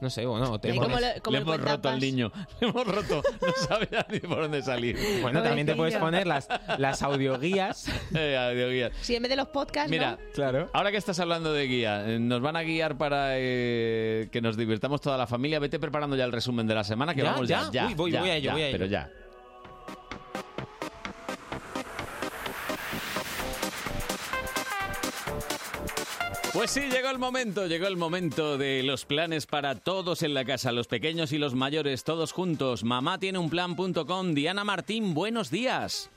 No sé, bueno, te Ahí pones- como lo- como Le el hemos roto cuentapas. al niño, <laughs> le hemos roto, no sabe ni por dónde salir. Bueno, también te puedes poner las, las audioguías. <laughs> Eh, audioguías. Si en vez de los podcasts, Mira, ¿no? claro. ahora que estás hablando de guía, eh, nos van a guiar para eh, que nos divirtamos toda la familia. Vete preparando ya el resumen de la semana, que ¿Ya? vamos ya, ¿Ya? ya. Uy, voy- ya, voy a ello, ya, voy a ello. Pero ya. Pues sí, llegó el momento, llegó el momento de los planes para todos en la casa, los pequeños y los mayores, todos juntos. Mamá tiene un plan.com. Diana Martín, buenos días.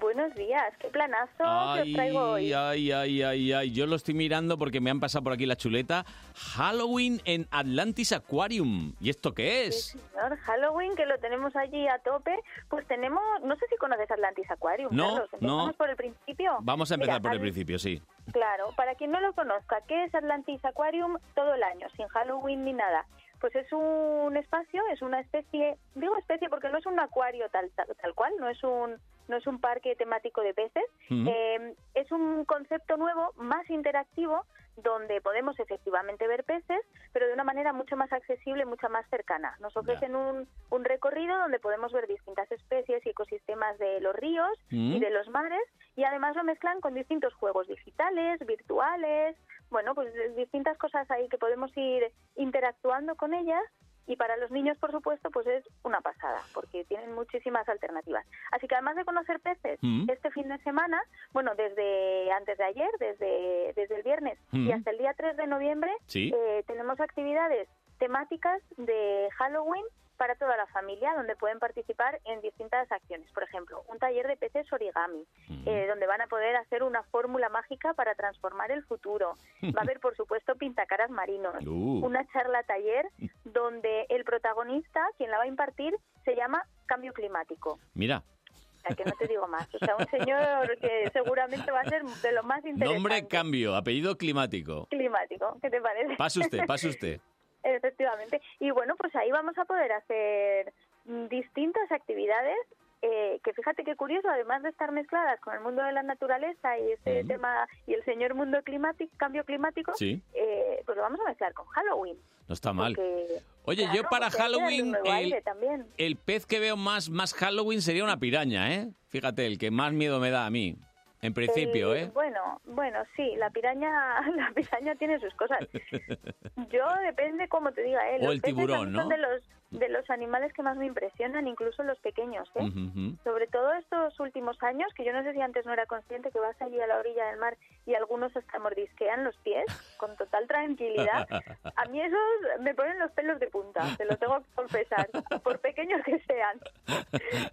Buenos días, qué planazo que os traigo hoy. ay, ay, ay, ay. Yo lo estoy mirando porque me han pasado por aquí la chuleta. Halloween en Atlantis Aquarium. ¿Y esto qué es? Sí, señor, Halloween, que lo tenemos allí a tope, pues tenemos, no sé si conoces Atlantis Aquarium, No, Carlos, ¿empezamos no. por el principio? Vamos a empezar Mira, por el al- principio, sí. Claro, para quien no lo conozca, ¿qué es Atlantis Aquarium todo el año, sin Halloween ni nada? Pues es un espacio, es una especie, digo especie porque no es un acuario tal, tal, tal cual, no es un no es un parque temático de peces, Ujú. eh, es un concepto nuevo, más interactivo, donde podemos efectivamente ver peces, pero de una manera mucho más accesible, mucho más cercana. Nos ofrecen un, un recorrido donde podemos ver distintas especies y ecosistemas de los ríos Mm. y de los mares, y además lo mezclan con distintos juegos digitales, virtuales, bueno, pues eh, distintas cosas ahí que podemos ir interactuando con ellas. Y para los niños, por supuesto, pues es una pasada, porque tienen muchísimas alternativas. Así que además de conocer peces, Mm. este fin de semana, bueno, desde antes de ayer, desde, desde el viernes y Mm. hasta el día 3 de noviembre, Sí. eh, tenemos actividades temáticas de Halloween para toda la familia, donde pueden participar en distintas acciones. Por ejemplo, un taller de peces origami, eh, donde van a poder hacer una fórmula mágica para transformar el futuro. Va a haber, por supuesto, pintacaras marinos. Uh. Una charla taller donde el protagonista, quien la va a impartir, se llama Cambio Climático. Mira, O sea, que no te digo más. O sea, un señor que seguramente va a ser de lo más interesante. nombre cambio, apellido climático. climático. ¿Qué te parece? Pase usted, pase usted. Efectivamente. Y bueno, pues ahí vamos a poder hacer mm, distintas actividades eh, que fíjate qué curioso, además de estar mezcladas con el mundo de la naturaleza y este Ujú. tema y el señor mundo climático, cambio climático, Sí. eh, pues lo vamos a mezclar con Halloween. Eh, No está mal. porque- Oye, yo porque para hay que darle un Halloween, nuevo el- aire también. El pez que veo más, más Halloween sería una piraña, ¿eh? Fíjate, el que más miedo me da a mí. En principio, El- ¿eh? Bueno, bueno, sí, la piraña, <laughs> la piraña tiene sus cosas. <laughs> Yo depende cómo te diga, ¿eh? O Los el peces a mí tiburón, son ¿no? de los, de los animales que más me impresionan, incluso los pequeños, ¿eh? Sobre todo estos últimos años, que yo no sé si antes no era consciente que vas allí a la orilla del mar y algunos hasta mordisquean los pies con total tranquilidad. A mí esos me ponen los pelos de punta, te lo tengo que confesar, por pequeños que sean.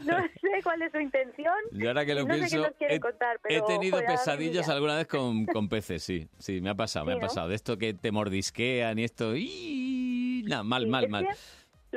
No sé cuál es su intención. Y ahora que lo no pienso, sé qué nos quieren he, contar, pero he tenido joder, ahora pesadillas mira. alguna <laughs> vez con, con peces, sí. Sí, me ha pasado, me Sí, ha ¿no? pasado. De esto que te mordisquean y esto... ¡Iiii! Nah, mal, mal, Es mal. que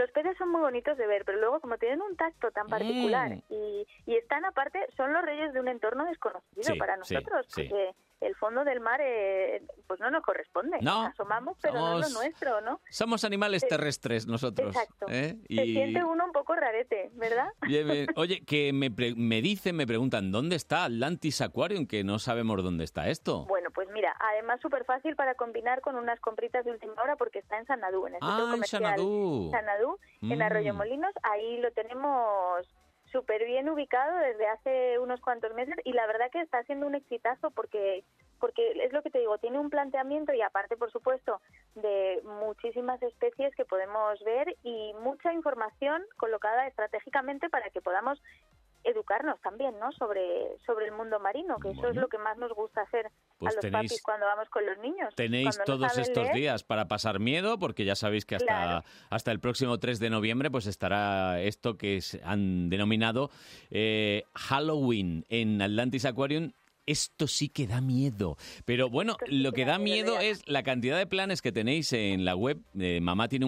Los peces son muy bonitos de ver, pero luego como tienen un tacto tan particular Mm. y, y están aparte, son los reyes de un entorno desconocido Sí, para sí, nosotros, sí. porque el fondo del mar eh, pues no nos corresponde. No, Asomamos, pero no es lo somos- nuestro, ¿no? Somos animales Eh, terrestres nosotros. Exacto. ¿eh? Se Y- siente uno un <laughs> poco rarete, <laughs> ¿verdad? Bien, bien. Oye, que me, pre- me dicen, me preguntan, ¿dónde está Atlantis Aquarium? Que no sabemos dónde está esto. Bueno, pues mira, además súper fácil para combinar con unas compritas de última hora porque está en Sanadú, en el Ah, centro en comercial Sanadú. Sanadú, en Mm. Arroyo Molinos. Ahí lo tenemos súper bien ubicado desde hace unos cuantos meses y la verdad que está siendo un exitazo porque porque es lo que te digo, tiene un planteamiento y aparte, por supuesto, de muchísimas especies que podemos ver y mucha información colocada estratégicamente para que podamos educarnos también, ¿no? Sobre sobre el mundo marino, que eso es Bueno. lo que más nos gusta hacer Pues a los tenéis- papis cuando vamos con los niños. Tenéis Cuando no todos saben estos leer, días para pasar miedo, porque ya sabéis que hasta, Claro. hasta el próximo 3 de noviembre pues estará esto que se han denominado eh, Halloween en Atlantis Aquarium. Esto sí que da miedo. Pero bueno, lo que da miedo es la cantidad de planes que tenéis en la web de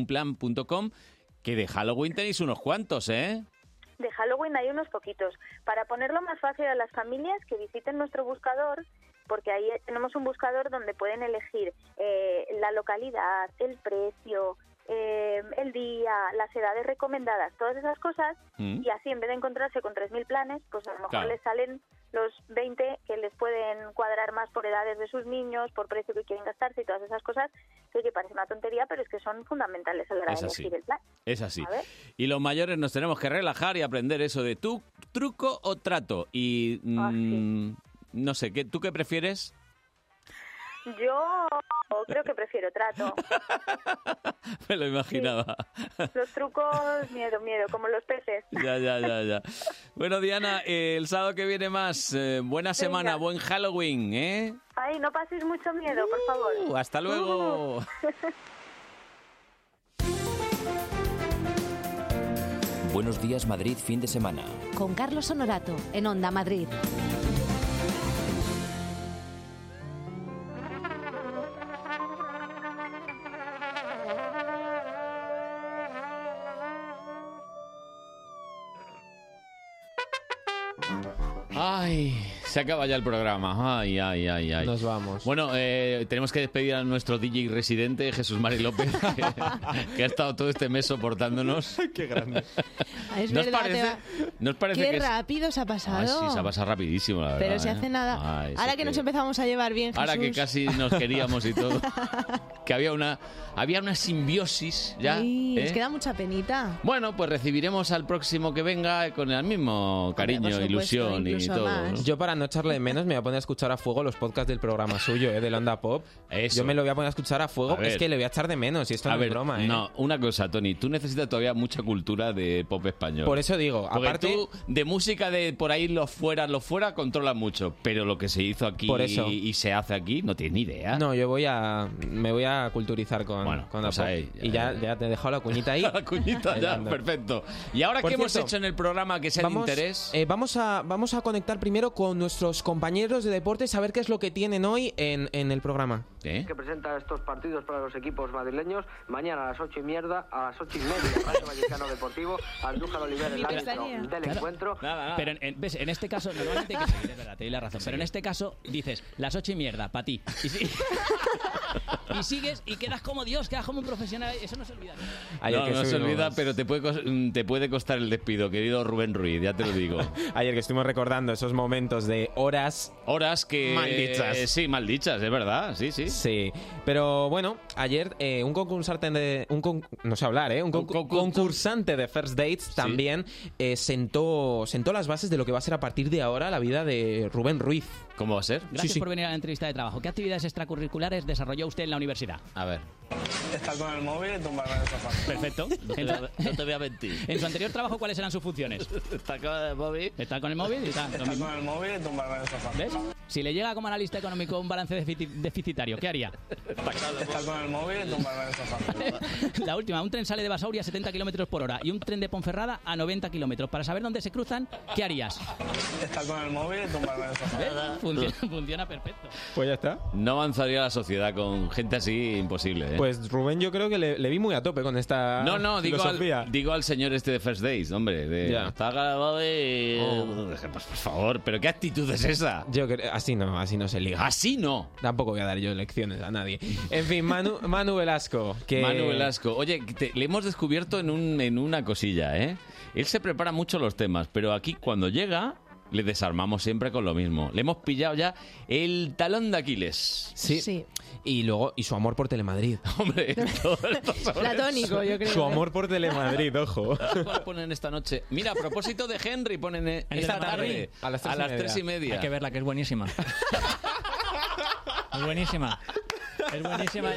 mamatieneunplan.com, que de Halloween tenéis unos cuantos, ¿eh? De Halloween hay unos poquitos. Para ponerlo más fácil a las familias, que visiten nuestro buscador, porque ahí tenemos un buscador donde pueden elegir eh, la localidad, el precio, eh, el día, las edades recomendadas, todas esas cosas. Mm. Y así, en vez de encontrarse con 3.000 planes, pues a lo mejor Claro. les salen los 20 que les pueden cuadrar más por edades de sus niños, por precio que quieren gastarse y todas esas cosas, que oye, parece una tontería, pero es que son fundamentales a la hora Es de así. elegir el plan. Es así. A ver. Y los mayores nos tenemos que relajar y aprender eso de tú, truco o trato. Y Ah, mm, no sé, ¿qué, ¿tú qué prefieres? <laughs> Yo creo que prefiero trato. Me lo imaginaba. <laughs> Los trucos, miedo, miedo, como los peces. Ya, ya, ya, ya. Bueno, Diana, eh, el sábado que viene más. eh, buena semana, buen Halloween, ¿eh? Ay, no paséis mucho miedo, por favor. Uh, hasta luego. Buenos días Madrid fin de semana. Con Carlos Honorato en Onda Madrid. Ay, se acaba ya el programa. Ay, ay, ay, ay. Nos vamos. Bueno, eh, tenemos que despedir a nuestro DJ residente, Jesús Mari López, <laughs> que, que ha estado todo este mes soportándonos. <laughs> Qué grande. Ah, Es ¿Nos verdad, te parece, va- nos parece Qué que es- rápido se ha pasado. Ay, sí, se ha pasado rapidísimo, la verdad. Pero si ¿eh? hace nada. Ay, Ahora sí que nos empezamos a llevar bien, Ahora que Jesús. casi nos queríamos y <laughs> todo. que había una, había una simbiosis ya. Ay, ¿eh? Nos queda mucha penita. Bueno, pues recibiremos al próximo que venga con el mismo cariño, ilusión y todo. ¿no? Yo para no echarle de menos me voy a poner a escuchar a fuego los podcasts del programa suyo, ¿eh? del Onda Pop. Yo me lo voy a poner a escuchar a fuego. A ver. es que le voy a echar de menos y esto a no ver, es broma, ¿eh? no, una cosa, Tony, tú necesitas todavía mucha cultura de pop español. Por eso digo, Porque aparte- tú de música de por ahí los fuera, los fuera controlas mucho, pero lo que se hizo aquí Por eso. y se hace aquí no tienes ni idea. No, yo voy a. Me voy a culturizar con, con la pues pop. ahí, y ya, ya te he dejado la cuñita <laughs> ahí. La cuñita ya, perfecto. ¿Y ahora Por qué hemos cierto, hecho en el programa que sea de vamos, interés? eh, vamos, a, vamos a conectar primero con nuestros compañeros de deportes a ver qué es lo que tienen hoy en, en el programa. ¿Eh? que presenta estos partidos para los equipos madrileños. Mañana a las 8 y mierda, a las 8 y media, Rayo Vallecano Deportivo, Andújar Oliver, el Mi árbitro pestaña. del Claro. encuentro. Pero en, en- ves, en este caso, normalmente. que- sí, es verdad, te di la razón. Pero en este caso dices, las ocho y mierda, para ti. Y, si- y sigues y quedas como Dios, quedas como un profesional. Eso no se olvida. Ayer no, que no se estuvimos- olvida, pero te puede, cos- mm, te puede costar el despido, querido Rubén Ruiz, ya te lo <laughs> digo. Ayer que estuvimos recordando esos momentos de horas. Horas que. Malditas. eh, sí, maldichas, es verdad, sí, sí. Sí. Pero bueno, ayer eh, un concursante de. Un con- no sé hablar, ¿eh? Un, concu- concursante de First Dates también eh, sentó, sentó las bases de lo que va a ser a partir de ahora la vida de Rubén Ruiz. ¿Cómo va a ser? Gracias por venir a la entrevista de trabajo. ¿Qué actividades extracurriculares desarrolló usted en la universidad? A ver. Estar con el móvil y tumbarme en el sofá. Perfecto. No te voy a mentir. <laughs> En su anterior trabajo, ¿cuáles eran sus funciones? Está con el móvil. Está con el móvil y está. lo mismo. el móvil y tumbarme en el sofá. ¿Ves? Si le llega como analista económico un balance defici- deficitario, ¿qué <laughs> haría? Está con el móvil y tumbarme en el sofá. La última, un tren sale de Basauria a 70 kilómetros por hora y un tren de Ponferrada a 90 kilómetros. Para saber dónde se cruzan, ¿qué harías? Está con el móvil y tumbarme en el sofá. Funciona, funciona perfecto. Pues ya está. No avanzaría la sociedad con gente así, imposible. ¿eh? Pues Rubén, yo creo que le, le vi muy a tope con esta. no, no, digo filosofía. al, digo al señor este de First Days, hombre. De, Ya. Oh. Está con el móvil. Pues, Por favor, pero ¿qué actitud es esa? Yo creo- así no, así no se liga. Así no. Tampoco voy a dar yo lecciones a nadie. En fin, Manu, Manu Velasco. Que... Manu Velasco. Oye, te- le hemos descubierto en, un, en una cosilla, ¿eh? Él se prepara mucho los temas, pero aquí cuando llega le desarmamos siempre con lo mismo. Le hemos pillado ya el talón de Aquiles. Sí. Y luego, y su amor por Telemadrid. <laughs> <laughs> Hombre, Platónico, yo creo. Su amor <laughs> por Telemadrid, ojo. ¿Cuál ponen esta noche? Mira, a propósito de Henry, ponen eh, esta tarde A las tres y media. tres y media. Hay que verla, que es <laughs> buenísima. Es buenísima. Es buenísima. <laughs>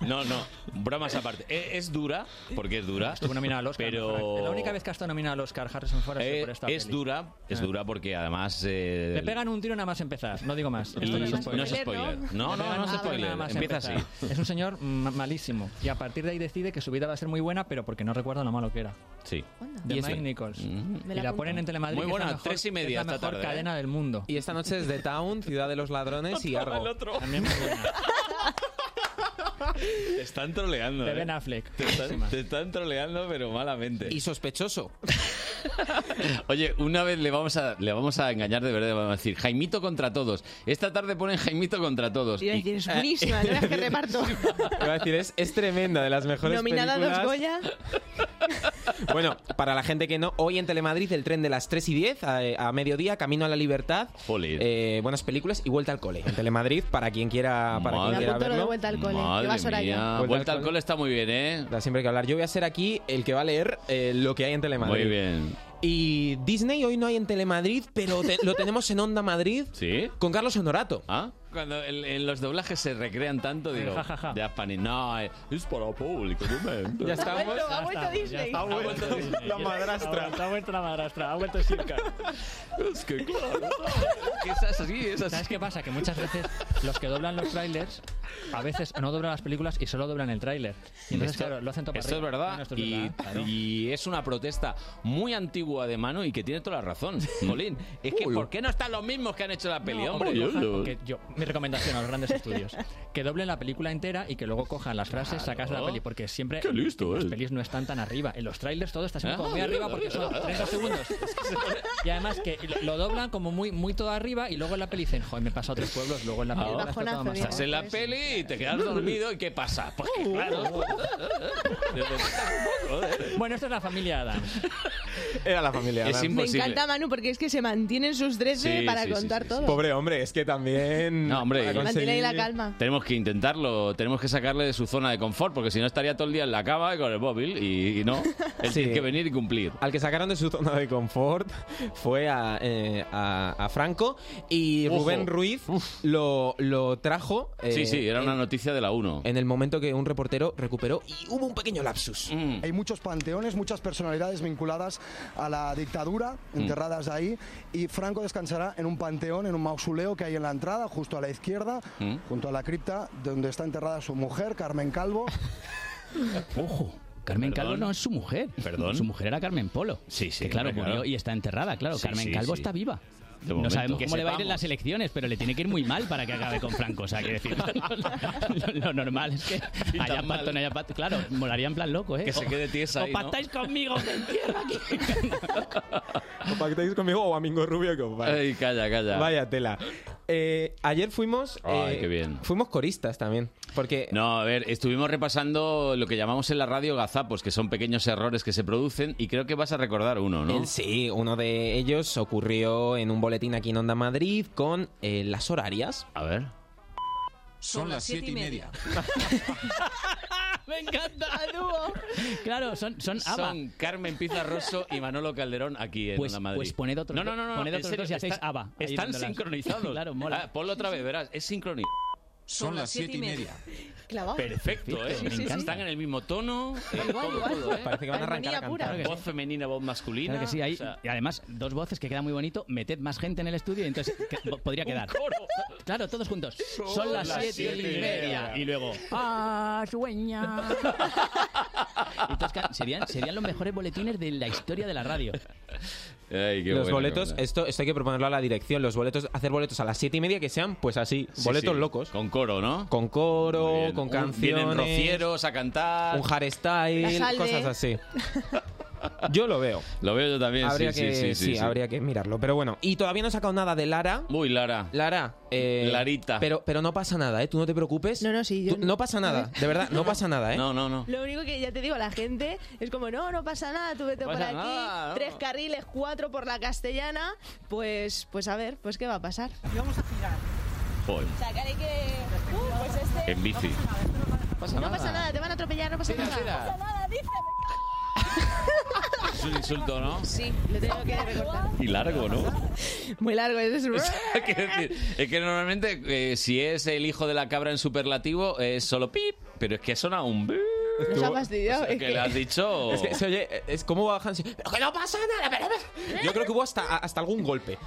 No, no, bromas aparte. E- Es, dura, porque es dura. Estuvo nominada al Oscar, Pero... La única vez que ha estado nominado al Oscar Harrison Ford ha sido Oh. Eh, por esta es peli. dura, es Ah. dura porque además... eh, Le pegan un tiro nada más empezar, no digo más. Esto Y- es no es spoiler. Le pegan No, no, no un es tiro spoiler. nada más Empieza empezar. Es un señor ma- malísimo. Y a partir de ahí decide que su vida va a ser muy buena, pero porque no recuerda lo malo que era. Sí. De Y es- Mike Nichols. Me y la la apunto. ponen en Telemadrid. que Muy es la buena, mejor- tres y media Es la esta mejor tarde, ¿eh? cadena del mundo. Y esta noche es The <laughs> Town, Ciudad de los Ladrones y Argo. También muy buena. Te están troleando. De eh. Ben Affleck. Te están, te están troleando, pero malamente. Y sospechoso. Oye, una vez le vamos a, le vamos a engañar de verdad. le Vamos a decir, Jaimito contra todos. Esta tarde ponen Jaimito contra todos. Iba a Y- decir, es buenísima, <laughs> no veas que reparto. Iba a decir, es, este es tremenda, de las mejores Nominada a dos Goya. películas. Bueno, para la gente que no, hoy en Telemadrid el tren de las 3 y 10 a, a mediodía, Camino a la Libertad, eh, buenas películas y Vuelta al Cole. En Telemadrid, para quien quiera, para Madre quien quiera mía. verlo. Vuelta al Cole, que Madre va Soraya. mía. Vuelta Vuelta, al al cole. cole está muy bien, ¿eh? Da siempre que hablar. Yo voy a ser aquí el que va a leer eh, lo que hay en Telemadrid. <laughs> Muy bien. Y Disney hoy no hay en Telemadrid, pero te- lo tenemos en Onda Madrid <laughs> ¿Sí? con Carlos Honorato. ¿Ah? Cuando el- en los doblajes se recrean tanto, digo, Ja, ja, ja. ya Spani, no, eh, es para público, no me- Ya estamos. Ha vuelto Disney. Ha <laughs> vuelto Disney. <laughs> La Ha madrastra. vuelto- Ha vuelto la madrastra. Ha vuelto Sirka. Es que claro. es así, es así. ¿Sabes qué pasa? Que muchas veces los que doblan los trailers a veces no doblan las películas y solo doblan el tráiler. Y entonces, Esto- claro, lo hacen todo para Esto es arriba. verdad. No, esto es y, verdad, claro. y es una protesta muy antigua de mano y que tiene toda la razón, <laughs> Molín. Es que, Uy. ¿por qué no están los mismos que han hecho la peli, No, hombre? porque cojan- porque yo, mi recomendación a los <laughs> grandes estudios, que doblen la película entera y que luego cojan las frases sacas de la peli, porque siempre Qué listo eh. las es. pelis no están tan arriba. En los trailers todo está siempre como Ah, muy mira, arriba porque mira. son 30 segundos. Y además que lo- lo doblan como muy, muy todo arriba y luego en la peli dicen, joder, me pasa a otros pueblos, luego en la peli está todo más Estás en la abajo". peli y te <laughs> quedas dormido y ¿qué pasa? Pues que, claro. <laughs> Bueno, esto es la familia Adams. Era la familia. Es Adams. Me encanta Manu porque es que se mantienen sus 13 Sí, para sí, sí, contar todo. Pobre hombre, es que también. No, hombre. Mantiene ahí la calma. Tenemos que intentarlo, tenemos que sacarle de su zona de confort, porque si no estaría todo el día en la cama con el móvil y, y <laughs> no. Él tiene que venir y cumplir. Al que sacaron de su zona de confort fue a, eh, a- a Franco y Ojo. Rubén Ruiz lo, lo trajo. eh, sí, sí, era una noticia de la 1. En el momento que un reportero recuperó y hubo un pequeño lapsus. Mm. Hay muchos panteones, muchas personalidades vinculadas a la dictadura, Mm. enterradas ahí, y Franco descansará en un panteón, en un mausoleo que hay en la entrada, justo a la izquierda, Mm. junto a la cripta donde está enterrada su mujer, Carmen Calvo. <laughs> Ojo. Carmen Perdón. Calvo no es su mujer. <laughs> Perdón. Su mujer era Carmen Polo. Sí, sí, Que claro, hombre, murió claro. y está enterrada, claro. Sí, Carmen sí, Calvo sí. está viva. no sabemos Que cómo le va a ir en sepamos. las elecciones, pero le tiene que ir muy mal para que acabe con Franco. O sea, quiero <laughs> decir, lo, lo normal es que haya mal. pacto, no haya pacto. Claro, molaría en plan loco, ¿eh? Que se O- quede tiesa o ahí, ¿no? pactáis <laughs> conmigo, os entierro aquí. ¿O pactáis conmigo o a Mingo Rubio que os vale. Ay, calla, calla. Vaya tela. Eh, ayer fuimos. Ay, eh, qué bien. Fuimos coristas también. Porque. No, a ver, estuvimos repasando lo que llamamos en la radio gazapos, que son pequeños errores que se producen y creo que vas a recordar uno, ¿no? El- sí, uno de ellos ocurrió en un boletín aquí en Onda Madrid con eh, las horarias. A ver. Son las siete y media. ¡Ah! Me encanta. Claro, son, son ABBA. Son Carmen Pizarroso y Manolo Calderón aquí en Pues- Onda Madrid. pues poned otros No, no, no, dos- no, poned en otros serio, dos y hacéis está- ABBA ahí Están dándolas. sincronizados. <laughs> Claro, mola. Ah, ponlo otra vez, verás, es sincronía. Son las siete y media. Clavado. Perfecto, ¿eh? Sí, sí, Me encanta. sí. Están en el mismo tono. eh, Igual, todo, igual. todo, ¿eh? Parece que van a Armonía arrancar a pura. cantar. Voz femenina, voz masculina. Claro que sí, ahí- o sea, y además dos voces que queda muy bonito, meted más gente en el estudio y entonces que- po- podría quedar. Claro, todos juntos. Son, las siete, y media. Y luego, ¡Ah, sueña! entonces, ca- serían, serían los mejores boletines de la historia de la radio. Ay, qué los bueno, boletos, qué bueno. esto, esto hay que proponerlo a la dirección. Los boletos, hacer boletos a las siete y media que sean, pues así, Sí, boletos sí, locos. Con coro, ¿no? Con coro, con Un- Vienen canciones. rocieros a cantar. un hardstyle, Casalde. cosas <laughs> así. Yo lo veo. Lo veo yo también, sí, Habría sí, que, sí, sí, sí. habría que mirarlo. Pero bueno, y todavía no he sacado nada de Lara. Uy, Lara. Lara. eh, Larita. Pero, pero no pasa nada, ¿eh? Tú no te preocupes. No, no, sí. no pasa nada, de verdad, no pasa nada, <laughs> ¿eh? No, no, no. Lo único que ya te digo, la gente es como, no, no pasa nada, tú vete No por pasa aquí, nada, no. tres carriles, cuatro por la castellana, pues, pues a ver, pues qué va a pasar. Vamos a girar. Joder, O sea, que hay que... Uh, pues este... en bici. Pues no pasa nada, te van a atropellar, no pasa nada. No pasa nada, dice. Es un insulto, ¿no? Sí, lo tengo que recortar. Y largo, ¿no? Muy largo, es... <laughs> Quiero decir, es que normalmente eh, si es el hijo de la cabra en superlativo es solo pip, pero es que suena un bip. Nos ha fastidiado. O sea, es que que- le has dicho... Es que se oye, es como bajan. así, "Pero que no pasa nada, pero Yo creo que hubo hasta, hasta algún golpe.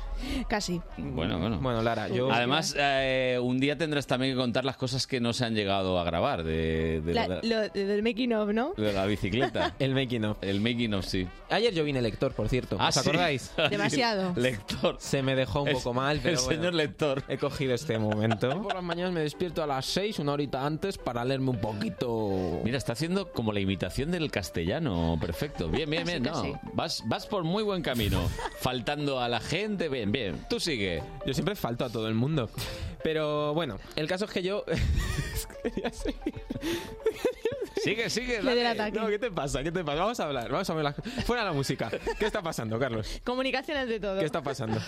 Casi. Bueno, bueno. Lara, yo. Además, eh, un día tendrás también que contar las cosas que no se han llegado a grabar de, de La- la, lo de- del making of, ¿no? de la bicicleta. <laughs> El making of. El making of, sí. Ayer yo vine lector, por cierto. Ah, <laughs> ¿Os sí. acordáis? Demasiado. Lector. Se me dejó un El- poco mal, pero el bueno, señor lector. He cogido este momento. <laughs> Por las mañanas me despierto a las 6, una horita antes, para leerme un poquito. Mira, está haciendo como la imitación del castellano. Perfecto. Bien, bien, bien. Casi, No, vas, vas por muy buen camino. Faltando a la gente. Bien, bien. Tú sigue. Yo siempre falto a todo el mundo. Pero bueno, el caso es que yo. <laughs> Sigue, sigue. Le del ataque. No, ¿qué te pasa? ¿Qué te pasa? Vamos a hablar, vamos a hablar. Fuera la música. ¿Qué está pasando, Carlos? Comunicación ante todo. ¿Qué está pasando?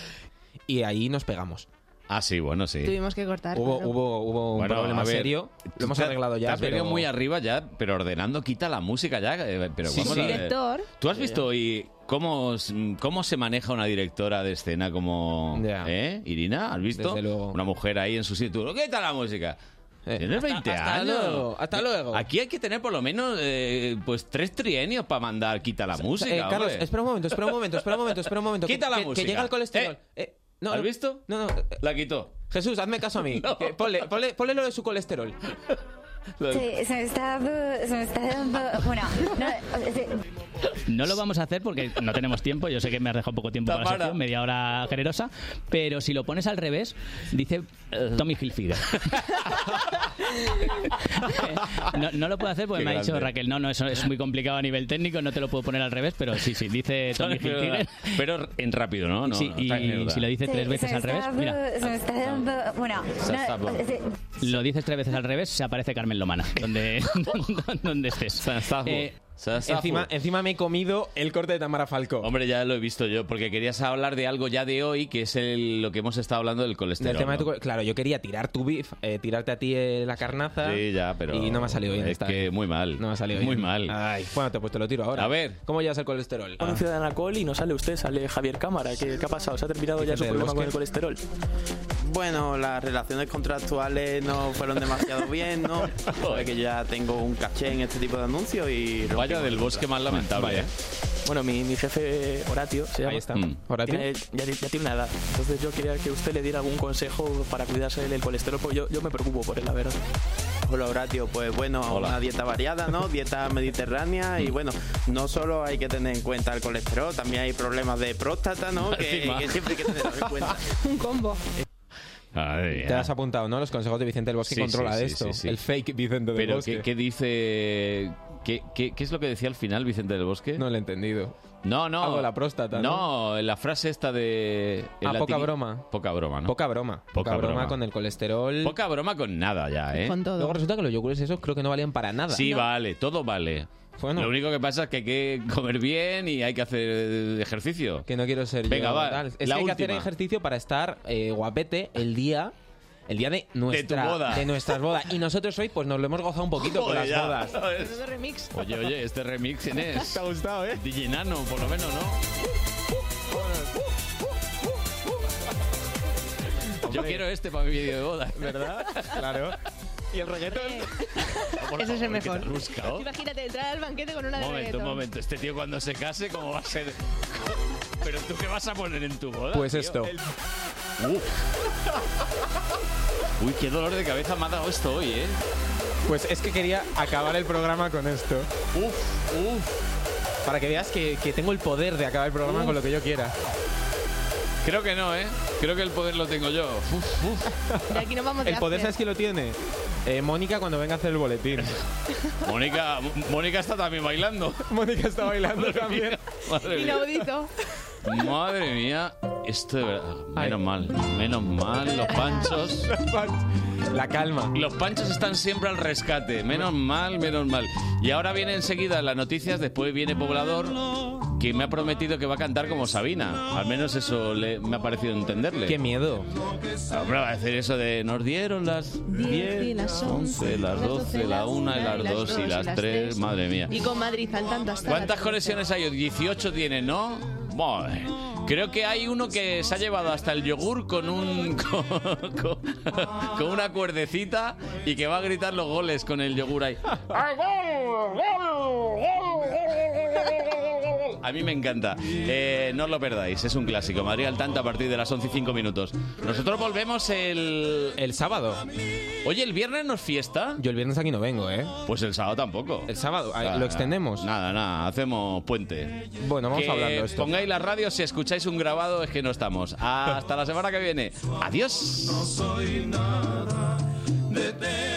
Y ahí nos pegamos. Ah, sí, bueno, sí. Tuvimos que cortar. Hubo, claro. hubo, hubo un Bueno, problema a ver, serio. tú Lo hemos te- arreglado Te ya. has pero... venido muy arriba ya, pero ordenando quita la música ya. eh, Pero Sí, vamos sí. a ver. Director. ¿Tú has Ya, visto ya. hoy cómo, s- cómo se maneja una directora de escena como. ¿Eh? Irina, ¿has visto? Desde luego. Eh. Una mujer ahí en su sitio. ¿Qué tal la música? Tienes hasta- 20 hasta años. luego, hasta luego. Aquí hay que tener por lo menos eh, pues tres trienios para mandar quita la música. Eh, Carlos, hombre. espera un momento, espera un momento, espera un momento, espera un momento. <laughs> Quita Que- la que- música. Que llega el colesterol. Eh, Eh, no, ¿Has no. visto? No, no. La quitó. Jesús, hazme caso a <laughs> mí. Que Ponle, ponle- ponle lo de su colesterol. Sí, se me está, se me está dando... Bueno, no, sí. No lo vamos a hacer porque no tenemos tiempo. Yo sé que me has dejado poco tiempo para la sección, media hora generosa. Pero si lo pones al revés, dice eh, Tommy Hilfiger. <laughs> no, no lo puedo hacer porque Qué me ha dicho grande. Raquel, no, no, eso es muy complicado a nivel técnico, no te lo puedo poner al revés, pero sí, sí, <laughs> dice Tommy Hilfiger. Pero en rápido, ¿no? No, Sí, no, y está en mierda. si lo dice tres Sí, veces se me al revés, está- mira. se me está dando- Bueno, Se no, está dando. sí. Lo dices tres veces al revés, se aparece Carmen Lomana, donde, <laughs> donde estés. Eh, Encima, encima me he comido el corte de Tamara Falcó. Hombre, ya lo he visto yo, porque querías hablar de algo ya de hoy, que es el- lo que hemos estado hablando del colesterol. Del tema de ¿no? tu cole- claro, yo quería tirar tu beef, eh, tirarte a ti eh, la carnaza. Sí, ya, pero. Y no me ha salido bien Es esta que muy mal. No me ha salido Muy bien. mal. Ay, bueno, te- pues te lo tiro ahora. A ver. ¿Cómo llevas el colesterol? Un anuncio de Anacol y no sale usted, sale Javier Cámara. ¿Qué, qué ha pasado? ¿Se ha terminado ya su del problema bosque. con el colesterol? Bueno, las relaciones contractuales no fueron demasiado bien, ¿no? <laughs> Sabe que ya tengo un caché en este tipo de anuncios y... Vaya del bosque más lamentable, Vaya. ¿eh? Bueno, mi, mi jefe eh, Horatio se llama. Ahí está. Mm. ¿Horatio? Tiene- eh, ya, ti- ya tiene una edad. Entonces yo quería que usted le diera algún consejo para cuidarse del colesterol, porque yo, yo me preocupo por él, la verdad. Hola Horatio, pues bueno, una dieta variada, ¿no? Dieta mediterránea Mm. y bueno, no solo hay que tener en cuenta el colesterol, también hay problemas de próstata, <laughs> ¿no? Que, Encima. que siempre hay que tener en cuenta. Un combo. Te has apuntado, ¿no? Los consejos de Vicente del Bosque Sí, controla sí, sí, esto. sí, sí. El fake Vicente del Pero Bosque. ¿qué, qué dice? ¿Qué, qué, qué es lo que decía al final Vicente del Bosque? No lo he entendido. No, no. Algo de la próstata, ¿no? la frase esta de... el Ah, latin- poca broma. Poca broma, ¿no? Poca broma. Poca, broma. con el colesterol. Poca broma con nada ya, ¿eh? Luego resulta que los yogures esos creo que no valían para nada. Sí, vale, todo vale. Bueno. Lo único que pasa es que hay que comer bien y hay que hacer ejercicio. Que no quiero ser Venga, yo, va, tal. Es la que hay que hacer última. ejercicio para estar eh, guapete el día. El día de nuestra boda. de nuestras bodas. Y nosotros hoy, pues nos lo hemos gozado un poquito con las Joder, ya. bodas. remix. Oye, oye, este remix, <laughs> ¿quién es? Te ha gustado, ¿eh? DJ Nano, por lo menos, ¿no? Yo quiero este para mi vídeo de boda. ¿Verdad? Claro. ¿Y el reggaetón? Ese es el ¿Qué te mejor. has buscado? Imagínate entrar al banquete con una Un de momento, un reggaetón. momento. Este tío cuando se case, ¿cómo va a ser? ¿Pero tú qué vas a poner en tu boda? Pues tío? esto. Uy, qué dolor de cabeza me ha dado esto hoy, ¿eh? Pues es que quería acabar el programa con esto. Uf, uf. Para que veas que, que tengo el poder de acabar el programa con lo que yo quiera. Creo que no, ¿eh? Creo que el poder lo tengo yo. Uf, uf. De aquí nos vamos de El poder, after. ¿sabes quién lo tiene? Eh, Mónica cuando venga a hacer el boletín. <laughs> Mónica, Mónica está también bailando. Mónica está bailando también. Madre mía. Inaudito. Madre mía, esto de verdad. Menos mal, menos mal. Los panchos. La calma. Los panchos están siempre al rescate. Menos mal, menos mal. Y ahora viene enseguida las noticias. Después viene Poblador, que me ha prometido que va a cantar como Sabina. Al menos eso le- me ha parecido entenderle. Qué miedo. Hombre, va a decir eso de nos dieron las 10, y las las 11, las 12, la 1, las 2 y las 3. Madre mía. Y con Madrid al tanto hasta. ¿Cuántas las- conexiones hay? 18 tiene, ¿no? Madre. Creo que hay uno que se ha llevado hasta el yogur con un <laughs> con, con- con una cuerdecita y que va a gritar los goles con el yogur ahí. A mí me encanta. Eh, no os lo perdáis, es un clásico. Madrid al tanto a partir de las 11 y 5 minutos. Nosotros volvemos el... El sábado. Oye, ¿el viernes no es fiesta? Yo el viernes aquí no vengo, ¿eh? Pues el sábado tampoco. El sábado, ah, lo extendemos. Nada, nada, hacemos puente. Bueno, vamos Que a hablarlo esto. Pongáis la radio, si escucháis un grabado es que no estamos. Hasta la semana que viene. Adiós. soy nada de